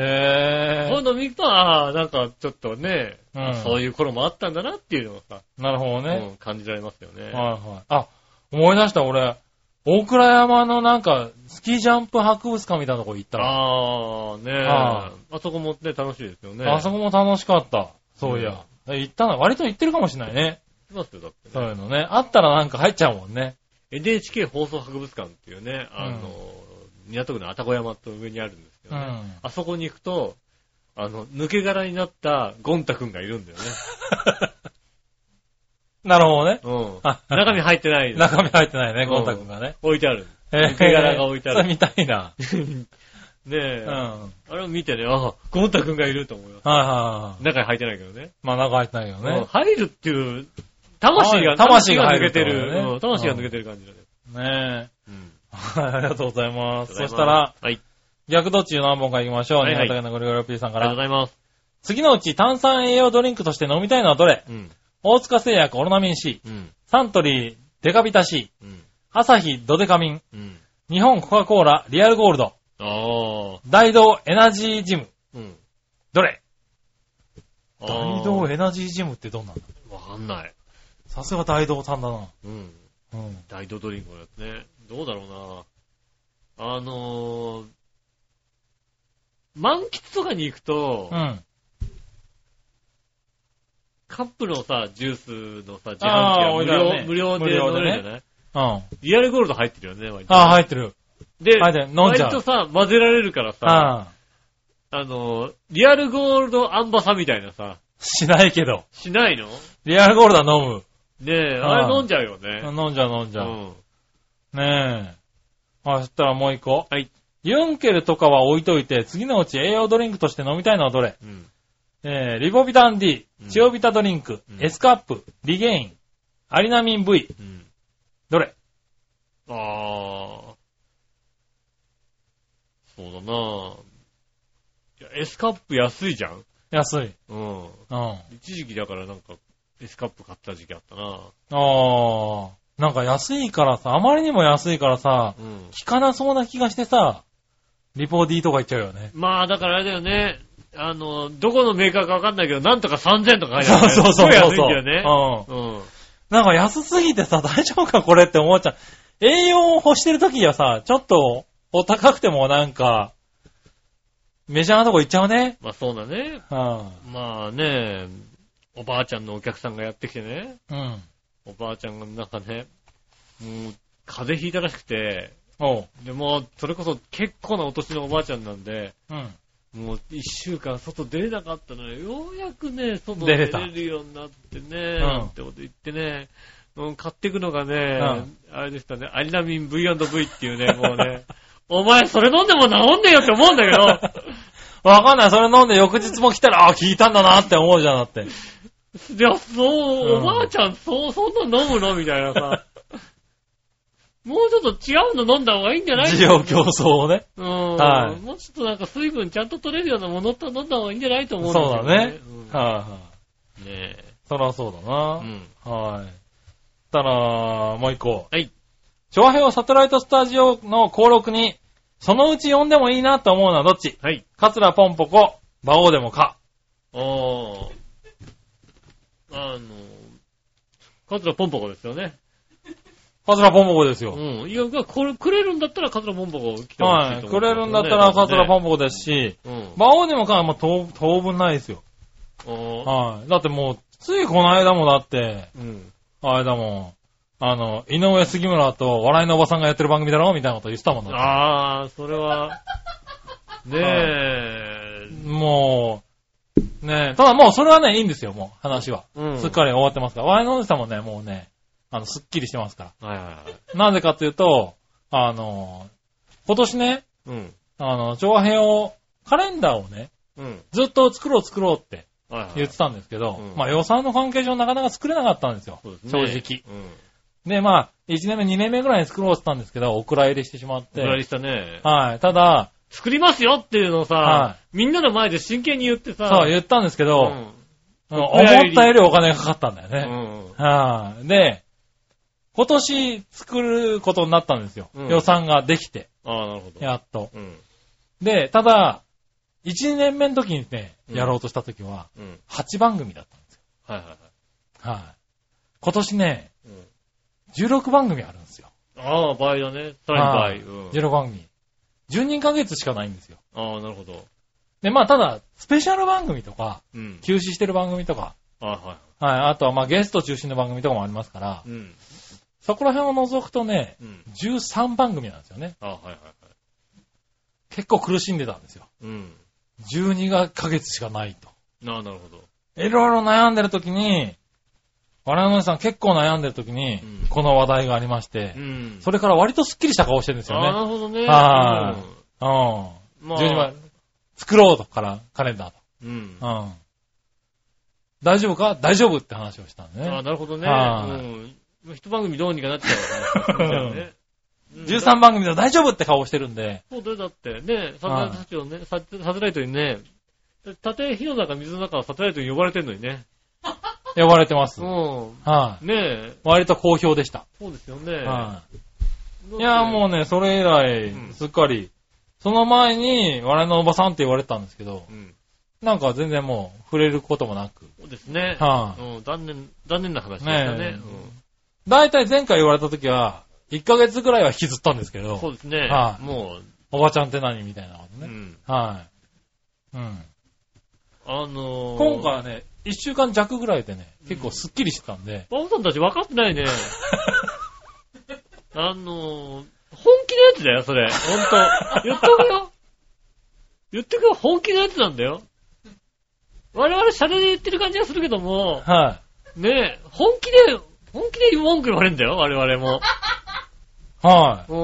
Speaker 3: へ
Speaker 2: 今度見ると、ああ、なんかちょっとね、
Speaker 3: うん
Speaker 2: そういう頃もあったんだなっていうのをさ、
Speaker 3: え。なるほど
Speaker 2: う
Speaker 3: ね。
Speaker 2: ん感じられますよね。
Speaker 3: はいはい。あ、思い出した俺、大倉山のなんか、スキージャンプ博物館みたいなとこ行ったら、
Speaker 2: ああ、ねえ。
Speaker 3: は
Speaker 2: あそこもね、楽しいですよね。
Speaker 3: あそこも楽しかった。そういや。え行ったの割と行ってるかもしれないね。
Speaker 2: 行きますよ、だってね、
Speaker 3: そういうのね。あったらなんか入っちゃうもんね。
Speaker 2: NHK 放送博物館っていうね、あの、港区の愛宕山と上にあるんですけ
Speaker 3: う
Speaker 2: どね、
Speaker 3: ん。
Speaker 2: あそこに行くと、あの、抜け殻になったゴン太くんがいるんだよね。
Speaker 3: なるほどね。
Speaker 2: うん。中身入ってないです。
Speaker 3: 中身入ってないね、
Speaker 2: うん
Speaker 3: ゴンタ君がね。
Speaker 2: 置いてある。
Speaker 3: えー
Speaker 2: 抜け殻が置いてある
Speaker 3: それ見たいな。
Speaker 2: ねえ、
Speaker 3: うん。はい
Speaker 2: あれを見てね、あ、ゴン太くんがいると思います。
Speaker 3: はいはい。
Speaker 2: 中に入ってないけどね。
Speaker 3: まあ中入ってないよ
Speaker 2: うん
Speaker 3: ね。
Speaker 2: 入るっていう、魂が、
Speaker 3: 魂が入
Speaker 2: 抜
Speaker 3: る
Speaker 2: け
Speaker 3: って
Speaker 2: て
Speaker 3: ことだよね
Speaker 2: る、うん魂が抜けてる感じだね。
Speaker 3: ねえ。
Speaker 2: うん。
Speaker 3: はいありがとうございます。そしたら、、
Speaker 2: はい。
Speaker 3: 逆どっち何本か行きましょう。
Speaker 2: はいはい
Speaker 3: 新潟県のゴリゴリ P さん
Speaker 2: あ
Speaker 3: か
Speaker 2: りがとう
Speaker 3: ら
Speaker 2: ご。ざいます。
Speaker 3: 次のうち炭酸栄養ドリンクとして飲みたいのはどれ
Speaker 2: うん。
Speaker 3: 大塚製薬オロナミン C、
Speaker 2: うん。
Speaker 3: サントリーデカビタ C、
Speaker 2: うん。
Speaker 3: アサヒドデカミン、
Speaker 2: うん。
Speaker 3: 日本コカ・コーラリアルゴールド、
Speaker 2: ああ。
Speaker 3: 大道エナジージム。
Speaker 2: うん。
Speaker 3: どれ
Speaker 2: あ
Speaker 3: 大
Speaker 2: ー
Speaker 3: 道エナジージムってどんなんだ
Speaker 2: わかんない。
Speaker 3: さすが大道さんだな。
Speaker 2: うん。
Speaker 3: うん。
Speaker 2: 大道ドリンクのやつね。どうだろうな。あのー、満喫とかに行くと、
Speaker 3: うん。
Speaker 2: カップのさ、ジュースのさ、自販
Speaker 3: あー
Speaker 2: 機は無料、無料
Speaker 3: 置い
Speaker 2: で
Speaker 3: てあるね
Speaker 2: 飲めるじゃない
Speaker 3: うん。あ
Speaker 2: リアルゴールド入ってるよね、割と。
Speaker 3: あ、入ってる。
Speaker 2: で、
Speaker 3: 入ってる飲んじゃう
Speaker 2: 割とさ、混ぜられるからさ、
Speaker 3: ああ。
Speaker 2: あのー、リアルゴールドアンバサみたいなさ、
Speaker 3: しないけど。
Speaker 2: しないの
Speaker 3: リアルゴールドは飲む。
Speaker 2: ねえ、
Speaker 3: あー
Speaker 2: あれ飲んじゃうよね。
Speaker 3: 飲んじゃう飲んじ
Speaker 2: う
Speaker 3: ゃう。
Speaker 2: ん。
Speaker 3: ねえ。あ、そしたらもう一個。
Speaker 2: はい。
Speaker 3: ユンケルとかは置いといて、次のうち栄養ドリンクとして飲みたいのはどれ
Speaker 2: うん。
Speaker 3: えー、リボビタン D
Speaker 2: うん、
Speaker 3: チオビタドリンク、
Speaker 2: うん
Speaker 3: エスカップ、リゲイン、アリナミン V、
Speaker 2: うん。
Speaker 3: どれ
Speaker 2: ああ。そうだないや、S カップ安いじゃん
Speaker 3: 安い。
Speaker 2: うん。
Speaker 3: うん。
Speaker 2: 一時期だからなんか、エスカップ買ってた時期あったな。
Speaker 3: ああ、なんか安いからさ、あまりにも安いからさ、
Speaker 2: うん。
Speaker 3: 効かなそうな気がしてさ、リポーディーとか言っちゃうよね。
Speaker 2: まあ、だからあれだよね。あの、どこのメーカーかわかんないけど、なんとか3000とか書いてあ
Speaker 3: そ
Speaker 2: る、
Speaker 3: う
Speaker 2: ね。
Speaker 3: そうそうそう
Speaker 2: す
Speaker 3: そ
Speaker 2: ご
Speaker 3: う。
Speaker 2: い安いんだよね。
Speaker 3: うん。
Speaker 2: うん。
Speaker 3: なんか安すぎてさ、大丈夫かこれって思っちゃう。栄養を欲してる時はさ、ちょっとお高くてもなんか、メジャーなとこ行っちゃうね。
Speaker 2: まあそうだね。
Speaker 3: うん。
Speaker 2: まあね、おばあちゃんのお客さんがやってきてね。
Speaker 3: うん。
Speaker 2: おばあちゃんがなんかね、もう、風邪ひいたらしくて、
Speaker 3: おう。
Speaker 2: でもう、それこそ結構なお年のおばあちゃんなんで、
Speaker 3: うん。
Speaker 2: もう一週間外出れなかったのよ。ようやくね、外
Speaker 3: 出
Speaker 2: 出
Speaker 3: れ
Speaker 2: れ
Speaker 3: た
Speaker 2: るようになってね、
Speaker 3: ん
Speaker 2: なんてこと言ってね、うん、買ってくのがね、あれでしたね、アリナミン V&V っていうね、もうね、 お前それ飲んでも治んねえよって思うんだけど、
Speaker 3: わかんない。それ飲んで翌日も来たら、あ、効いたんだなって思うじゃん、だって。
Speaker 2: いや、そう、
Speaker 3: う
Speaker 2: お
Speaker 3: ん
Speaker 2: ばあちゃん、そう、そんな飲むのみたいなさ、 もうちょっと違うの飲んだ方がいいんじゃない
Speaker 3: 需要競争をね。
Speaker 2: うん、
Speaker 3: はい
Speaker 2: もうちょっとなんか水分ちゃんと取れるようなものと飲んだ方がいいんじゃないと思うん
Speaker 3: そうだね。
Speaker 2: だ
Speaker 3: はいはい。
Speaker 2: けどね。うんね
Speaker 3: そらそうだ
Speaker 2: え。う
Speaker 3: な。
Speaker 2: ん。
Speaker 3: はい。たら、もう一個。
Speaker 2: はい。
Speaker 3: 長編をサテライトスタジオの登録に、そのうち呼んでもいいなと思うのはどっち
Speaker 2: はい。
Speaker 3: カツラポンポコ、馬王でもか。
Speaker 2: ああ。あの、カツラポンポコですよね。
Speaker 3: カツラポンポコです
Speaker 2: う
Speaker 3: よ。
Speaker 2: ん。いや、これ、くれるんだったらカツラポンポコ来てほし
Speaker 3: はいい。
Speaker 2: と思う、
Speaker 3: くれるんだったらカツラポンポコですし、
Speaker 2: ポコ。うん。
Speaker 3: 馬王でもかはもう当当分ないですよ。
Speaker 2: あ
Speaker 3: はい。だってもう、ついこの間もだって、
Speaker 2: ーうん。
Speaker 3: あれだもん、あの、井上杉村と笑いのおばさんがやってる番組だろみたいなこと言ってたもんだって
Speaker 2: ああ、それ は、ねえ、
Speaker 3: もう、ねえ、ただもうそれはね、いいんですよ、もう、話は。
Speaker 2: うん
Speaker 3: すっかり終わってますから。ワイのおじさんもね、もうね、あの、すっきりしてますか
Speaker 2: はいはいはい。
Speaker 3: ら。なぜかというと、あの、今年ね、
Speaker 2: うん。
Speaker 3: あの、長編を、カレンダーをね、
Speaker 2: うん。
Speaker 3: ずっと作ろう作ろうって
Speaker 2: はいはい。
Speaker 3: 言ってたんですけど、
Speaker 2: うん
Speaker 3: まあ予算の関係上なかなか作れなかったんですよ。
Speaker 2: そうですね。直。
Speaker 3: 正
Speaker 2: うん。
Speaker 3: 直。で、まあ、1年目、2年目ぐらいに作ろうって言ったんですけど、お蔵入りしてしまっ
Speaker 2: ぐらい
Speaker 3: て。
Speaker 2: したね。
Speaker 3: はい。ただ、
Speaker 2: 作りますよっていうのを
Speaker 3: は
Speaker 2: さ、みんなの前で真剣に言ってさ、
Speaker 3: そう言ったんですけど、
Speaker 2: うん
Speaker 3: うん思ったよりお金がかかったんだよね。
Speaker 2: うん。
Speaker 3: はい、で、今年作ることになったんですよ。
Speaker 2: うん
Speaker 3: 予算ができて、
Speaker 2: ああ、なるほど。
Speaker 3: やっと。
Speaker 2: うん。
Speaker 3: で、ただ、1年目の時にね、
Speaker 2: うん
Speaker 3: やろうとした時は、
Speaker 2: うん。
Speaker 3: 8番組だったんです
Speaker 2: はいはいはい。
Speaker 3: よ。はい、今年ね、
Speaker 2: うん
Speaker 3: 16番組あるんですよ。
Speaker 2: ああ、倍だね。さ
Speaker 3: は
Speaker 2: ら
Speaker 3: い
Speaker 2: に倍。うん。
Speaker 3: 16番組。12ヶ月しかないんですよ。
Speaker 2: ああ、なるほど。
Speaker 3: で、まあ、ただ、スペシャル番組とか、
Speaker 2: うん。
Speaker 3: 休止してる番組とか、
Speaker 2: あは
Speaker 3: はい、あとはまあゲスト中心の番組とかもありますから
Speaker 2: い。、うん。
Speaker 3: そこら辺を除くとね、
Speaker 2: うん。
Speaker 3: 13番組なんですよね。
Speaker 2: あはいはいはい。
Speaker 3: 結構苦しんでたんですよ。
Speaker 2: うん。
Speaker 3: 12がヶ月しかないと。
Speaker 2: ああ、なるほど。
Speaker 3: いろいろ悩んでる時に、我々の皆さん結構悩んでる時に
Speaker 2: うん、
Speaker 3: この話題がありまして、
Speaker 2: うん。
Speaker 3: それから割とスッキリした顔してるんです
Speaker 2: ああ、な
Speaker 3: よね。
Speaker 2: るほどね。う
Speaker 3: はうん。
Speaker 2: ん。まあ。
Speaker 3: 12番、作ろうとから、カレンダー
Speaker 2: うん。あ
Speaker 3: と。うん。大丈夫か大丈夫って話をしたんで
Speaker 2: あ、
Speaker 3: ね。
Speaker 2: なるほどね。
Speaker 3: は
Speaker 2: うん。一番組どうにかなっちゃう からね。うん
Speaker 3: 13番組で大丈夫って顔してるんで、
Speaker 2: そうだよ、だって。ね、サテライトたちをね、サテサテライトにね、たとえ火の中、水の中はサテライトに呼ばれてんのにね。
Speaker 3: 呼ばれてます。
Speaker 2: う
Speaker 3: はい、
Speaker 2: ん。ねえ、
Speaker 3: 割と好評でした。
Speaker 2: そうですよね。
Speaker 3: はい、
Speaker 2: い
Speaker 3: いや、もうね、それ以来
Speaker 2: う、ん
Speaker 3: すっかり、その前に、我々のおばさんって言われてたんですけど、
Speaker 2: うん。
Speaker 3: なんか全然もう、触れることもなく。
Speaker 2: そうですね。
Speaker 3: は
Speaker 2: うん、残念、残念な話でしたね。
Speaker 3: ね大体前回言われた時は、1ヶ月ぐらいは引きずったんですけ
Speaker 2: うん、そ
Speaker 3: ど、
Speaker 2: うですね。
Speaker 3: はい
Speaker 2: も
Speaker 3: おばちゃんって何みたいなこと
Speaker 2: う、う
Speaker 3: ね。
Speaker 2: ん。
Speaker 3: はい。うん。
Speaker 2: あのー、
Speaker 3: 今回は、ね、1週間弱ぐらいでね、結構スッキリしてたんで、
Speaker 2: バオさんたち分かってないね。あのー、本気のやつだよ、それ。ほ んと。言っとくよ。言っとくよ、本気のやつなんだよ。我々、シャレで言ってる感じがするけども、
Speaker 3: は
Speaker 2: ねえ、本気で、本気で文句言われんだよ、我々も。
Speaker 3: い。は
Speaker 2: う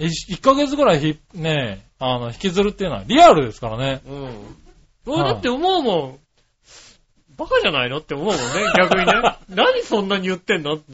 Speaker 2: ん。
Speaker 3: い。1, ヶ月ぐらいひ、ね、あの、引きずるっていうのはリアルですからね。
Speaker 2: うん。俺だって思うもん。バカじゃないのって思うもんね、逆 にね。何そんなに言ってんのって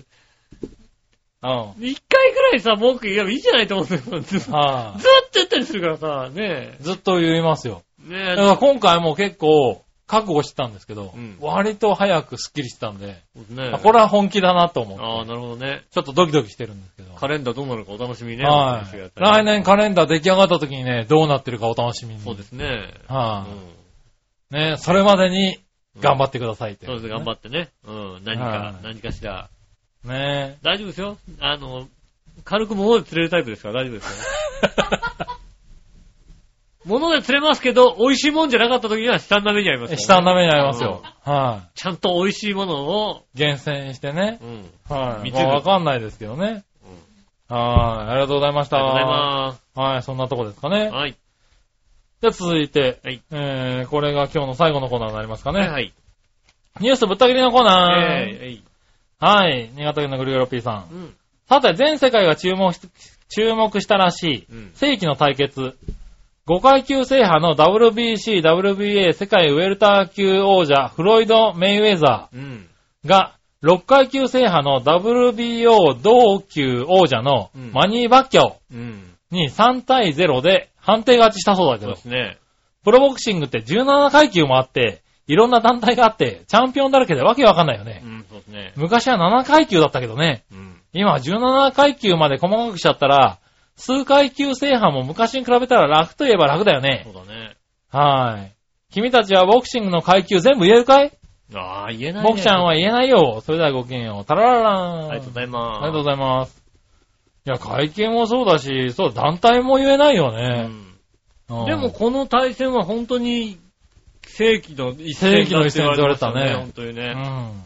Speaker 3: うん。
Speaker 2: 一回ぐらいさ、文句言えばいいじゃないと思うんだけど、ずっと
Speaker 3: は
Speaker 2: ずっと言ったりするからさ、ね
Speaker 3: い。ずっと言いますよ。
Speaker 2: え。ね
Speaker 3: だから今回も結構、覚悟してたんですけど、
Speaker 2: うん
Speaker 3: 割と早くスッキリしてたんで、
Speaker 2: ね
Speaker 3: あこれは本気だなと思う。
Speaker 2: ああ、なるほどね。
Speaker 3: ちょっとドキドキしてるんですけど。
Speaker 2: カレンダーどうなるかお楽しみにね。
Speaker 3: はい。来年カレンダー出来上がった時にね、どうなってるかお楽しみに。
Speaker 2: そうですね。う
Speaker 3: は
Speaker 2: ん
Speaker 3: い、ね、それまでに頑張ってくださいって。
Speaker 2: そうです、頑張ってね。うん、何
Speaker 3: は
Speaker 2: か
Speaker 3: い、
Speaker 2: 何かしら。
Speaker 3: て。ね
Speaker 2: 大丈夫ですよ。あの、軽く物で釣れるタイプですから大丈夫ですよ。 物で釣れますけど、美味しいもんじゃなかった時には下の目にありますからね
Speaker 3: 下の目にありますよ。は
Speaker 2: ちゃんと美味しいものを、
Speaker 3: い。厳選してね。
Speaker 2: うん。あり
Speaker 3: はい。
Speaker 2: 見
Speaker 3: ま
Speaker 2: て
Speaker 3: あ
Speaker 2: る
Speaker 3: わかんないですけどね。はい。ありがとうございました。。
Speaker 2: がとうございます
Speaker 3: はい。そんなとこですかね
Speaker 2: す。。はい。
Speaker 3: じゃあ続いて、
Speaker 2: はい
Speaker 3: えー、これが今日の最後のコーナーになりますかね。
Speaker 2: はいはい。
Speaker 3: ニュースぶった切りのコーナー。
Speaker 2: えーえい
Speaker 3: はい。新潟県のぐるぐる P さ
Speaker 2: う
Speaker 3: ん。
Speaker 2: ん。
Speaker 3: さて、全世界が注目し、注目したらしい
Speaker 2: うん、
Speaker 3: 世紀の対決。5階級制覇の WBC、WBA 世界ウェルター級王者、フロイド・メイウェザ
Speaker 2: うん。
Speaker 3: ーが、6階級制覇の WBO 同級王者の
Speaker 2: うん
Speaker 3: マニー・バッキャオ
Speaker 2: うん。
Speaker 3: に3対0で判定勝ちしたそうだ
Speaker 2: そ
Speaker 3: け
Speaker 2: う
Speaker 3: ど
Speaker 2: で、すね。
Speaker 3: プロボクシングって17階級もあって、いろんな団体があって、チャンピオンだらけでわけわかんないよね
Speaker 2: う。ん、そうですね。
Speaker 3: 昔は7階級だったけどね。
Speaker 2: うん。
Speaker 3: 今は17階級まで細かくしちゃったら、数階級制覇も昔に比べたら楽といえば楽だよ
Speaker 2: そ
Speaker 3: ね。
Speaker 2: うだね。
Speaker 3: はーい。君たちはボクシングの階級全部言えるかい
Speaker 2: ああ、言えないね。
Speaker 3: ボクちゃんは言えないよ。それではごきげんよう。タラララーン。
Speaker 2: ありがとうございます。
Speaker 3: ありがとうございます。いや、階級もそうだし、そう、団体も言えないよ
Speaker 2: う
Speaker 3: ね。
Speaker 2: ん
Speaker 3: うん
Speaker 2: でも、この対戦は本当に世紀の一戦
Speaker 3: 世紀の一戦
Speaker 2: だ
Speaker 3: って言われた
Speaker 2: って言われました
Speaker 3: ね
Speaker 2: よ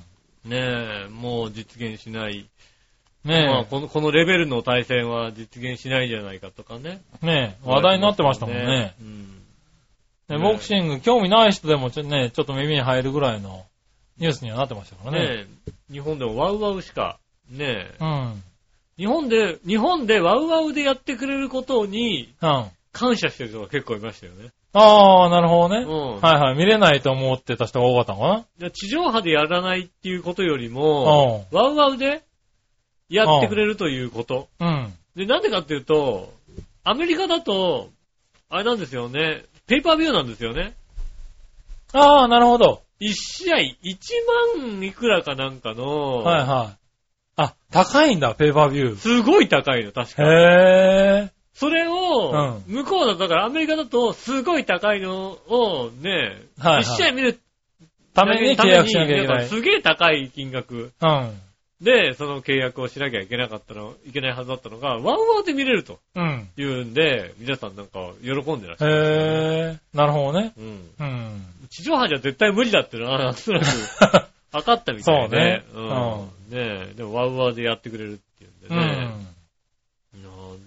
Speaker 2: 本当にね。
Speaker 3: うん。
Speaker 2: ねえ、もう実現しない。まあ
Speaker 3: ね
Speaker 2: この、このレベルの対戦は実現しないんじゃないかとかね。
Speaker 3: え、ねえ、話題になってましたもんね。
Speaker 2: うん。ね
Speaker 3: ねボクシング興味ない人でもちょ、ね、ちょっと耳に入るぐらいのニュースにはなってましたからね。
Speaker 2: ねえ、日本でもワウワウしか、ねえ、
Speaker 3: うん。
Speaker 2: 日本で、日本でワウワウでやってくれることに
Speaker 3: うん。
Speaker 2: 感謝してる人が結構いましたよね。
Speaker 3: ああ、なるほどね。
Speaker 2: うん
Speaker 3: はいはい。見れないと思ってた人が多かったのか
Speaker 2: で地上波でやらないっていうことよりも、ワウワウでやってくれるということ。
Speaker 3: なうん。
Speaker 2: で、なんでかっていうと、アメリカだと、あれなんですよね、ペーパービューなんですよね。
Speaker 3: ああ、なるほど。
Speaker 2: 1試合1万いくらかなんかの、
Speaker 3: はいはい。あ、高いんだ、ペーパービュー。
Speaker 2: すごい高いの、確か。
Speaker 3: へえ。
Speaker 2: それを、
Speaker 3: う
Speaker 2: 向こうだと、だからアメリカだと、すごい高いのをね、
Speaker 3: はいはい
Speaker 2: 1試合見る
Speaker 3: ために契約しなきゃいけ
Speaker 2: ため
Speaker 3: な
Speaker 2: に
Speaker 3: い。
Speaker 2: すげえ高い金額
Speaker 3: うん。
Speaker 2: で、その契約をしなきゃいけなかったの、いけないはずだったのが、ワンワンで見れると
Speaker 3: うん。
Speaker 2: いうんで、皆さんなんか喜んでらっしゃる。
Speaker 3: へえ。なるほどね。
Speaker 2: うん。
Speaker 3: うん。
Speaker 2: 地上波じゃ絶対無理だっていうのは、 なんとなく分かったみたいで。
Speaker 3: そうね
Speaker 2: うん。ねえ、でもワウワウでやってくれるっていうんで
Speaker 3: う
Speaker 2: ね。
Speaker 3: ん。
Speaker 2: いやー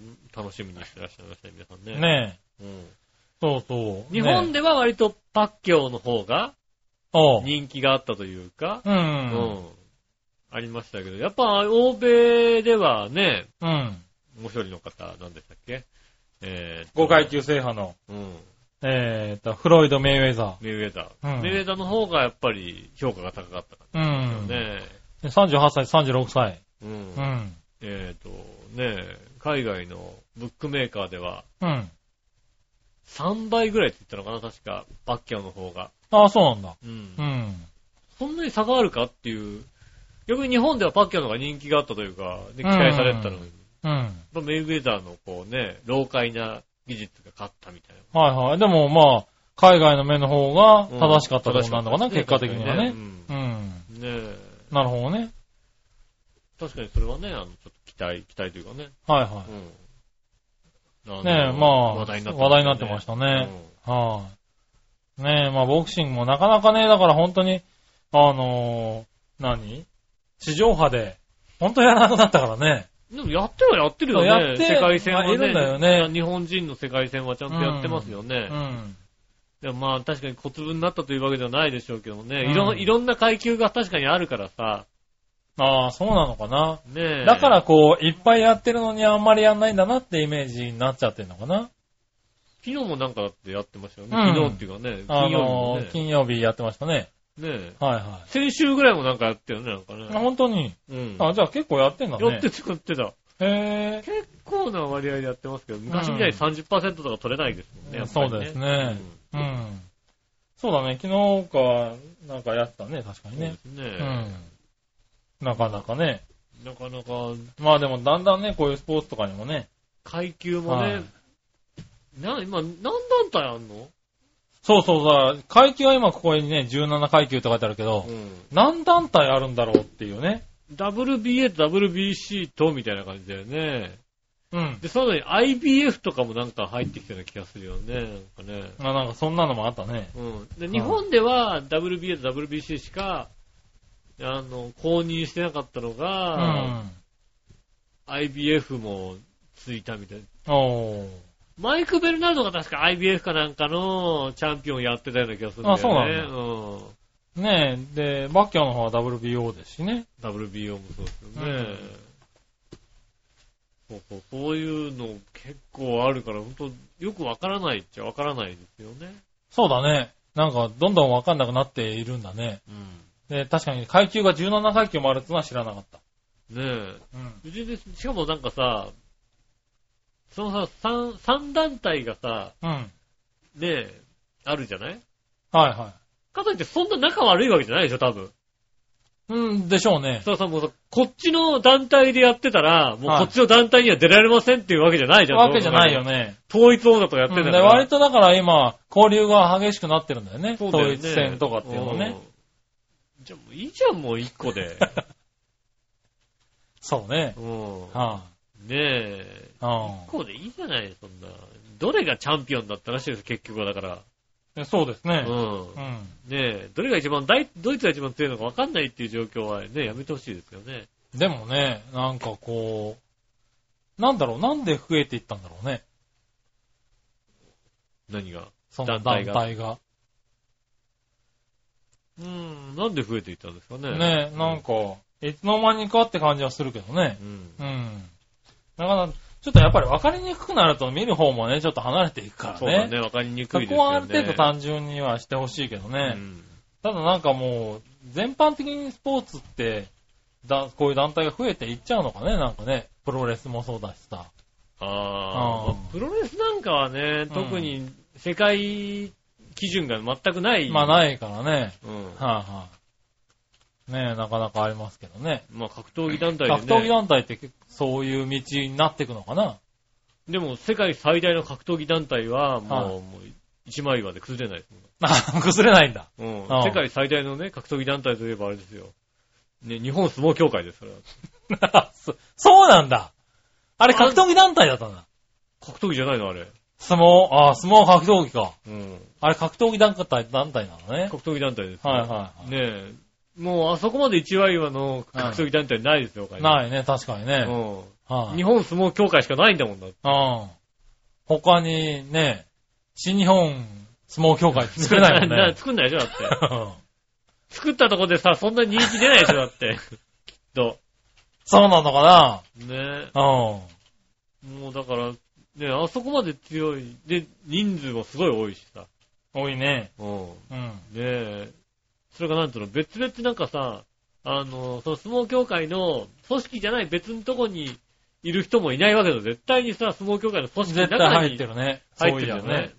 Speaker 2: 楽しみにしてらっしゃいましたね、皆さんね。
Speaker 3: ねえ。
Speaker 2: うん
Speaker 3: そうそう。
Speaker 2: 日本
Speaker 3: ね
Speaker 2: では割とパッキョーの方が
Speaker 3: おう。
Speaker 2: 人気があったというか、
Speaker 3: う。
Speaker 2: うんん。ありましたけど、やっぱ欧米ではね、
Speaker 3: うん。
Speaker 2: もう一人の方、何でしたっけえーと
Speaker 3: 5階。級制覇の、
Speaker 2: うん。
Speaker 3: えーっと、フロイド・メイウェザ
Speaker 2: メイウェザ
Speaker 3: う
Speaker 2: ー。
Speaker 3: ん
Speaker 2: メイウェザーの方がやっぱり評価が高かったか
Speaker 3: ー。うん。
Speaker 2: らね。
Speaker 3: 38歳、36歳。
Speaker 2: うん
Speaker 3: うん。
Speaker 2: えっ、と、ねえ、海外のブックメーカーでは
Speaker 3: うん。
Speaker 2: 3倍ぐらいって言ったのかな、確か、バッキャーの方が。
Speaker 3: ああ、そうなんだ。
Speaker 2: うん
Speaker 3: う。ん。
Speaker 2: そんなに差があるかっていう。逆に日本ではパッキャーの方が人気があったというか、ね期待されてたのに、
Speaker 3: うん。
Speaker 2: まあメイウェザーのこうね、老快な技術が勝ったみたい
Speaker 3: はいはい。でもまあ、海外の目の方が
Speaker 2: な。
Speaker 3: 正しかったってことな
Speaker 2: うん
Speaker 3: のかな、結果的にはね
Speaker 2: う。ん
Speaker 3: う
Speaker 2: ね
Speaker 3: ん。
Speaker 2: え、
Speaker 3: なるほどね。
Speaker 2: 確かにそれはね、あの、ちょっと期待、期待というかね。
Speaker 3: はいは
Speaker 2: うん。
Speaker 3: い。ねえ、まあ、話題になってましたた
Speaker 2: ね
Speaker 3: ね。はい。ねえ、まあ、ボクシングもなかなかね、だから本当に、あのー、何地上波で、本当やらなくなったからね。
Speaker 2: でもやってはやってるよね。
Speaker 3: やって
Speaker 2: 世界戦は
Speaker 3: まあいるんだよね
Speaker 2: ね。日本人の世界戦はちゃんとやってますよ
Speaker 3: う
Speaker 2: ね。
Speaker 3: ん。
Speaker 2: でもまあ確かに小粒になったというわけではないでしょうけどもね。
Speaker 3: うん
Speaker 2: いろんいろんな階級が確かにあるからさ。
Speaker 3: ああ、そうなのかな。
Speaker 2: ねえ
Speaker 3: だから、こう、いっぱいやってるのにあんまりやんないんだなってイメージになっちゃってるのかな。
Speaker 2: 昨日もなんかだってやってましたよね。
Speaker 3: うん
Speaker 2: 昨日っていうかね。
Speaker 3: あ
Speaker 2: 金曜日も
Speaker 3: のー、
Speaker 2: ね。
Speaker 3: 金曜日やってましたね。
Speaker 2: ねえ
Speaker 3: はいはい。
Speaker 2: 先週ぐらいもなんかやってるね、なんか
Speaker 3: あ
Speaker 2: ね。
Speaker 3: 本当に。
Speaker 2: うん。
Speaker 3: あ、じゃあ結構やってんだね。
Speaker 2: やって作ってた。
Speaker 3: へ
Speaker 2: 結構な割合でやってますけど、昔みたいに30%とか取れないですもんね。
Speaker 3: え。
Speaker 2: やっぱ
Speaker 3: そう
Speaker 2: り
Speaker 3: ですね。うん。そうだね、昨日か、なんかやったね、確かにね。
Speaker 2: そう
Speaker 3: う
Speaker 2: ですね。
Speaker 3: ん。なかなかね。
Speaker 2: なかなか、
Speaker 3: まあでもだんだんね、こういうスポーツとかにもね。
Speaker 2: 階級も
Speaker 3: は
Speaker 2: ね
Speaker 3: い、
Speaker 2: な、今、何団体あんの
Speaker 3: そうそうそう、階級は今ここにね、17階級って書いてあるけど、何団体あるんだろうっていうね。
Speaker 2: WBA と WBC と、みたいな感じだよね。
Speaker 3: うん。
Speaker 2: で、そのに IBF とかもなんか入ってきてるような気がするよね。なんかね。
Speaker 3: あなんかそんなのもあったね。
Speaker 2: うん。で、日本では WBA と WBC しか、あの、公認してなかったの
Speaker 3: う
Speaker 2: が、
Speaker 3: ん。
Speaker 2: IBF もついたみたいな。
Speaker 3: おー。
Speaker 2: マイク・ベルナルドが確か IBF かなんかのチャンピオンやってたような気がするんだよね。
Speaker 3: あそうなんだ
Speaker 2: うん
Speaker 3: ねえ、で、バッキャオの方は WBO ですしね。
Speaker 2: WBO もそうですよね。そうそう、そういうの結構あるから、本当よくわからないっちゃわからないですよね。
Speaker 3: そうだね。なんか、どんどんわかんなくなっているんだね。で、確かに階級が17階級もあるってのは知らなかった。
Speaker 2: うん。ね
Speaker 3: うん。
Speaker 2: え。うちで、しかもなんかさ、そのさ、三、三団体がさ、
Speaker 3: うん。はい
Speaker 2: ねえ、あるじゃない
Speaker 3: は
Speaker 2: かといってそんな仲悪いわけじゃないでしょ、多分。
Speaker 3: い。うん、でしょうね。
Speaker 2: そうそう、もうさこっちの団体でやってたら、もう
Speaker 3: はい
Speaker 2: こっちの団体には出られませんっていうわけじゃないじゃん。
Speaker 3: わけじゃないよ。ね。
Speaker 2: 統一王座とかやって
Speaker 3: うんん
Speaker 2: だ
Speaker 3: で、
Speaker 2: から。
Speaker 3: 割とだから今、交流が激しくなってるんだよね。
Speaker 2: そうだよね
Speaker 3: 統一戦とかっていうのね。。
Speaker 2: うんじゃあもういいじゃん、もう一個 で。
Speaker 3: そうね。
Speaker 2: うん
Speaker 3: は
Speaker 2: ねえ。
Speaker 3: い、あ
Speaker 2: 一。個でいいじゃない、そんな。どれがチャンピオンだったらしいです、結局はだから。
Speaker 3: でそうです
Speaker 2: う
Speaker 3: ね。
Speaker 2: ん。
Speaker 3: うん。
Speaker 2: ねえ、どれが一番、大ドイツが一番強いのか分かんないっていう状況はね、やめてほしいですよね。
Speaker 3: でもね、なんかこう、なんだろう、なんで増えていったんだろうね。
Speaker 2: 何が。
Speaker 3: その団
Speaker 2: 団体
Speaker 3: 体
Speaker 2: が
Speaker 3: が。
Speaker 2: うん、なんで増えていったんですかね。
Speaker 3: ねなんか、いつの間にかって感じはするけどね。
Speaker 2: うん。
Speaker 3: うん。なかなか、ちょっとやっぱり分かりにくくなると見る方もね、ちょっと離れていくからね。
Speaker 2: そうだね、分かりにくい
Speaker 3: そ
Speaker 2: です
Speaker 3: こ
Speaker 2: よね。
Speaker 3: はある程度単純にはしてほしいけどね。
Speaker 2: うん
Speaker 3: ただなんかもう、全般的にスポーツって、だこういう団体が増えていっちゃうのかね、なんかね。プロレスもそうだしさ。
Speaker 2: あー
Speaker 3: うん
Speaker 2: プロレスなんかはね、特に世界基準が全くない。
Speaker 3: まあないからね。
Speaker 2: うん。
Speaker 3: はい、はい、ねえ、なかなかありますけどね。
Speaker 2: まあ格闘技団体でね。
Speaker 3: 格闘技団体って結構そういう道になっていくのかな。
Speaker 2: でも世界最大の格闘技団体はもう、
Speaker 3: はい
Speaker 2: もう一枚岩で崩れないです
Speaker 3: あ崩れないんだ。
Speaker 2: もん。うん。
Speaker 3: ああ
Speaker 2: 世界最大のね、格闘技団体といえばあれですよ。ね、日本相撲協会ですから。
Speaker 3: そそうなんだ。あれ格闘技団体だったんだ。
Speaker 2: 格闘技じゃないのあれ。
Speaker 3: 相撲、ああ、相撲格闘技か。
Speaker 2: うん。
Speaker 3: あれ格闘技団体、団体なのね。
Speaker 2: 格闘技団体ですよ。
Speaker 3: はいはいはい
Speaker 2: ねえ。もうあそこまで一枚岩の格闘技団体ないですよ、。
Speaker 3: ないいね、確かに
Speaker 2: う
Speaker 3: ね。
Speaker 2: ん。
Speaker 3: はい、
Speaker 2: 日本相撲協会しかないんだもんだって。
Speaker 3: うん。他にね、新日本相撲協会作れないもんね。
Speaker 2: 作んないでしょ、だ って。作ったとこでさ、そんな人気出ないでしょ、だって。きっと。
Speaker 3: そうなのか
Speaker 2: ね
Speaker 3: なうん。
Speaker 2: え。もうだから、ねえあそこまで強い。で、人数もすごい多いしさ。
Speaker 3: 多いね。
Speaker 2: うん。
Speaker 3: うん。
Speaker 2: ねえ。それがなんていうの、別々なんかさ、あの、その相撲協会の組織じゃない別のとこにいる人もいないわけだよ。絶対にさ、相撲協会の組織の
Speaker 3: 絶対
Speaker 2: 中
Speaker 3: 入
Speaker 2: に
Speaker 3: ってるね。
Speaker 2: 入ってるよ
Speaker 3: そういや
Speaker 2: ね。。
Speaker 3: うん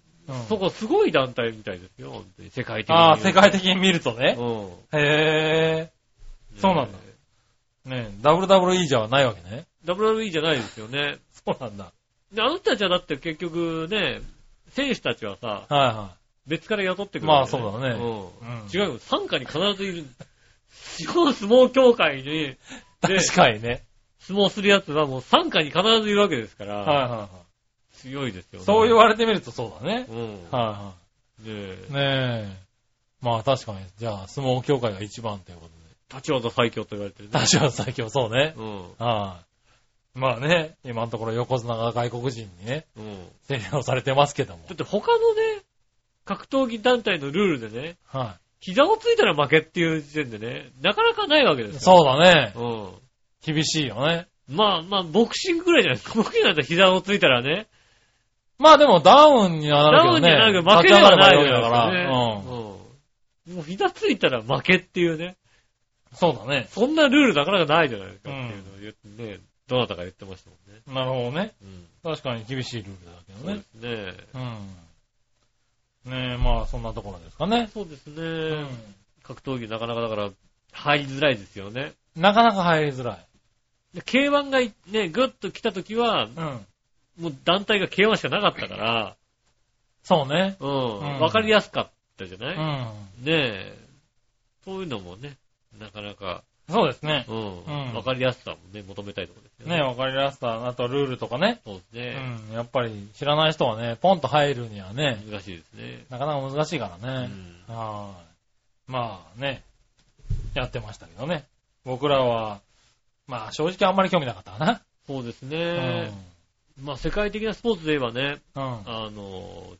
Speaker 2: そこすごい団体みたいですよ、本当に。世界的に。
Speaker 3: ああ、世界的に見るとね。
Speaker 2: うん。
Speaker 3: へそうなんだ
Speaker 2: ね
Speaker 3: え。ねえ WWE じゃないわけ
Speaker 2: え
Speaker 3: ね。
Speaker 2: WWE じゃないですよね。
Speaker 3: そうなんだ。
Speaker 2: で、あの人たちはだって結局ね、選手たちはさ、
Speaker 3: は
Speaker 2: 別から雇ってくる、
Speaker 3: まあそうだね
Speaker 2: うん。
Speaker 3: うん
Speaker 2: 違うよ、参加に必ずいる。 地方相撲協会に、
Speaker 3: いはい。
Speaker 2: で、
Speaker 3: 確かにね。
Speaker 2: 相撲するやつはもう参加に必ずいるわけですから、
Speaker 3: はいはいは
Speaker 2: 強いですよ
Speaker 3: い。
Speaker 2: ね。
Speaker 3: そう言
Speaker 2: わ
Speaker 3: われてみるとそうだね
Speaker 2: う。ん。
Speaker 3: は
Speaker 2: ねえ
Speaker 3: いはい。ねえ。まあ確かに。じゃあ、相撲協会が一番ということで。
Speaker 2: 立ち技最強と言われてるね。
Speaker 3: 確かに最強、そうね。
Speaker 2: うん。
Speaker 3: はい。まあね、今のところ横綱が外国人にね、
Speaker 2: うん。
Speaker 3: 占領されてますけども。
Speaker 2: だって他のね、格闘技団体のルールでね、
Speaker 3: は
Speaker 2: 膝をついたら負けっていう時点でね、なかなかないわけで
Speaker 3: い。
Speaker 2: すよ。
Speaker 3: そうだね。
Speaker 2: う。うん。
Speaker 3: 厳しいよね。
Speaker 2: まあまあ、ボクシングぐらいじゃないですか。ボクシングだったら膝をついたらね、
Speaker 3: まあでもダウンにはな
Speaker 2: ダ
Speaker 3: るけ
Speaker 2: ウ
Speaker 3: ど
Speaker 2: ンに
Speaker 3: ね。
Speaker 2: はなるけど負けではないわけ
Speaker 3: 立ち
Speaker 2: だ
Speaker 3: 上
Speaker 2: か
Speaker 3: が
Speaker 2: ら
Speaker 3: る
Speaker 2: ね。
Speaker 3: わけだから。うん。
Speaker 2: うんもう膝ついたら負けっていうね。
Speaker 3: そうだね。
Speaker 2: そんなルールなかなかないじゃないですか。っ
Speaker 3: う
Speaker 2: てい
Speaker 3: ん
Speaker 2: うのを言ってね、どなたか言ってましたもんね。
Speaker 3: なるほどね。
Speaker 2: うん。
Speaker 3: 確かに厳しいルールだけど
Speaker 2: そう
Speaker 3: ね
Speaker 2: で。すね。
Speaker 3: うん。ねえ、まあそんなところですかね。
Speaker 2: そうですね、
Speaker 3: う
Speaker 2: 格闘技なかなかだから入りづらいですよね。
Speaker 3: ん。なかなか入りづらい。
Speaker 2: で K1 がいね、ぐっと来た時は、
Speaker 3: うん。
Speaker 2: もう団体が K1 しかなかったから、
Speaker 3: そうね。
Speaker 2: うん。
Speaker 3: ん
Speaker 2: わかりやすかったじゃな
Speaker 3: う
Speaker 2: い、
Speaker 3: ん。
Speaker 2: ねえ。そういうのもね、なかなか、
Speaker 3: そうですね。
Speaker 2: うん。
Speaker 3: うん
Speaker 2: わかりやすさもね、求めたいところですよね。
Speaker 3: ねえ、わかりやすさ、あとルールとかね。
Speaker 2: そうです
Speaker 3: う
Speaker 2: ね。
Speaker 3: ん。やっぱり知らない人はね、ポンと入るにはね、
Speaker 2: 難しいですね。
Speaker 3: なかなか難しいから
Speaker 2: うん。
Speaker 3: ね。はーい。まあね、やってましたけどね。僕らは、まあ正直あんまり興味なかったかな。
Speaker 2: そうですね。まあ、世界的なスポーツで言えばね、
Speaker 3: うん。うん。
Speaker 2: あの、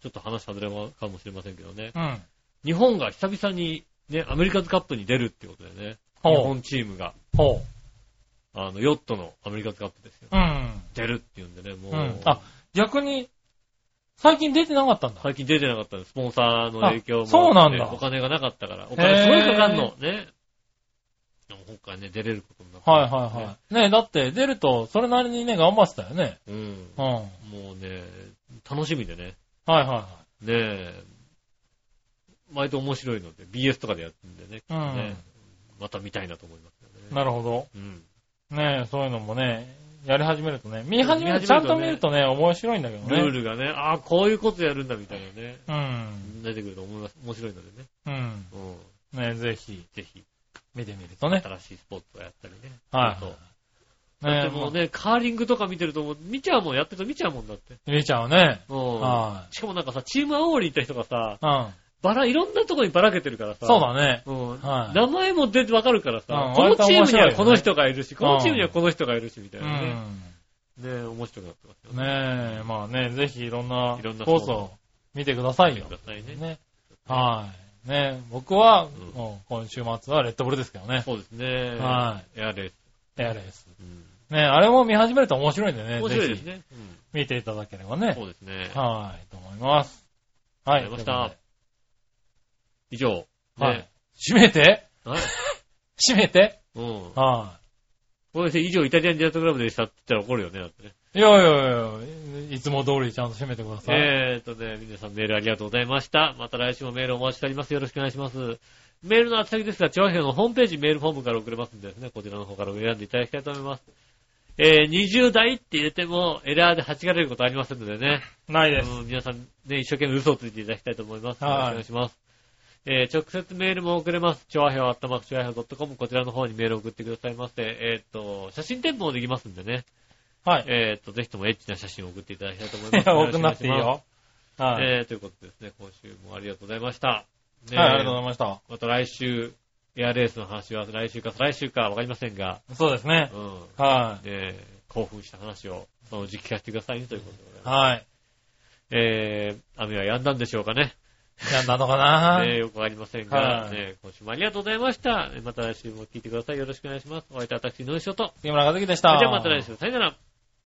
Speaker 2: ちょっと話外れまかもしれませんけどね。
Speaker 3: うん。
Speaker 2: 日本が久々に、ね、アメリカズカップに出るってことだよね。
Speaker 3: ほ
Speaker 2: 日
Speaker 3: う。
Speaker 2: 本チームが、
Speaker 3: ほ
Speaker 2: あの、ヨットのアメリカズカップですよ。
Speaker 3: う。うん。
Speaker 2: 出るっていうんでね、もう、
Speaker 3: うん。あ、逆に、最近出てなかったんだ。
Speaker 2: 最近出てなかったのスポンサーの影響もあって。
Speaker 3: あそうなんだ
Speaker 2: お金がなかったから。お
Speaker 3: へ
Speaker 2: 金
Speaker 3: ー
Speaker 2: すごいかかんの。ね。でも今回ね、出れることになった。
Speaker 3: はいはいはい。ねだって出ると、それなりにね、頑張ってたよね。
Speaker 2: い。うん。
Speaker 3: うん。はい
Speaker 2: もうね、楽しみでね。
Speaker 3: はいは
Speaker 2: ねえ。毎度面白いので、BS とかでやってるんでね。
Speaker 3: うん
Speaker 2: ねまた見たいなと思いますよね。
Speaker 3: い。なるほ
Speaker 2: うん。
Speaker 3: ど。ねそういうのもね、やり始めるとね、見始める、
Speaker 2: 見
Speaker 3: ちゃ
Speaker 2: 始めるとね
Speaker 3: んと見るとね、面白いんだけど
Speaker 2: ルー
Speaker 3: ね。
Speaker 2: ルがね、ああ、こういうことやるんだみたいなね、
Speaker 3: うん。
Speaker 2: 出てくると思います。面白いのでね。
Speaker 3: うん。
Speaker 2: うん。
Speaker 3: ねぜひ、
Speaker 2: ぜひ、
Speaker 3: 見てみるとね。
Speaker 2: 新しいスポーツをやったりね。
Speaker 3: はい
Speaker 2: そうだっ
Speaker 3: ね
Speaker 2: てもうね、カーリングとか見てるともう、見ちゃうもん、やってると見ちゃうもんだって。
Speaker 3: 見れちゃうね。
Speaker 2: うん。
Speaker 3: は
Speaker 2: しかもなんかさ、チーム青森行った人がさ、
Speaker 3: い。うん。
Speaker 2: ばら、いろんなとこにばらけてるからさ。
Speaker 3: そうだね。
Speaker 2: うん。
Speaker 3: はい
Speaker 2: 名前も出てわかるからさ、
Speaker 3: うん
Speaker 2: このチームには
Speaker 3: 割と面白いよね
Speaker 2: この人がいるし、このチームにはこの人がいるし、みたいうなね。
Speaker 3: ん。
Speaker 2: ね面白くなってますよね。
Speaker 3: ねえ、まあね、ぜひいろんない
Speaker 2: ろんな
Speaker 3: コースを見てください
Speaker 2: 見て
Speaker 3: よ
Speaker 2: く。ださいね。
Speaker 3: ね。はい。ね僕は、
Speaker 2: ん
Speaker 3: もう今週末はレッドブルですけどね。
Speaker 2: そうですね。。
Speaker 3: はい
Speaker 2: やれ。
Speaker 3: エアレース。
Speaker 2: うん
Speaker 3: ねあれも見始めると面白いんでね。
Speaker 2: 面白いです
Speaker 3: ぜ
Speaker 2: ね。
Speaker 3: ひ見ていただければ
Speaker 2: うん
Speaker 3: ね。
Speaker 2: そうですね。
Speaker 3: はい、と思います。はい。
Speaker 2: ありがとうご
Speaker 3: と
Speaker 2: ざいま
Speaker 3: い
Speaker 2: した以上。
Speaker 3: うことではい
Speaker 2: ね。。
Speaker 3: 閉めて
Speaker 2: はい。
Speaker 3: 閉めて
Speaker 2: うん。
Speaker 3: は
Speaker 2: これで以上イタリアンジェラートクラブでしたって言ったら怒るよね、だってね。
Speaker 3: い。いやいやいや、いつも通りちゃんと閉めてください。
Speaker 2: えーとね、皆さんメールありがとうございました。また来週もメールお待ちしております。よろしくお願いします。メールの宛先ですが、長編のホームページメールフォームから送れますんでですね、こちらの方から選んでいただきたいと思います。えー、20代って入れてもエラーで弾かれることありませんのでね、
Speaker 3: ないです。
Speaker 2: うん皆さんね、一生懸命嘘をついていただきたいと思います。よろしく
Speaker 3: はい
Speaker 2: お願いします。えー、直接メールも送れます。長編あったまく長編 .com こちらの方にメールを送ってくださいまして、えー、と、写真添付もできますんでね、
Speaker 3: はい。
Speaker 2: えー、と、ぜひともエッチな写真を送っていただきたいと思い
Speaker 3: い
Speaker 2: ま
Speaker 3: や、
Speaker 2: す。
Speaker 3: 多くなっていい
Speaker 2: よろしくお願します
Speaker 3: よ。はい。
Speaker 2: えー、ということですね、今週もありがとうございました。ね
Speaker 3: はい、ありがとうございました。
Speaker 2: また来週、エアレースの話は来週か再来週かわかりませんが、
Speaker 3: そうですね
Speaker 2: う。ん。
Speaker 3: は
Speaker 2: で、興奮した話を、そのうち聞かせてくださいね、ということでござい
Speaker 3: い。
Speaker 2: ます。
Speaker 3: はい。
Speaker 2: えー、雨は止んだんでしょうかね。
Speaker 3: やんだのかな
Speaker 2: ねよくわかりません
Speaker 3: は
Speaker 2: が、
Speaker 3: い
Speaker 2: ね今週もありがとうございました。また来週も聞いてください。よろしくお願いします。お相手は私、井上翔と。
Speaker 3: 杉村和樹でし
Speaker 2: そ
Speaker 3: た。
Speaker 2: れではまた来週、さよなら。